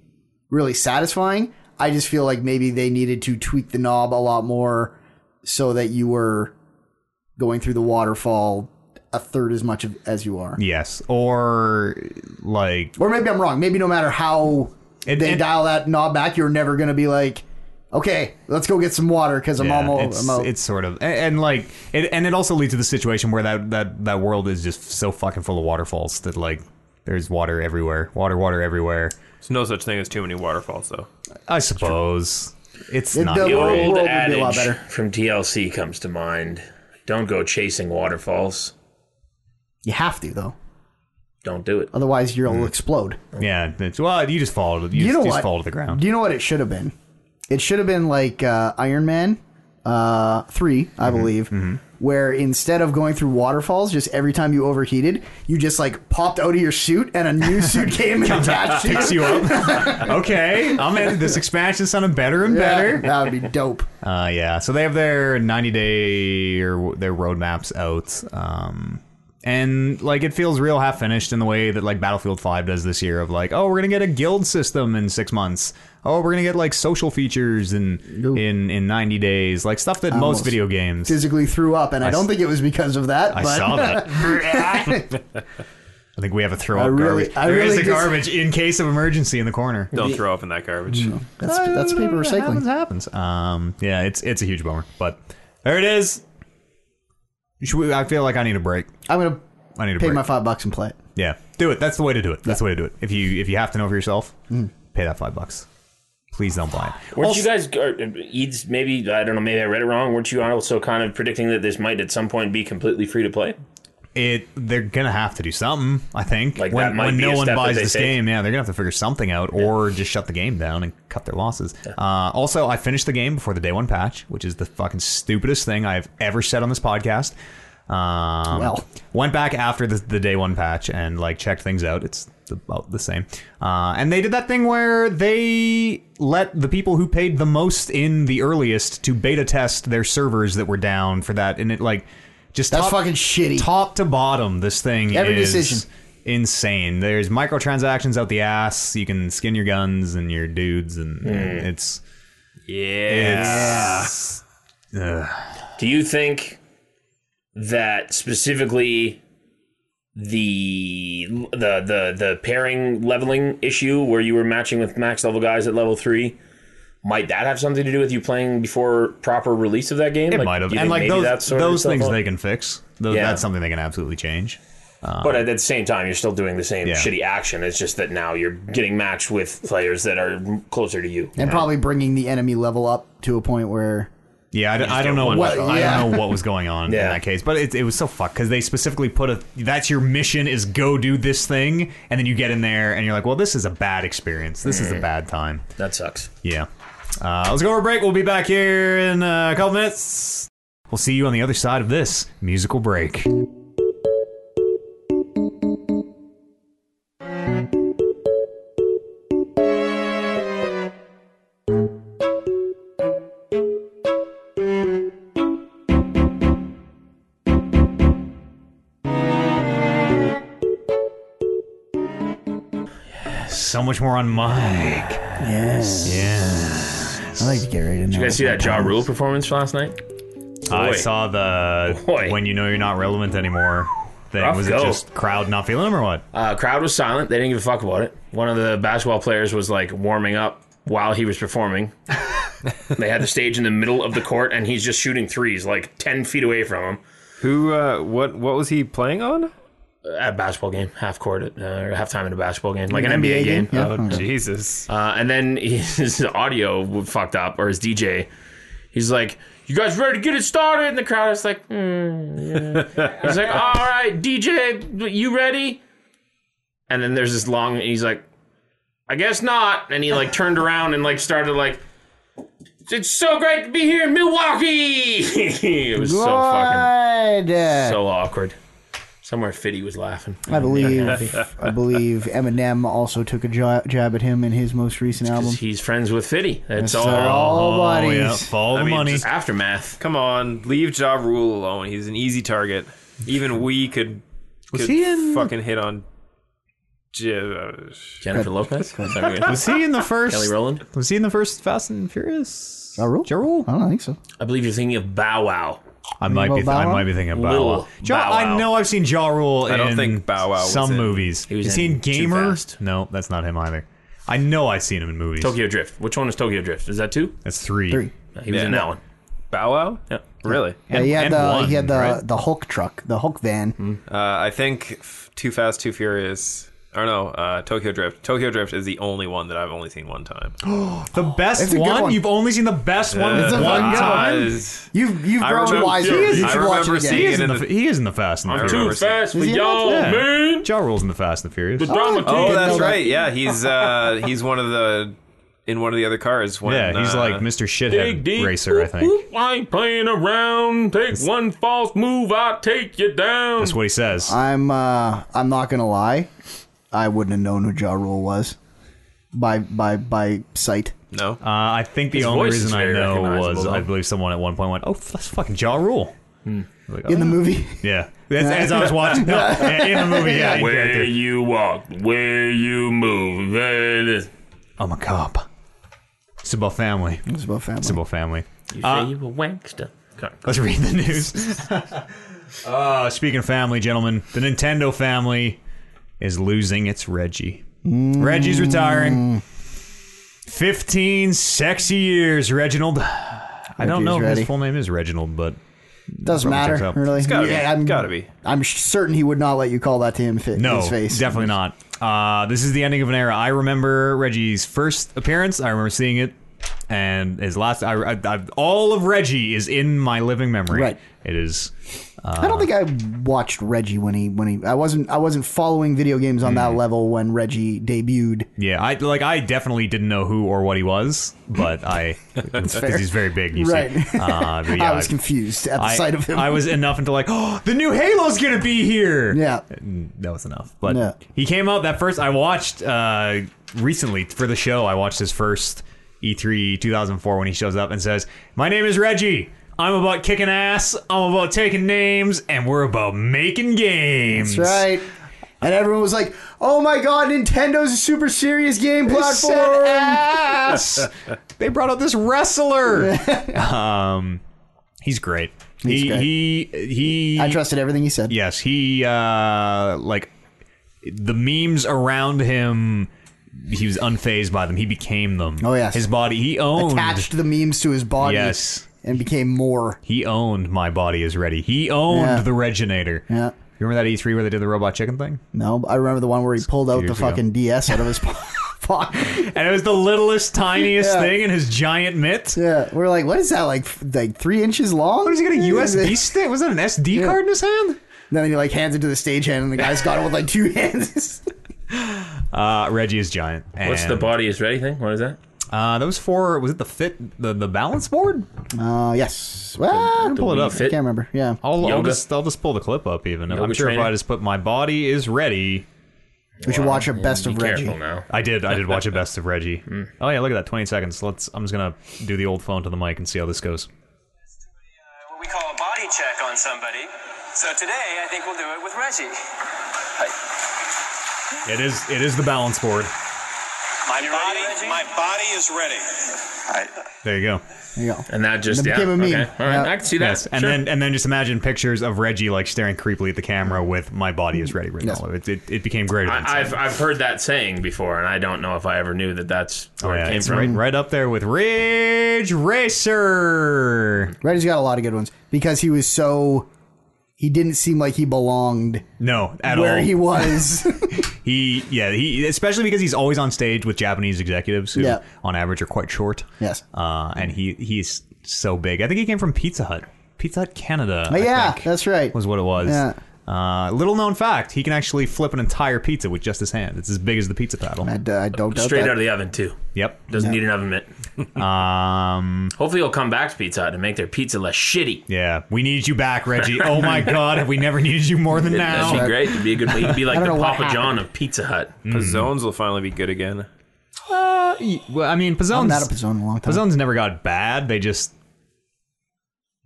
C: really satisfying. I just feel like maybe they needed to tweak the knob a lot more so that you were going through the waterfall a third as much of, as you are.
A: Yes, or like
C: Or maybe I'm wrong. Maybe no matter how
A: It-
C: they
A: it-
C: dial that knob back, you're never going to be like, okay, let's go get some water because I'm
A: yeah,
C: almost
A: it's,
C: I'm out.
A: it's sort of and, and like it, and it also leads to the situation where that that that world is just so fucking full of waterfalls that like there's water everywhere, water, water everywhere.
B: There's no such thing as too many waterfalls, though.
A: I suppose it's
C: It
A: not
C: does-
D: The
C: World would
D: old
C: be a lot
D: adage
C: better.
D: from TLC comes to mind: "Don't go chasing waterfalls.
C: You have to though,
D: Don't do it."
C: otherwise you'll explode.
A: Yeah, it's, well, you just fall. You,
C: You
A: just,
C: know
A: just
C: what?
A: fall to the ground.
C: Do you know what it should have been? It should have been like uh, Iron Man uh, three, I believe, where instead of going through waterfalls, just every time you overheated, you just like popped out of your suit and a new suit came and attached to
A: Picks
C: you.
A: you up. okay, I'm in. This expansion sounded better and better.
C: Yeah, that would be dope.
A: Uh, yeah. So they have their 90 day or their roadmaps out. Um, and like it feels real half finished in the way that like Battlefield 5 does this year of like, oh, we're gonna get a guild system in six months. Oh, we're gonna get like social features in in in 90 days, like stuff that most
C: almost
A: video games.
C: Physically threw up, and I, don't think it was because of that.
A: I
C: but
A: saw that. I think we have a throw
C: I
A: up
C: really-
A: garbage.
C: I
A: There is
C: really
A: a
C: just-
A: garbage in case of emergency in the corner.
B: Don't throw up in that garbage.
C: that's, that's paper
A: Happens,
C: recycling.
A: happens. Um, yeah, it's it's a huge bummer, but there it is. Should we, I feel like I need a break.
C: I'm gonna
A: I need a
C: pay
A: break.
C: my five bucks and play it.
A: yeah, do it. That's the way to do it. That's the way to do it. If you if you have to know for yourself,
C: Mm.
A: pay that five bucks. Please don't buy it.
D: Weren't you guys, or, uh, Eads? Maybe I don't know. Maybe I read it wrong. Weren't you also kind of predicting that this might at some point be completely free to play?
A: It they're gonna have to do something. I think
D: Like,
A: when
D: that might
A: when
D: be
A: no
D: a
A: one
D: step that
A: buys
D: they
A: this
D: take.
A: game, yeah, they're gonna have to figure something out or just shut the game down and cut their losses. Uh, also, I finished the game before the day one patch, which is the fucking stupidest thing I've ever said on this podcast. Um,
C: Well.
A: went back after the, the day one patch and like checked things out. It's about the same. Uh, and they did that thing where they let the people who paid the most in the earliest to beta test their servers that were down for that, and it like just
C: That's
A: top-
C: fucking shitty.
A: Top to bottom, this thing
C: Every
A: is
C: decision.
A: insane. There's microtransactions out the ass. You can skin your guns and your dudes, and and it's
B: Yeah.
A: it's
D: Do you think that specifically the the the the pairing leveling issue where you were matching with max level guys at level three? Might that have something to do with you playing before proper release of that game?
A: it might have and like those those things they can fix. Those,
D: Yeah.
A: That's something they can absolutely change.
D: But at the same time, you're still doing the same
A: Yeah.
D: shitty action. It's just that now you're getting matched with players that are closer to you.
C: And probably bringing the enemy level up to a point where
A: Yeah, I, d- I don't know
B: one
A: what
C: shot.
A: I
C: Yeah.
A: don't know what was going on in
D: Yeah.
A: that case, but it, it was so fucked because they specifically put a that's your mission is go do this thing, and then you get in there and you're like, well, this is a bad experience. This is a bad time.
D: That sucks.
A: Yeah. Uh, let's go for a break. We'll be back here in uh, a couple minutes. We'll see you on the other side of this musical break. So much more on Mike.
C: yes,
A: Yeah.
C: I like to get right in there.
D: You guys see that Ja Rule performance last night?
A: I
D: Boy.
A: saw the
D: Boy.
A: when you know you're not relevant anymore thing.
D: Rough
A: was it
D: go.
A: just crowd not feeling him or what?
D: Uh, crowd was silent. They didn't give a fuck about it. One of the basketball players was like warming up while he was performing. they had the stage in the middle of the court, and he's just shooting threes like ten feet away from him.
B: Who? Uh, what? What was he playing on?
D: At a basketball game, half court, at, uh, or halftime at a basketball game, like an
C: NBA
D: NBA, game.
C: game? Yeah.
B: Oh Jesus!
D: Uh, and then his audio fucked up, or his DJ. He's like, "You guys ready to get it started?" And the crowd is like, "Hmm, mm, yeah. "He's like, all right, DJ, you ready?" And then there's this long, and he's like, I guess not. And he like turned around and like started like, it's so great to be here in Milwaukee. it was so fucking
C: Good.
D: so awkward. Somewhere Fitty was laughing.
C: I believe I believe Eminem also took a jo- jab at him in his most recent album.
D: He's friends with Fitty. That's
C: So
D: all.
C: they're all
A: Oh,
C: buddies.
A: yeah. Follow the
B: mean,
A: money.
D: It's aftermath.
B: Come on, leave Ja Rule alone. He's an easy target. Even we could,
A: Was
B: could
A: he in-
B: fucking hit on. J- uh,
D: Jennifer Lopez.
A: was he in the first?
D: Kelly Rowland.
A: Was he in the first Fast and Furious?
C: Ja Rule?
A: Ja Rule?
C: I don't think so.
D: I believe you're thinking of Bow Wow.
A: I might be.
C: about Bow
A: I
C: Wow?
A: might be thinking of Bow
D: Little
A: Wow. Ja,
D: Bow
A: I
D: Wow.
A: know I've seen Jaw Rule.
B: I don't
A: in
B: think Bow Wow was
A: Some
B: in-
A: movies.
D: was
A: Is he in
D: in Too
A: Gamer?
D: Fast.
A: No, that's not him either. I know I've seen him in movies.
D: Tokyo Drift. Which one is Tokyo Drift? Is that two?
A: That's three.
C: Three.
D: No, He was
B: Yeah.
D: in that one.
B: Bow Wow?
D: Yeah.
B: Really?
C: Yeah, he had
A: and
C: the
A: one,
C: he had the
A: right?
C: the Hulk truck, the Hulk van.
B: Uh, I think f- Too Fast, Too Furious. Or no, uh, Tokyo Drift. Tokyo Drift is the only one that I've only seen one time.
A: The best
C: It's a good
A: one?
C: one.
A: You've only seen the best one
B: Uh,
A: one
C: fucking good
A: time.
C: one.
B: is-
C: You've you've
B: I
C: grown
B: remember-
C: wiser.
B: yeah,
C: You should
B: I
C: watch
B: remember
C: it
A: He
B: seeing
C: again.
A: is in
B: And
A: the.
B: the-
A: he is in the Fast and the
B: I
A: Furious.
B: remember seeing-
D: Fast with
C: he in that?
D: y'all,
A: Yeah.
D: man.
A: Ja Rule's in the Fast and the Furious.
D: The drama
B: Oh,
D: team.
B: that's
C: that.
B: right. Yeah, he's uh, he's one of the in one of the other cars. When,
A: yeah, he's
B: uh,
A: like Mr.
D: Dig
A: Shithead
D: deep.
A: Racer, I
D: Oop,
A: think.
D: oop. I ain't playing around. Take one false move, I'll take you down.
A: That's what he says.
C: I'm uh I'm not gonna lie, I wouldn't have known who Ja Rule was by by by sight.
B: no.
A: Uh, I think the
D: His
A: only
D: voice is
A: reason I
D: very
A: know
D: recognizable,
A: was
D: though.
A: I believe someone at one point went, "Oh, f- that's fucking Jaw Rule." Like,
C: In the
A: oh,
C: movie.
A: yeah. As, as I was watching, no, in the movie, yeah. in
D: Where
A: character.
D: you walk, where you move, there it is.
A: I'm a cop. It's about family.
C: It's about family.
A: It's about family. Uh,
D: You say you a wankster.
A: Let's read the news. uh, speaking of family, gentlemen, the Nintendo family is losing its Reggie.
C: Mm.
A: Reggie's retiring. 15 sexy years, Reginald. I don't
C: Reggie's
A: know if
C: ready.
A: his full name is Reginald, but
C: Doesn't
A: Probably checks
C: matter,
A: out.
C: really.
B: gotta be.
C: I'm,
B: Gotta be.
C: I'm certain he would not let you call that to him fit
A: no,
C: his face.
A: definitely not. Uh, this is the ending of an era. I remember Reggie's first appearance. I remember seeing it, and his last. I, I, I, all of Reggie is in my living memory.
C: Right.
A: It is.
C: I don't think I watched Reggie when he when he I wasn't I wasn't following video games on
A: Mm.
C: that level when Reggie debuted.
A: Yeah, I like. I definitely didn't know who or what he was, but I because he's very big. You
C: Right.
A: See. Uh, but yeah,
C: I was confused at the
A: I-
C: sight of him.
A: I was enough until like, oh, the new Halo's gonna be here.
C: yeah.
A: And that was enough. But
C: Yeah.
A: he came out that first. I watched uh, recently for the show. I watched his first E E3 2004 when he shows up and says, "My name is Reggie. I'm about kicking ass. I'm about taking names, and we're about making games."
C: That's right. And everyone was like, "Oh my god, Nintendo's a super serious game
A: Said
C: platform."
A: ass. they brought out this wrestler. um, he's great.
C: He's
A: he,
C: great.
A: he he
C: I trusted everything he said.
A: Yes, he uh like the memes around him he was unfazed by them. He became them.
C: Oh, yes.
A: His body he owned
C: Attached the memes to his body
A: Yes.
C: and became more.
A: He owned my body is ready. He owned
C: Yeah.
A: the Reginator.
C: Yeah.
A: You remember that E3 where they did the robot chicken thing?
C: No, I remember the one where he pulled out the
A: years ago.
C: fucking DS out of his po- pocket.
A: And it was the littlest, tiniest
C: Yeah.
A: thing in his giant mitt.
C: Yeah, we're like, what is that? Like, f- like three inches long?
A: What, has he got a USB stick? Was that an SD card in his hand?
C: And then he like hands it to the stagehand, and the guy's got it with like two hands.
A: Uh, Reggie is giant. And,
D: What's the body is ready thing? What is that?
A: Uh, those four was it the fit the, the balance board?
C: uh, yes. Well,
A: Pull it
D: Wii
A: up.
D: Fit?
C: can't remember. Yeah.
A: I'll, I'll
D: Yoga.
A: just I'll just pull the clip up. Even I'm
D: Yoga
A: sure if
D: training.
A: I just put my body is ready.
C: We should watch a
D: Yeah,
C: best of
D: be
C: Reggie.
D: Careful now.
A: I did I did watch a best of Reggie.
D: Mm.
A: Oh yeah, look at that 20 seconds. Let's I'm just gonna do the old phone to the mic and see how this goes.
E: what Uh, we call a body check on somebody. So today, I think we'll do it with Reggie.
A: It is it is the balance board.
E: My body, my body is ready.
A: There you go.
C: There you go.
D: And that just
C: Then
D: yeah.
C: became a meme.
D: Okay. All right,
C: Yeah.
D: I can see that.
A: Yes, and
D: Sure.
A: then and then just imagine pictures of Reggie like staring creepily at the camera with "My body is ready" written
C: Yes.
A: all over it. It, it became greater than
D: I, I've I've heard that saying before, and I don't know if I ever knew that that's
A: Oh,
D: where
A: yeah,
D: it came
A: it's
D: from.
A: right, right up there with Ridge Racer.
C: Reggie's got a lot of good ones because he was so. He didn't seem like he belonged
A: No, at
C: where
A: all.
C: he was.
A: He, yeah, he especially because he's always on stage with Japanese executives who,
C: Yeah.
A: on average, are quite short.
C: Yes.
A: uh, and he he's so big. I think he came from Pizza Hut, Pizza Hut Canada. I
C: Oh, yeah,
A: think,
C: that's right.
A: was what it was.
C: Yeah.
A: Uh, little known fact: he can actually flip an entire pizza with just his hand. It's as big as the pizza paddle.
C: I, d- I don't doubt
D: Straight
C: that.
D: out of the oven too.
A: Yep.
D: Doesn't need an oven mitt.
A: Um.
D: Hopefully, he'll come back to Pizza Hut and make their pizza less shitty.
A: Yeah. We need you back, Reggie. Oh my God, have we never needed you more than now?
D: That'd be great. It'd be a good. It'd be like
C: I
D: the
C: don't know what
D: Papa
C: happened.
D: John of Pizza Hut.
B: The zones will finally be good again.
A: Uh, y- well, I mean,
C: I'm not a
A: Pizzone's,
C: Pizzone in a long time.
A: Pizzone's never got bad. They just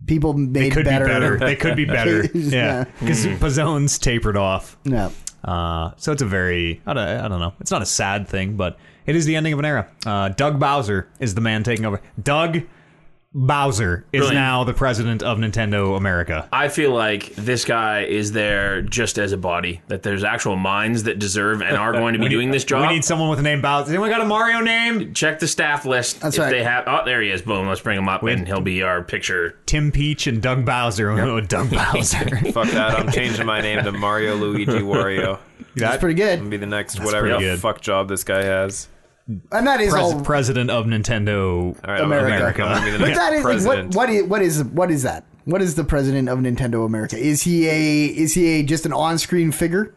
C: People made
A: could
C: better.
A: be better. They could be better. yeah,
C: Yeah.
A: because
D: Mm.
A: Pizzone's tapered off.
C: Yeah.
A: Uh, so it's a very I don't, I don't know. It's not a sad thing, but it is the ending of an era. Uh, Doug Bowser is the man taking over. Doug Bowser is
D: Brilliant.
A: now the president of Nintendo America.
D: I feel like this guy is there just as a body. That there's actual minds that deserve and are going to be doing this job.
A: We need someone with a name Bowser. Anyone got a Mario name?
D: Check the staff list.
C: That's
D: if
C: right.
D: they have, oh, there he is. Boom. Let's bring him up, and he'll be our picture.
A: Tim Peach and Doug Bowser. Oh, Doug Bowser.
B: Fuck that. I'm changing my name to Mario Luigi Wario.
C: That's pretty
B: Gonna
C: good.
B: Be the next whatever the
A: pretty good.
B: fuck job this guy has.
C: And that is
A: Pres-
C: all.
A: president of Nintendo.
B: All right, I'm
C: America.
B: gonna be- I'm gonna be the
C: But
B: next
C: that is like, what
B: president.
C: what is what is what is that? What is the president of Nintendo America? Is he a is he a just an on screen figure,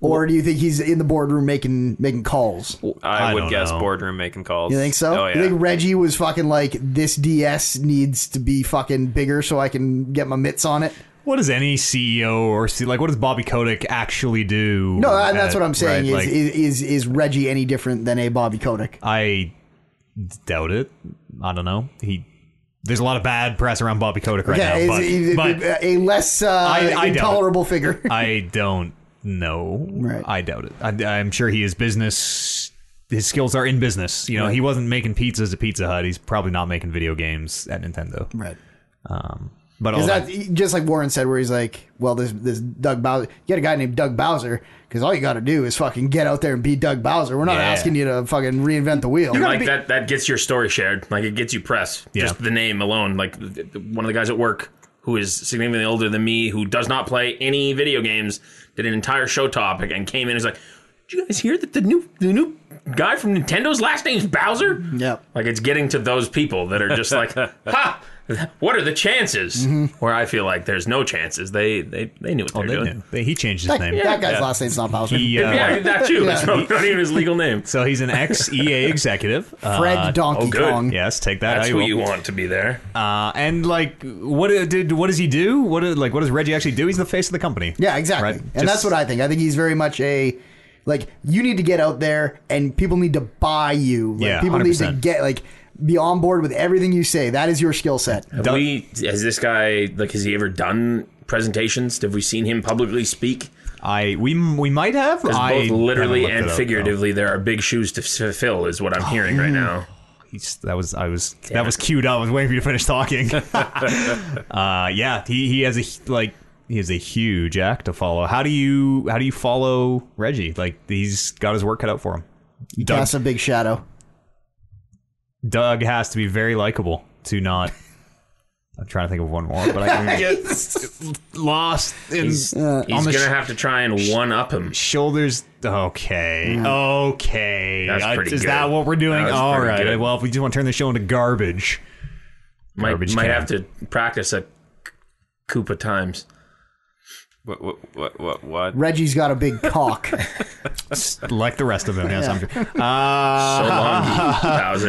C: or do you think he's in the boardroom making making calls? You
B: I,
A: I
B: would
A: don't
B: guess
A: know.
B: boardroom making calls.
C: think so?
B: Oh yeah.
C: You think Reggie was fucking like this DS needs to be fucking bigger so I can get my mitts on it?
A: What does any CEO or C- like what does Bobby Kotick actually do?
C: No, and that's
A: at-
C: what I'm saying.
A: right, like-
C: is, is is is Reggie any different than a Bobby Kotick?
A: I doubt it. I don't know. He there's a lot of bad press around Bobby Kotick right
C: yeah, is,
A: now, but,
C: is-
A: but
C: a less uh,
A: I doubt it.
C: intolerable figure.
A: I don't know.
C: Right.
A: I doubt it. I, I'm sure he is business. His skills are in business. You know, he wasn't making pizzas at Pizza Hut. He's probably not making video games at Nintendo.
C: right.
A: But all
C: Is
A: that,
C: that just like Warren said, where he's like, "Well, this this Doug Bowser, you got a guy named Doug Bowser, because all you got to do is fucking get out there and be Doug Bowser. We're not
A: Yeah.
C: asking you to fucking reinvent the wheel."
D: Like that. That gets your story shared. Like it gets you press.
A: Yeah.
D: Just the name alone. Like th- th- one of the guys at work who is significantly older than me, who does not play any video games, did an entire show topic and came in and was like, "Did you guys hear that the new the new guy from Nintendo's last name's Bowser?"
C: Yep.
D: Like it's getting to those people that are just like, "Ha! What are the chances?" Where I feel like there's no chances. They they they knew what
A: oh,
D: they
A: they
D: were
A: knew.
D: doing.
A: They, he changed his
C: That,
A: name.
C: that guy's last name's not Bowser.
A: He, uh,
D: Yeah, that too. That's not not even his legal name.
A: So he's an ex EA executive. Uh,
C: Fred
D: oh,
C: Donkey
D: good.
C: Kong.
A: yes, take that.
D: That's
A: how
D: who
A: will.
D: you want to be there.
A: Uh, and like, what did what does he do? What did- like what does Reggie actually do? He's the face of the company.
C: Yeah, exactly.
A: Right?
C: And
A: Just-
C: that's what I think. I think he's very much a like you need to get out there and people need to buy you. Like
A: Yeah,
C: people need to
A: 100%.
C: get like be on board with everything you say. That is your skill set.
D: Have we has this guy like has he ever done presentations? Have we seen him publicly speak?
A: I we we might have I
D: Because both literally
A: haven't looked
D: and
A: it up,
D: figuratively, there are big shoes to f- fill, is what I'm hearing
A: Mm.
D: right now.
A: though. He's- that was I was that was queued up. I was waiting for you to finish talking. uh, yeah, he he has a h- like he has a huge act to follow. How do you how do you follow Reggie? Like he's got his work cut out for him. Doug
C: That's a big shadow.
A: Doug has to be very likable to not. I'm trying to think of one more, but I can get lost in
D: He's,
A: Uh, on
D: he's
A: the
D: gonna
A: sh-
D: have to try and one up him.
A: shoulders. Okay, okay.
D: That's
A: I-
D: Mm. pretty
A: is
D: good.
A: that what we're doing?
D: That was
A: All
D: pretty
A: right.
D: good.
A: Well, if we just want to turn the show into garbage,
D: Might
A: Garbage
D: might
A: can.
D: have to practice a coup of times.
B: What what what what what?
C: Reggie's got a big cock.
A: like the rest of them. Yes, I'm sure. Uh-huh.
D: So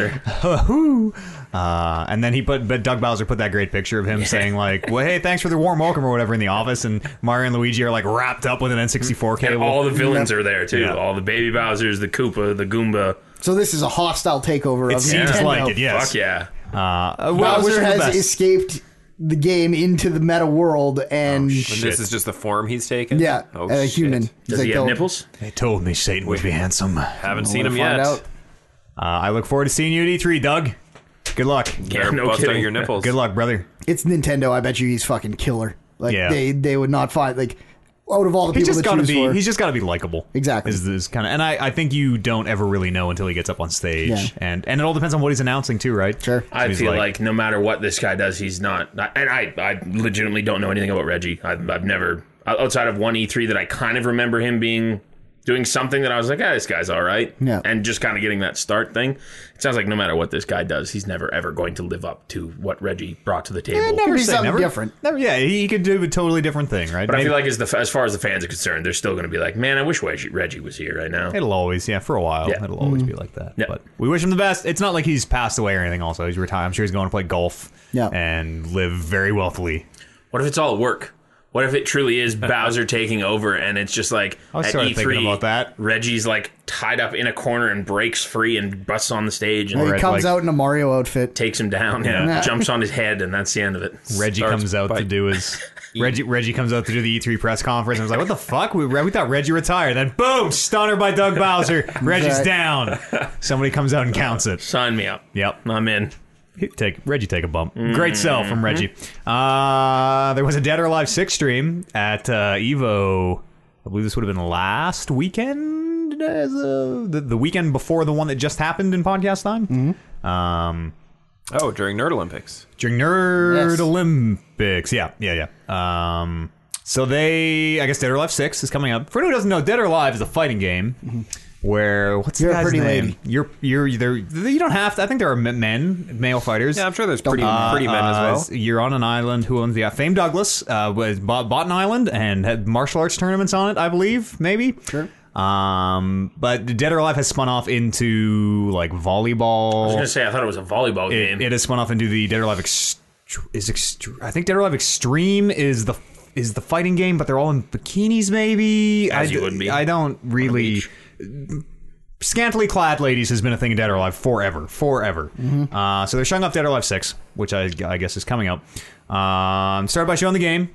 D: long, Bowser.
A: Uh, and then he put, but Doug Bowser put that great picture of him saying like, "Well, hey, thanks for the warm welcome or whatever" in the office, and Mario and Luigi are like wrapped up with an N64 cable.
D: All the villains are there too.
A: Yeah.
D: All the baby Bowsers, the Koopa, the Goomba.
C: so this is a hostile takeover
A: it
C: of
A: seems
C: Nintendo.
A: like it. Yes.
D: Fuck yeah.
A: Uh, well, I wish
C: Bowser
A: him the
C: has
A: best.
C: escaped the game into the meta world and
B: And this is just the form he's taken.
C: yeah,
B: Oh,
C: a
B: shit.
C: human.
D: Does he have nipples?
A: They told me Satan would be handsome. Uh,
B: Haven't seen
C: Seen
B: him yet.
C: Out.
A: I look forward to seeing you at E3, Doug. Good luck.
D: Yeah,
B: Better
D: no
B: bust out
D: kidding.
B: your nipples.
A: Good luck, brother.
C: It's Nintendo. I bet you he's fucking killer. Like
A: Yeah.
C: they they would not find like out of all the
A: He's
C: people
A: just
C: to
A: gotta
C: choose
A: be.
C: for.
A: He's just gotta be likable.
C: Exactly.
A: Is this kind of? And I, I think you don't ever really know until he gets up on stage,
C: Yeah.
A: and and it all depends on what he's announcing too, right?
C: Sure.
A: So
D: I
A: he's
D: feel like, no matter what this guy does, he's not. And I, I E legitimately don't know anything about Reggie. I've, I've never, outside of one E3 that I kind of remember him being doing something that I was like, ah, this guy's all right.
C: Yeah.
D: And just kind of getting that start thing. It sounds like no matter what this guy does, he's never ever going to live up to what Reggie brought to the table.
C: Could
A: Never
C: be
A: say
C: something
A: never.
C: different.
A: Never, yeah, he he could do a totally different thing, right?
D: But I
A: Maybe-
D: feel like as the as far as the fans are concerned, they're still going to be like, man, I wish Reggie, Reggie was here right now.
A: it'll always, yeah, for a while,
D: Yeah.
A: it'll
C: Mm-hmm.
A: always be like that.
D: Yeah.
A: But we wish him the best. It's not like he's passed away or anything. Also, he's retired. I'm sure he's going to play golf.
C: Yeah.
A: and live very wealthily.
D: What if it's all work? What if it truly is Bowser taking over and it's just like E
A: I was sort of thinking about that.
D: Reggie's like tied up in a corner and breaks free and busts on the stage and
C: He
A: Right,
C: comes
A: like-
C: out in a Mario outfit.
D: takes him down. Yeah,
C: Nah.
D: jumps on his head and that's the end of it.
A: Reggie
B: Starts
A: comes out
B: by-
A: to do his Reggie Reggie comes out to do the E3 press conference. and I was like, what the fuck? We, we thought Reggie retired. Then boom, stunner by Doug Bowser. Reggie's
C: Right.
A: down. Somebody comes out and counts it.
D: Sign me up.
A: Yep,
D: I'm in.
A: He- take Reggie take a bump. Great sell from Reggie. Uh, there was a Dead or Alive six stream at uh, Evo. I believe this would have been last weekend, as a, the, the weekend before the one that just happened in podcast time. Um,
B: Oh, during Nerd Olympics.
A: during Nerd
C: Yes.
A: Olympics. Yeah, yeah, yeah. Um, so they, I guess, Dead or Alive Six is coming up. For anyone who doesn't know, Dead or Alive is a fighting game where what's
C: You're a
A: the guy's
C: pretty
A: name?
C: lady.
A: You're you're they're- you don't have to. I think there are m- men, male fighters.
B: Yeah, I'm sure there's pretty pretty men as
A: Uh,
B: well.
A: s- You're on an island. Who owns the Fame Douglas uh, was bought, bought an island and had martial arts tournaments on it. I believe maybe.
C: Sure.
A: Um, but Dead or Alive has spun off into like volleyball.
D: I was gonna say I thought it was a volleyball game.
A: It, it has spun off into the Dead or Alive Ext- is Ext- I think Dead or Alive Extreme is the is the fighting game, but they're all in bikinis. Maybe
D: As
A: I,
D: you would be.
A: I don't really. Scantily clad ladies has been a thing in Dead or Alive forever, forever. Uh, so they're showing off Dead or Alive Six, which I, I guess is coming up. Um, started by showing the game,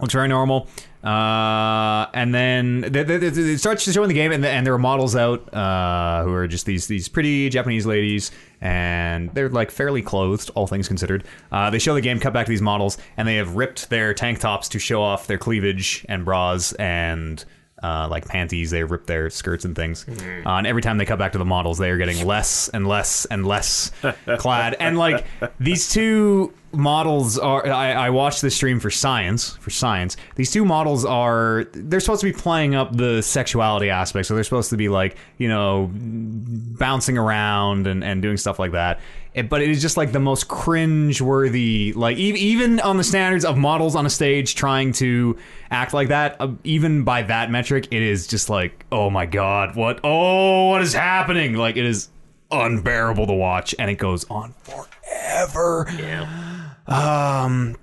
A: looks very normal. Uh, and then th- th- th- it starts showing the game, and, and there are models out uh, who are just these these pretty Japanese ladies, and they're like fairly clothed, all things considered. Uh, they show the game, cut back to these models, and they have ripped their tank tops to show off their cleavage and bras and. Uh, like panties, they rip their skirts and things. Uh, and every time they cut back to the models, they are getting less and less and less clad. And like these two models are, I, I watched this stream for science. For science, these two models are they're supposed to be playing up the sexuality aspect. So they're supposed to be like you know bouncing around and, and doing stuff like that. It- but it is just like the most cringe worthy, like e- even on the standards of models on a stage trying to act like that, uh, even by that metric, it is just like, oh my god, what? Oh, what is happening? Like it is unbearable to watch, and it goes on forever.
D: yeah.
A: Um,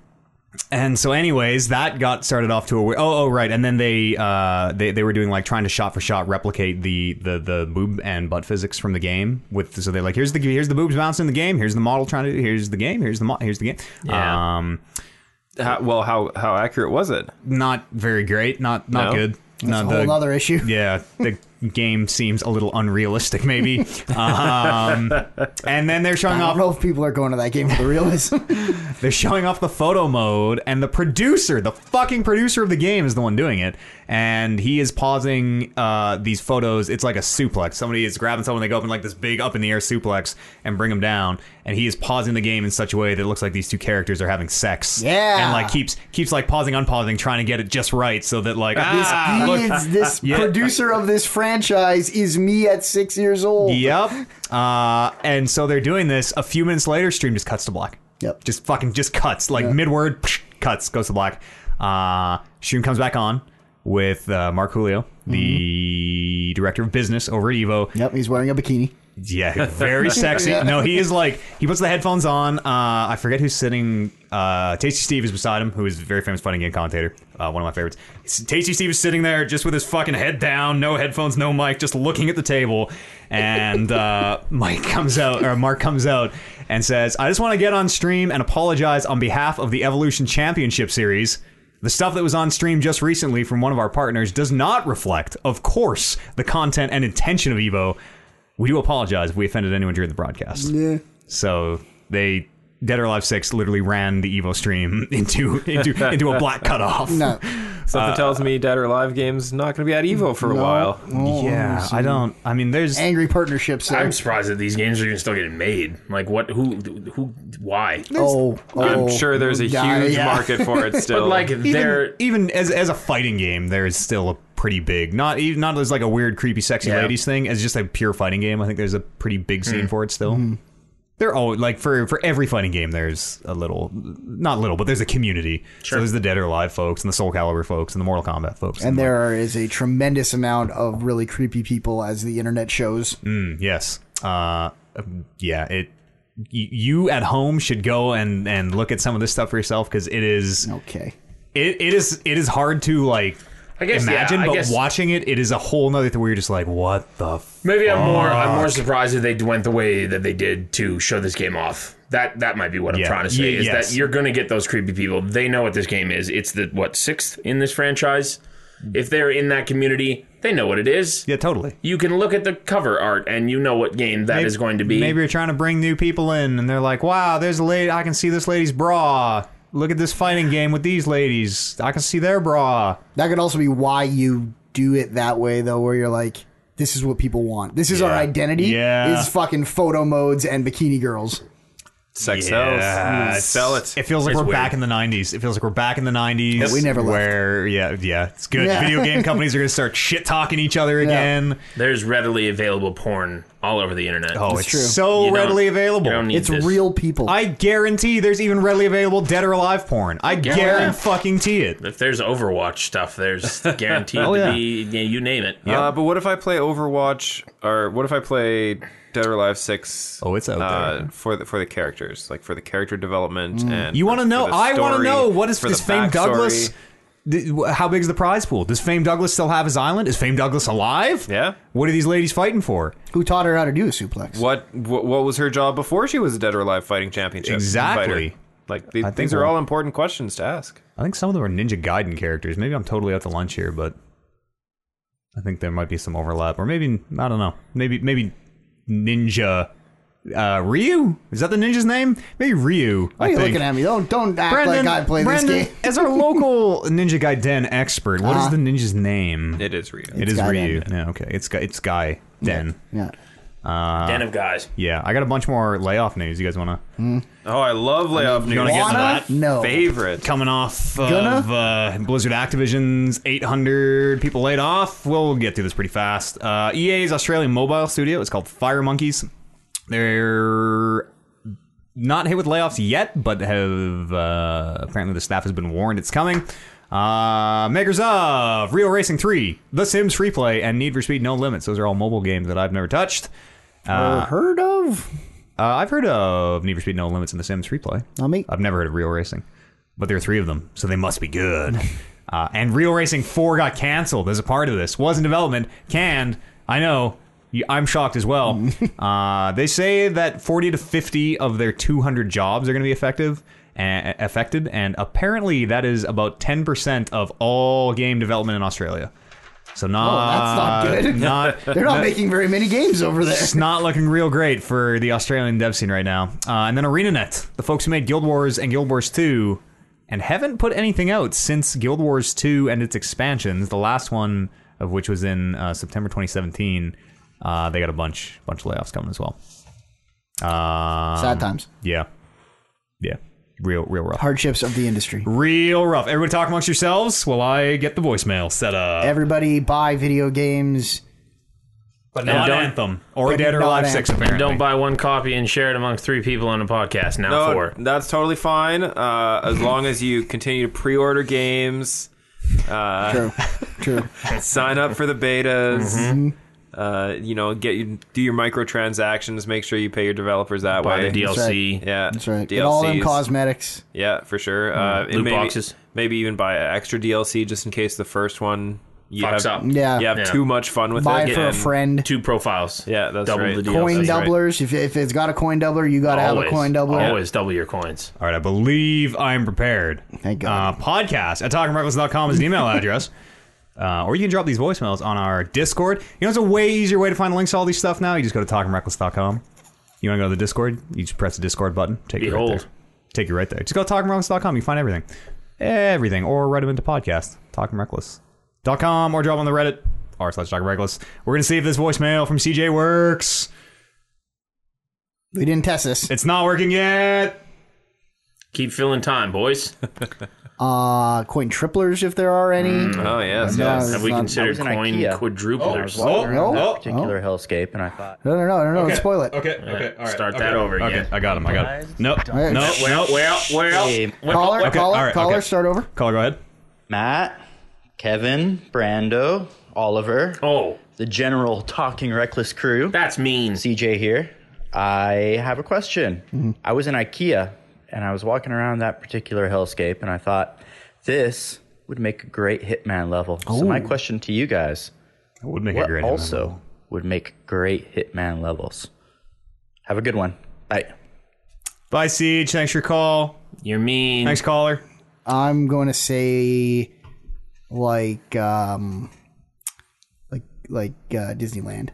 A: And so, anyways, that got started off to a weird. Oh, oh, right. And then they uh, they they were doing like trying to shot for shot replicate the the the boob and butt physics from the game with. So they're like, here's the here's the boobs bouncing in the game. Here's the model trying to. Here's the game. Here's the mo- here's the game.
D: Yeah.
A: Um,
B: How, well, how how accurate was it?
A: not very great. Not not
B: No?
A: good.
C: That's
A: not
C: a whole
A: the-
C: other issue.
A: yeah, the game seems a little unrealistic, maybe. um, and then they're showing
C: I
A: off
C: don't know if people are going to that game for the realism.
A: They're showing off the photo mode, and the producer, the fucking producer of the game, is the one doing it. And he is pausing uh, these photos. It's like a suplex. Somebody is grabbing someone, they go up in like this big up in the air suplex and bring them down. And he is pausing the game in such a way that it looks like these two characters are having sex.
C: Yeah.
A: And like keeps keeps like pausing, unpausing, trying to get it just right so that like
C: This
A: ah, look,
C: kid's- this
A: Yeah.
C: producer of this franchise is me at six years old.
A: Yep. Uh, and so they're doing this. A few minutes later, stream just cuts to black.
C: Yep.
A: Just fucking just cuts like mid word psh, cuts goes to black. Uh, stream comes back on with uh, Mark Julio, the director of business over at Evo.
C: Yep, he's wearing a bikini.
A: Yeah, very sexy.
C: Yeah.
A: No, he is like he puts the headphones on. Uh, I forget who's sitting. Uh, Tasty Steve is beside him, who is a very famous fighting game commentator, uh, one of my favorites. S- Tasty Steve is sitting there just with his fucking head down, no headphones, no mic, just looking at the table. And uh, Mike comes out, or Mark comes out, and says, "I just want to get on stream and apologize on behalf of the Evolution Championship Series." The stuff that was on stream just recently from one of our partners does not reflect, of course, the content and intention of Evo. We do apologize if we offended anyone during the broadcast.
C: Yeah.
A: So they Dead or Alive Six literally ran the Evo stream into into into a black cutoff.
C: No.
B: Something tells me Dead or Alive game's not going to be at Evo for a while.
A: Yeah, I don't. I mean, there's
C: Angry partnerships. There.
D: I'm surprised that these games are even still getting made. Like what? Who? Who? Why?
C: oh, oh,
B: I'm sure there's a
C: yeah,
B: huge
C: yeah.
B: market for it still.
D: But like
A: even
D: they're
A: even as as a fighting game, there is still a pretty big. Not even not as like a weird, creepy, sexy
D: Yeah.
A: ladies thing. As just a pure fighting game. I think there's a pretty big scene for it still. They're all like for for every fighting game. There's a little, not little, but there's a community. So there's the Dead or Alive folks and the Soul Calibur folks and the Mortal Kombat folks.
C: And there is a tremendous amount of really creepy people, as the internet shows.
A: Mm, yes. Uh, yeah. It. y- You at home should go and, and look at some of this stuff for yourself because it is
C: Okay.
A: it, it is it is hard to like
D: I guess, yeah,
A: imagine,
D: I
A: but
D: guess-
A: watching it, it is a whole nother thing where you're just like, what the f-
D: Maybe I'm more I'm more surprised that they went the way that they did to show this game off. That that might be what I'm
A: Yeah.
D: trying to
A: Ye-
D: say is
A: yes.
D: that you're going to get those creepy people. They know what this game is. It's the what sixth in this franchise. If they're in that community, they know what it is.
A: yeah, totally.
D: You can look at the cover art and you know what game that is going to be.
A: Maybe you're trying to bring new people in, and they're like, wow, there's a lady. I can see this lady's bra. Look at this fighting game with these ladies. I can see their bra.
C: That could also be why you do it that way, though, where you're like, this is what people want. This is our identity.
A: Yeah.
C: Is fucking photo modes and bikini girls.
B: Sex
A: Yeah,
B: sells. Hmm. Sell it.
A: It feels like
D: It's
A: we're
D: weird.
A: back in the '90s. It feels like we're back in the '90s.
C: we never left.
A: Where, yeah, yeah, it's good.
C: Yeah.
A: Video game companies are going to start shit talking each other again.
D: There's readily available porn all over the internet.
A: Oh,
C: That's
A: it's
C: true.
A: so
D: You don't-
A: readily
D: You don't
A: available.
D: need
C: It's
D: this.
C: real people.
A: I guarantee there's even readily available dead or alive porn. I guarantee fucking tea it.
D: If there's Overwatch stuff, there's guaranteed
A: Oh, yeah.
D: to be. Yeah, you name it.
B: Uh, but what if I play Overwatch, or what if I play Dead or Alive Six?
A: Oh, it's out
B: uh,
A: there. Mm.
B: for the for the characters, like for the character development and
A: You
B: for-
A: want to
B: for
A: know?
B: the
A: I want to
B: story,
A: know what is,
B: for
A: is
B: the
A: Fame
B: backstory.
A: Douglas? th- wh- How big is the prize pool? Does Fame Douglas still have his island? Is Fame Douglas alive?
B: Yeah.
A: What are these ladies fighting for?
C: Who taught her how to do a suplex?
B: What, what what was her job before she was a Dead or Alive fighting championship?
A: Exactly.
B: fighter? Like the,
A: think
B: these are
A: we'll-
B: all important questions to ask.
A: I think some of them are Ninja Gaiden characters. Maybe I'm totally out to lunch here, but I think there might be some overlap, or maybe I don't know. Maybe maybe Ninja uh, Ryu is that the ninja's name? Maybe Ryu.
C: Why are
A: I
C: you
A: think.
C: looking at me? Don't don't act like I play
A: Brandon,
C: this game.
A: as our local Ninja Gaiden expert, what is
C: Uh-huh.
A: the ninja's name?
B: It is real.
A: it is
C: Gaiden.
A: Ryu. Yeah, okay. It's Gu- it's Guy Den.
C: Yeah.
A: Uh,
D: Den of guys.
A: Yeah, I got a bunch more layoff news. You guys wanna
B: Oh, I love layoff news.
A: wanna get into
C: Wanna?
A: that?
C: No.
B: Favorite.
A: coming off
C: Gonna?
A: of uh, Blizzard Activision's 800 people laid off. We'll get through this pretty fast. Uh, EA's Australian mobile studio is called Fire Monkeys. They're not hit with layoffs yet, but have uh, apparently the staff has been warned it's coming. Uh, makers of Real Racing 3, The Sims Free Play, and Need for Speed No Limits. Those are all mobile games that I've never touched.
C: Or heard of?
A: Uh, I've heard of Need for Speed No Limits and The Sims Free Play.
C: Not me.
A: I've never heard of Real Racing, but there are three of them, so they must be good. uh, and Real Racing 4 got canceled as a part of this. Was in development, canned. I know. You- I'm shocked as well. uh, they say that 40 to 50 of their 200 jobs are going to be effective, uh, affected, and apparently that is about 10% of all game development in Australia. So not,
C: that's Oh, not good.
A: Not,
C: They're not making very many games over there.
A: it's not looking real great for the Australian dev scene right now. Uh, and then ArenaNet, the folks who made Guild Wars and Guild Wars 2, and haven't put anything out since Guild Wars 2 and its expansions, the last one of which was in uh, September 2017. Uh, they got a bunch, bunch of layoffs coming as well. Um,
C: Sad times.
A: Yeah, yeah, real, real rough.
C: Hardships of the industry.
A: Real rough. Everybody talk amongst yourselves while I get the voicemail set up.
C: Everybody buy video games.
A: but not
D: don't-
A: Anthem or
C: but
A: Dead or
C: not
A: Alive
C: Anthem.
A: Six. Apparently,
D: Don't buy one copy and share it amongst three people on a podcast. Now
B: No,
D: four.
B: that's totally fine. Uh, as long as you continue to pre-order games,
A: Uh,
C: True. True.
B: sign up for the betas.
C: Mm-hmm.
B: Uh, you know, get you do your microtransactions. Make sure you pay your developers that
D: Buy
B: way.
D: the DLC.
B: Yeah,
C: That's right. Get all them
B: DLCs.
C: cosmetics.
B: Yeah, for sure. Uh, and
D: Loot
B: maybe,
D: boxes.
B: Maybe even buy an extra DLC just in case the first one you
D: Fucks
B: have,
D: up.
C: Yeah.
B: You have
D: Yeah.
B: too much fun with
C: Buy
B: it.
C: it for a
B: and-
C: friend.
D: Two profiles.
B: Yeah, that's
D: double
B: right.
D: the DLC.
C: Coin
D: That's right.
C: doublers. If, if it's got a coin doubler, you got to have a
D: Always.
C: coin doubler.
D: Always double your coins.
A: All right, I believe I'm prepared.
C: Thank God.
A: Uh, podcast at talkingreckless.com is an email address. Uh, or you can drop these voicemails on our Discord. You know, it's a way easier way to find links to all these stuff now. You just go to talkingreckless.com. You want to go to the Discord? You just press the Discord button. Take you right
D: Behold.
A: there. Take you right there. Just go to talkingreckless.com. You can find everything. Everything. Or write them into podcast. Talkingreckless.com or drop on the Reddit. R slash talkingreckless. We're going to see if this voicemail from CJ works.
C: We didn't test this.
A: It's not working yet.
D: Keep filling time, boys.
C: Uh, coin triplers, if there are any.
A: Mm,
B: Oh yes,
C: No,
B: yes.
C: it's
D: Have we
C: not-
D: considered
F: was in
D: coin
F: Ikea.
D: quadruplers?
F: walking around
C: oh,
F: that
C: oh.
F: particular hellscape, and I thought,
C: No, no, no, no, no.
A: Okay,
C: Spoil it.
A: Okay, okay, all right.
D: Start
A: okay,
D: that over
A: okay,
D: again.
A: I got him. I got him. Nope.
C: right.
A: Nope.
D: Well, well, well.
F: Hey.
C: Caller,
A: Okay,
C: caller,
A: all right,
C: caller.
A: okay.
C: Start over.
A: Caller, go ahead.
F: Matt, Kevin, Brando, Oliver,
D: Oh,
F: the general talking reckless crew.
D: that's mean.
F: CJ here. I have a question. I was in IKEA and I was walking around that particular hellscape and I thought this would make a great Hitman level. So my question to you guys,
A: That would make a
F: what
A: great
F: also would make great Hitman levels? Have a good one. Bye.
A: Bye, Siege. Thanks for your call.
D: You're mean.
A: Thanks, caller.
C: I'm going to say, like, um, like, like uh, Disneyland.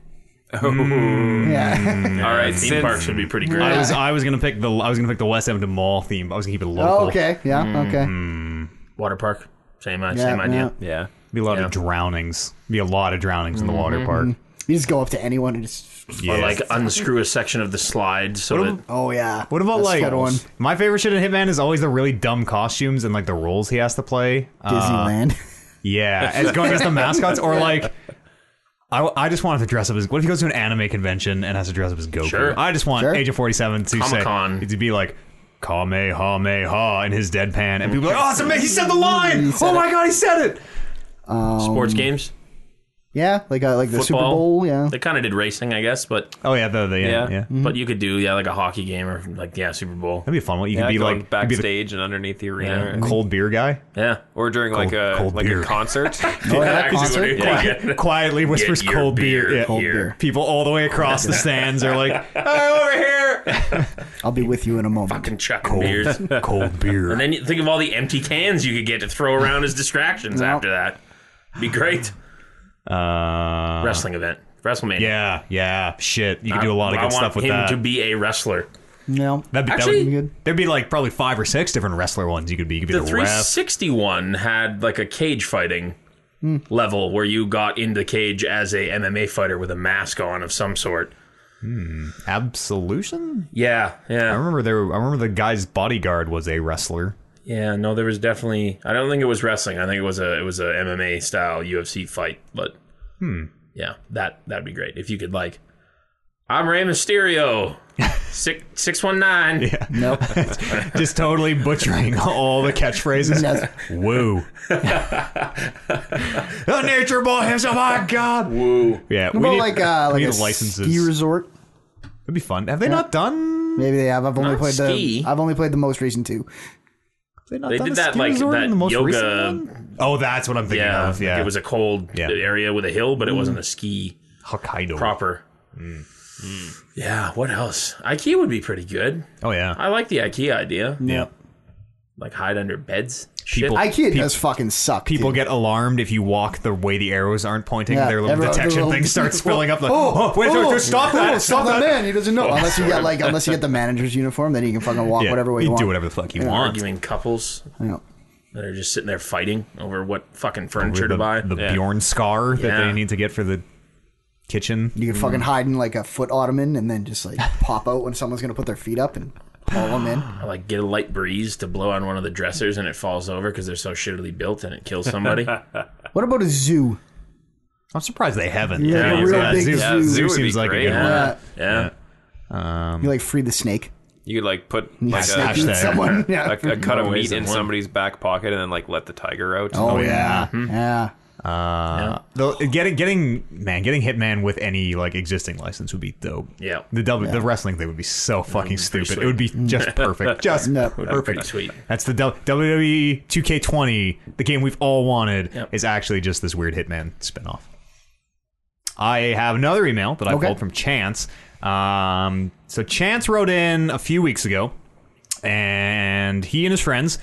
A: Oh. Mm,
C: Yeah.
B: All right,
D: Theme park
B: since
D: should be pretty
A: I
D: great.
A: was I was gonna pick the I was gonna pick the West Edmonton Mall theme. I was gonna keep it local.
C: oh, okay. Yeah.
A: Mm.
C: Okay.
D: Water park. Same, uh,
C: Yeah,
D: same idea.
C: yeah.
B: yeah.
A: Be a lot of drownings. Be a lot of drownings in the water park.
C: You just go up to anyone and just.
A: Yeah.
D: Or like unscrew a section of the slide so
A: What
D: that.
A: ab-
C: Oh yeah.
A: what about
C: That's
A: like
C: a good one?
A: my favorite shit in Hitman is always the really dumb costumes and like the roles he has to play. Uh,
C: Disneyland.
A: yeah, as going as the mascots or like. I, I just wanted to dress up as. What if he goes to an anime convention and has to dress up as Goku?
D: Sure.
A: I just want
C: Sure.
A: Age of Forty Seven to say
D: Comic-Con.
A: to be like Kamehameha in his deadpan, and people are like, "Oh, it's amazing! He said the line!
C: said
A: Oh my god, he said it!"
D: sports games.
C: yeah, like uh, like the Super Bowl. Yeah.
D: They kind of did racing, I guess, but
A: Oh yeah, the, the yeah,
B: Yeah.
A: yeah.
D: but you could do yeah, like a hockey game or like yeah, Super Bowl.
A: That'd be a fun one. You
B: yeah
A: could be
B: like,
A: like you'd be the
B: backstage and underneath the arena,
A: cold beer guy.
D: Yeah.
B: or during like
A: Cold-
B: a
A: cold
B: like
A: beer.
B: a concert.
C: Oh, yeah,
D: actually
C: concert?
D: would-
A: Qui-
D: yeah, yeah.
A: quietly whispers
D: your
A: cold beer.
D: beer
A: Yeah.
D: Cold
C: here. beer.
A: People all the way across the stands are like, "Hey, over
C: I'll be with you in a moment.
D: Fucking chucking beers.
A: here!" Cold beer.
D: And then you think of all the empty cans you could get to throw around as distractions after that. Be great.
A: Uh,
D: Wrestling event. WrestleMania.
A: Uh-huh. yeah, yeah. Shit, you could do a lot of
D: I
A: good
D: want
A: stuff with
D: him
A: that.
D: to be a wrestler.
C: No.
A: That'd be,
D: Actually-
A: that would, there'd be like probably five or six different wrestler ones you could be. You could be
D: The
A: the, ref.
D: 361 had like a cage fighting
A: Hmm.
D: level where you got in the cage as a MMA fighter with a mask on of some sort.
A: Absolution.
D: Yeah,
A: I
D: yeah,
A: remember there. I remember the guy's bodyguard was a wrestler.
D: yeah. No, there was definitely. I don't think it was wrestling. I think it was a it was a MMA style UFC fight. But
A: Hmm.
D: yeah, that that'd be great if you could like. I'm Rey Mysterio, six six one nine.
C: No.
A: Just totally butchering all the catchphrases.
C: Yes.
A: Woo. the nature boy is oh my god. Woo. Yeah, we
C: What about
A: need,
C: like uh,
A: we
C: like
A: need
C: a
A: licenses.
C: ski resort?
A: That'd be fun. Have they not done?
C: Maybe they have. I've only
D: Not
C: played
D: ski.
C: the. I've only played the most recent two.
A: have They, not
D: They
A: done
D: did
A: a
D: that
A: ski
D: like
A: resort in the
D: that
A: most
D: yoga.
A: recent one? Oh, that's what I'm thinking
D: Yeah,
A: of. Yeah,
D: like it was a cold
A: Yeah. Mm.
D: area with a hill, but it wasn't a ski
A: Hokkaido.
D: proper.
A: Mm.
D: Yeah, what else? IKEA would be pretty good.
A: Oh yeah,
D: I like the IKEA idea.
A: yeah.
D: Like hide under beds.
A: People-
D: Shit.
C: IKEA does fucking suck.
A: People
C: dude.
A: get alarmed if you walk the way the arrows aren't pointing.
C: Yeah,
A: Their little
C: everyone-
A: detection
C: little-
A: thing starts filling up. Like, oh, wait,
C: oh,
A: don't- stop that!
C: oh,
A: stop that! Oh,
C: man. He doesn't know unless you get like unless you get the manager's uniform, then you can fucking walk
A: Yeah,
C: whatever way you,
A: you
C: want.
A: do whatever the fuck you want.
D: arguing couples
C: You know.
D: that are just sitting there fighting over what fucking furniture
A: the,
D: to buy.
A: the
D: Yeah.
A: Bjorn scar that
D: Yeah.
A: they need to get for the kitchen.
C: You can fucking hide in like a foot ottoman and then just like pop out when someone's gonna put their feet up and pull them in.
D: I, like get a light breeze to blow on one of the dressers and it falls over because they're so shittily built and it kills somebody.
C: What about a zoo?
A: I'm surprised they haven't.
C: Yeah,
A: to be
C: a
A: honest.
C: real big
A: zoo,
C: zoo.
A: zoo
B: Zoo would
A: seems
B: be
A: like
B: great,
A: a good
B: yeah.
A: one.
C: Uh,
D: yeah.
C: you like free the snake.
B: You could like put like
C: snake
B: a,
A: Um, hashtag.
C: eats someone.
B: a,
C: Yeah.
B: a cut of
D: ways
B: meat in
D: than one.
B: somebody's back pocket and then like let the tiger out.
C: Oh, yeah.
A: Mm-hmm.
C: Yeah.
A: Uh, though, getting getting man, getting Hitman with any like existing license would be dope.
D: Yeah.
A: the double, the wrestling thing would be so fucking stupid. It would be just perfect, just
C: No.
A: perfect.
D: Sweet.
A: That's the W- E WWE 2K20, the game we've all wanted,
D: Yep.
A: is actually just this weird Hitman spinoff. I have another email that I
C: Okay.
A: pulled from Chance. Um, so Chance wrote in a few weeks ago, and he and his friends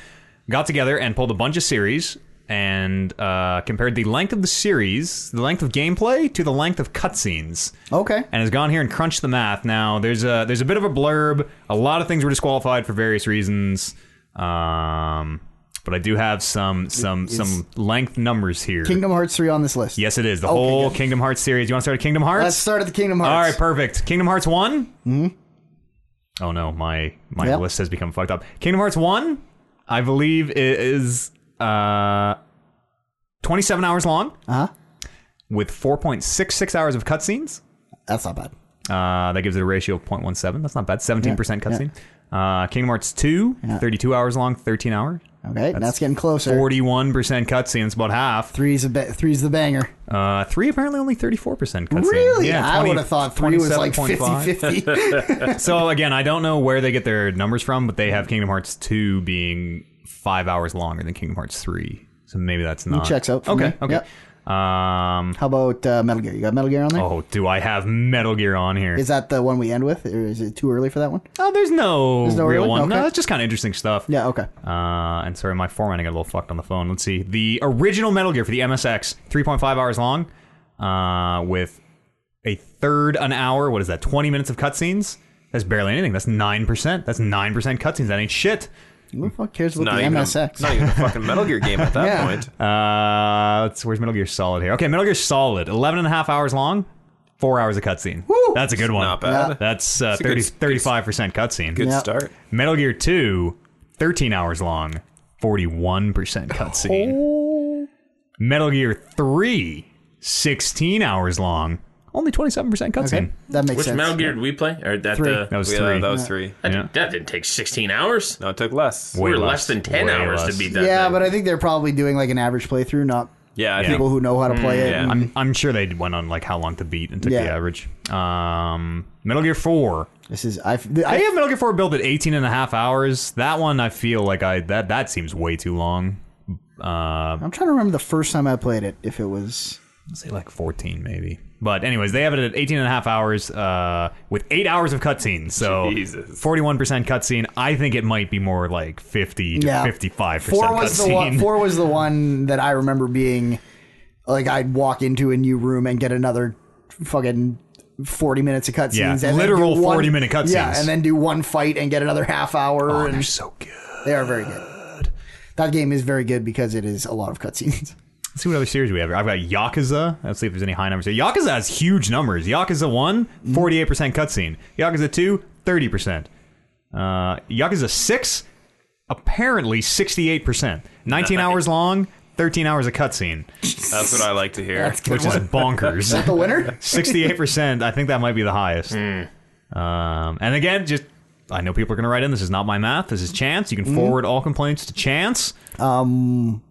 A: got together and pulled a bunch of series and uh, compared the length of the series, the length of gameplay, to the length of cutscenes
C: Okay.
A: and has gone here and crunched the math. Now there's a there's a bit of a blurb. A lot of things were disqualified for various reasons. Um, but I do have some some some length numbers here.
C: Kingdom Hearts three on this list.
A: yes, it is the whole
C: good.
A: Kingdom Hearts series. You want to start at Kingdom Hearts?
C: Let's start at the Kingdom Hearts. Hmm?
A: All right, perfect. Kingdom Hearts one. Mm-hmm. Oh no, my my
C: Yeah.
A: list has become fucked up. Kingdom Hearts One, I believe, i- is uh, twenty seven hours long
C: Uh huh.
A: with four point six six hours of cutscenes.
C: That's not bad.
A: Uh, that gives it a ratio of 0.17. That's not bad. 17% cutscene. Uh, Kingdom Hearts 2, 32 hours long, 13 hours.
C: Okay, that's, getting closer.
A: 41% cutscene. It's about half.
C: Three's a ba- three's the banger.
A: Uh, 3 apparently only 34% cutscene.
C: Really?
A: Yeah,
C: I
A: 20
C: would have thought three was like
A: 27.5.
C: 50 50.
A: So again, I don't know where they get their numbers from, but they have Kingdom Hearts 2 being 5 hours longer than Kingdom Hearts 3. So maybe that's not.
C: checks out for
A: Okay,
C: me.
A: okay. Um,
C: How about uh, Metal Gear? You got Metal Gear on there? Is
A: oh, do I have Metal Gear on here?
C: that the one we end with, or is it too early for that one?
A: oh, there's no,
C: no
A: real
C: really?
A: one. No,
C: Okay.
A: that's just kind of interesting stuff.
C: Yeah, okay.
A: Uh, and sorry, my formatting got a little fucked on the phone. Let's see. The original Metal Gear for the MSX, 3.5 hours long, uh, with a third an hour. What is that? 20 minutes of cutscenes? That's barely anything. That's 9%. That's 9% cutscenes. That ain't shit.
C: Who the fuck cares about
B: Not
C: the
B: even, a,
C: MSX?
B: not even a fucking Metal Gear game at that
C: Yeah.
B: point.
A: Uh, let's, where's Metal Gear Solid here? Okay, Metal Gear Solid, 11 and a half hours long, four hours of cutscene.
C: Woo!
A: That's a good one.
B: Not bad.
A: That's uh,
B: a good-
A: 30, 35% cutscene.
B: Good
C: Yeah.
B: start.
A: Metal Gear 2, 13 hours long, 41% cutscene.
B: Oh.
A: Metal Gear 3, 16 hours long, only 27% cutscene.
C: Okay, that makes
G: Which
C: sense.
G: Metal Gear did we play? Or that
C: Three.
G: the
A: That was
B: Yeah,
A: three.
B: uh, that was three.
G: that,
A: yeah.
G: that didn't take 16 hours.
B: No, it took less.
G: we
A: Way
G: were
A: less.
G: less than 10
A: Way
G: hours
A: less.
G: to beat that.
C: Yeah,
G: thing.
C: but I think they're probably doing like an average playthrough, not
B: Yeah, I
A: Yeah.
B: think
C: people who know how to play it.
B: Mm, yeah.
C: and-
A: I'm, I'm sure they went on like how long to beat and took
C: Yeah.
A: the average. Um, Metal Gear 4.
C: This is I've,
A: I
C: I
A: have Metal Gear 4 built at 18 and a half hours. That one I feel like I that that seems way too long. Uh,
C: I'm trying to remember the first time I played it. If it was
A: say like 14 maybe. But anyways, they have it at 18 and a half hours uh, with 8 hours of cutscenes. So
B: Jesus.
A: 41% cutscene. I think it might be more like 50 to
C: Yeah.
A: 55%
C: four was
A: cutscene.
C: the one, four was the one that I remember being like I'd walk into a new room and get another fucking. 40 minutes of cutscenes.
A: Yeah,
C: and then
A: literal
C: do one-
A: 40 minute cutscenes.
C: Yeah, and then do one fight and get another half hour.
A: Oh, they're
C: and
A: so good.
C: they are very good. That game is very good because it is a lot of cutscenes.
A: Let's see what other series we have. here. I've got Yakuza. Let's see if there's any high numbers here. Yakuza has huge numbers. Yakuza 1, 48% cutscene. Yakuza 2, 30%. Uh, Yakuza 6, apparently 68%. 19 hours long, 13 hours of cutscene,
B: that's what I like to hear.
A: which is bonkers.
C: The winner?
A: 68%, I think that might be the highest. Um, and again, just. I know people are going to write in. This is not my math. This is Chance. You can forward all complaints to Chance.
C: Um,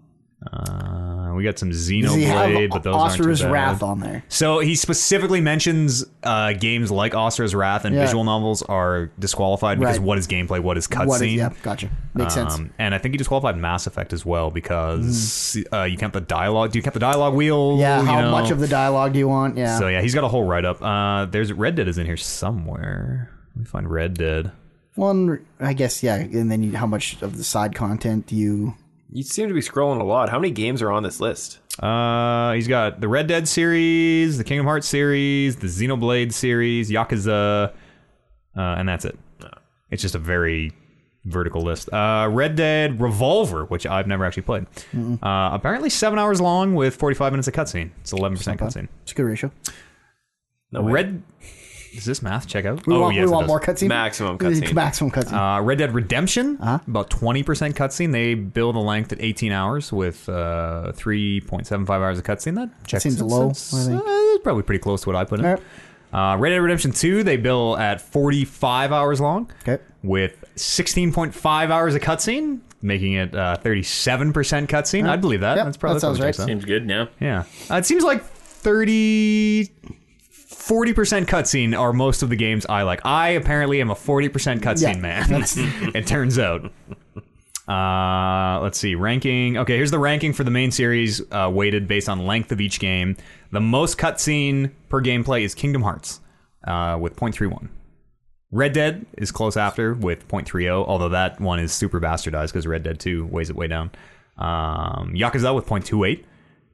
A: Uh, we got some
C: does he have
A: Xenoblade, but those aren't
C: Osiris
A: too bad.
C: Wrath on there?
A: So he specifically mentions uh, games like Oscar's Wrath and
C: Yeah.
A: visual novels are disqualified because
C: Right.
A: what is gameplay, what is
C: What is,
A: cutscene.
C: yeah, gotcha. Makes sense.
A: Um, and I think he disqualified Mass Effect as well because uh, you count the dialogue. Do you count the dialogue wheel?
C: Hmm. Yeah,
A: you
C: how
A: know?
C: much of the dialogue do you want? Yeah.
A: So yeah, he's got a whole write up. Uh, there's Red Dead is in here somewhere. Let me find Red Dead.
C: One, I guess, yeah. And then you, how much of the side content do you?
B: You seem to be scrolling a lot. How many games are on this list?
A: Uh, he's got the Red Dead series, the Kingdom Hearts series, the Xenoblade series, Yakuza, uh, and that's it. It's just a very vertical list. Uh, Red Dead Revolver, which I've never actually played. Uh, apparently seven hours long with 45 minutes of cutscene. It's 11% cutscene.
C: It's a good ratio.
B: No way.
A: Red. Does this math check out?
C: We
A: oh,
C: want,
A: yes,
C: we
A: it
C: want
A: does.
C: more cutscene.
B: Maximum
C: It's
B: cutscene.
C: Maximum cutscene.
A: Uh, Red Dead Redemption,
C: Uh-huh.
A: about 20% cutscene. They build a length at 18 hours with uh, 3.75 hours of cutscene. That checks
C: Seems
A: it's-
C: low,
A: it's,
C: I think.
A: uh, it's probably pretty close to what I put in.
C: All right.
A: Uh, Red Dead Redemption 2, they bill at 45 hours long
C: Okay.
A: with 16.5 hours of cutscene, making it uh, 37% cutscene. I'd believe that.
C: Yep,
A: That's probably
C: that sounds
A: probably checks
C: right.
A: out.
G: Seems good now.
A: Yeah. Uh, it seems like 30 40% cutscene are most of the games I like. I apparently am a 40% cutscene
C: Yeah,
A: man. it turns out. Uh, let's see. Ranking. Okay, here's the ranking for the main series uh, weighted based on length of each game. The most cutscene per gameplay is Kingdom Hearts uh, with 0.31. Red Dead is close after with 0.30, although that one is super bastardized because Red Dead 2 weighs it way down. Um, Yakuza with 0.28,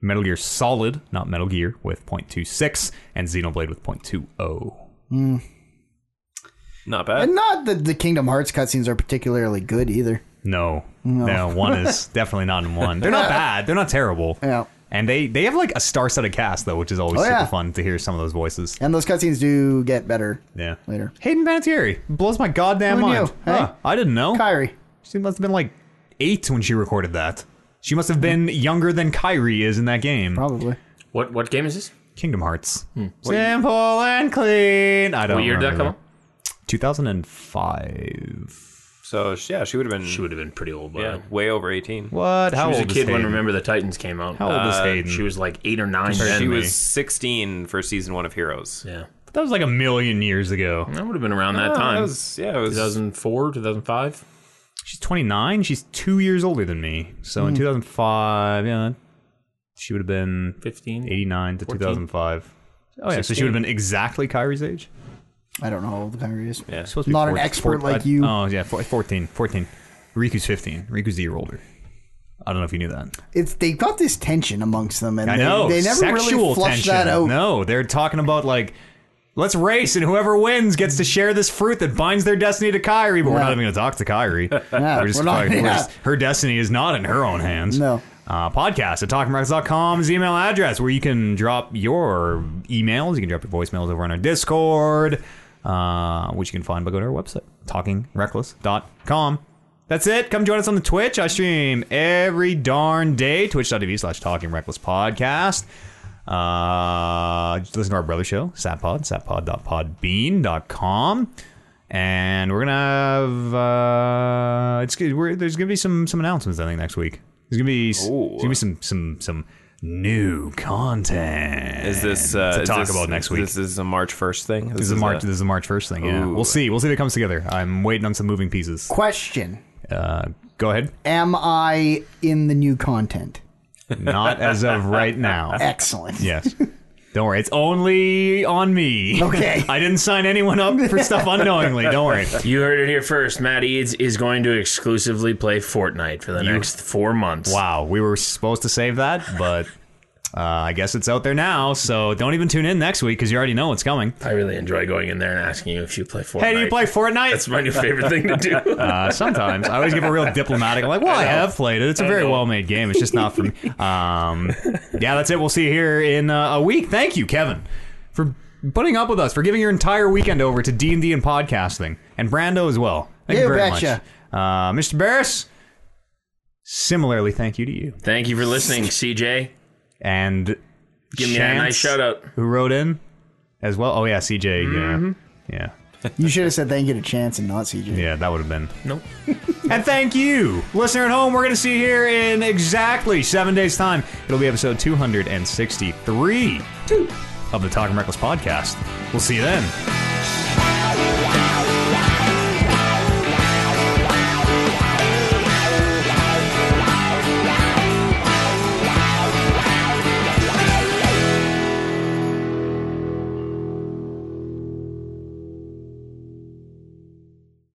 A: Metal Gear Solid, not Metal Gear, with 0.26, and Xenoblade with oh. 0.20.
B: Not
A: Uh,
B: bad.
C: and not that the Kingdom Hearts cutscenes are particularly good either.
A: No. No, one is definitely not in one. They're not bad. They're not terrible.
C: Yeah.
A: And they they have like a star-studded cast though, which is always
C: Oh, yeah.
A: super fun to hear some of those voices.
C: And those cutscenes do get better
A: Yeah.
C: later.
A: Hayden Panettiere blows my goddamn
C: Who knew,
A: mind.
C: hey?
A: Huh, I didn't know.
C: Kyrie.
A: She must have been like eight when she recorded that. She must have been younger than Kyrie is in that game.
C: Probably.
G: What what game is this?
A: Kingdom Hearts. Simple and clean. I don't
G: Hmm. What year did that
A: remember
G: come out?
A: 2005.
B: So sh- yeah, she would have been
G: She would have been pretty old, but
B: yeah, way over 18.
A: What? How
G: she was a
A: old is
G: kid when
A: Hayden?
G: Remember the Titans came out. Uh,
A: How old is Hayden?
G: She was like eight or nine. Then.
B: She
A: me.
B: was 16 for season 1 of Heroes.
G: yeah.
A: That was like a million years ago.
G: That would have been around that
B: Oh,
G: time.
B: That was yeah, it was
G: 2004, 2005.
A: She's 29. She's two years older than me. So in 2005, yeah, she would have been
G: 15.
A: 89 to 2005. Oh yeah, so she
G: 16.
A: would have been exactly Kyrie's age.
C: I don't know how old Kyrie is.
A: Yeah, supposed to be
C: Not an
A: 14
C: expert
A: 14
C: like you.
A: Oh yeah, four- 14, 14. Riku's 15. Riku's a year older. I don't know if you knew that.
C: It's they've got this tension amongst them, and
A: I
C: they,
A: know.
C: they never
A: sexual
C: really flush
A: tension.
C: that out.
A: No, they're talking about like, let's race, and whoever wins gets to share this fruit that binds their destiny to Kyrie. But we're
C: Yeah.
A: not even going to talk to Kyrie.
C: Yeah,
A: we're just,
C: we're not-
A: like, we're
C: yeah.
A: just- her destiny is not in her own hands.
C: No.
A: Uh, podcast at talkingrockets.com is the email address where you can drop your emails. You can drop your voicemails over on our Discord, uh, which you can find by going to our website, talkingreckless.com. That's it. Come join us on the Twitch. I stream every darn day, twitch.tv slash talkingrecklesspodcast. Uh, just listen to our brother show, Satpod, satpod.podbean.com. And we're gonna have uh, it's good. We're, there's gonna be some some announcements I think next week. There's gonna be s- there's gonna be some some some new content.
B: is this uh,
A: to
B: is
A: talk
B: this-
A: about next week?
B: This is a March 1st thing.
A: This is a March. This is a March first thing. Yeah,
B: Ooh.
A: we'll see. We'll see if it comes together. I'm waiting on some moving pieces.
C: Question:
A: Uh, go ahead.
C: Am I in the new content?
A: Not as of right now.
C: Excellent.
A: Yes. Don't worry. It's only on me.
C: Okay.
A: I didn't sign anyone up for stuff unknowingly. Don't worry.
G: You heard it here first. Matt Eads is going to exclusively play Fortnite for the next four months.
A: Wow, we were supposed to save that, but uh, I guess it's out there now. So don't even tune in next week because you already know what's coming.
G: I really enjoy going in there and asking you if you play Fortnite.
A: Hey, do you play Fortnite?
G: That's my new favorite thing to do.
A: uh, sometimes I always give a real diplomatic, like, "Well, I, have played it. It's a very well-made game. It's just not for me." Um, yeah, that's it. We'll see you here in uh, a week. Thank you, Kevin, for putting up with us, for giving your entire weekend over to D and D and podcasting, and Brando as well. Thank
C: You
A: you very
C: betcha.
A: much, uh, Mr. Barris. Similarly, thank you to you
G: Thank you for listening, CJ.
A: and
G: Give me a nice
A: Chance.
G: shout out.
A: who wrote in as well. Oh yeah, CJ. Yeah,
C: You should have said thank you to Chance and not CJ.
A: yeah, yeah. That would have been.
G: Nope.
A: and thank you, listener at home. We're gonna see you here in exactly seven days' time. It'll be episode two hundred and sixty-three of the Talking Reckless podcast. We'll see you then.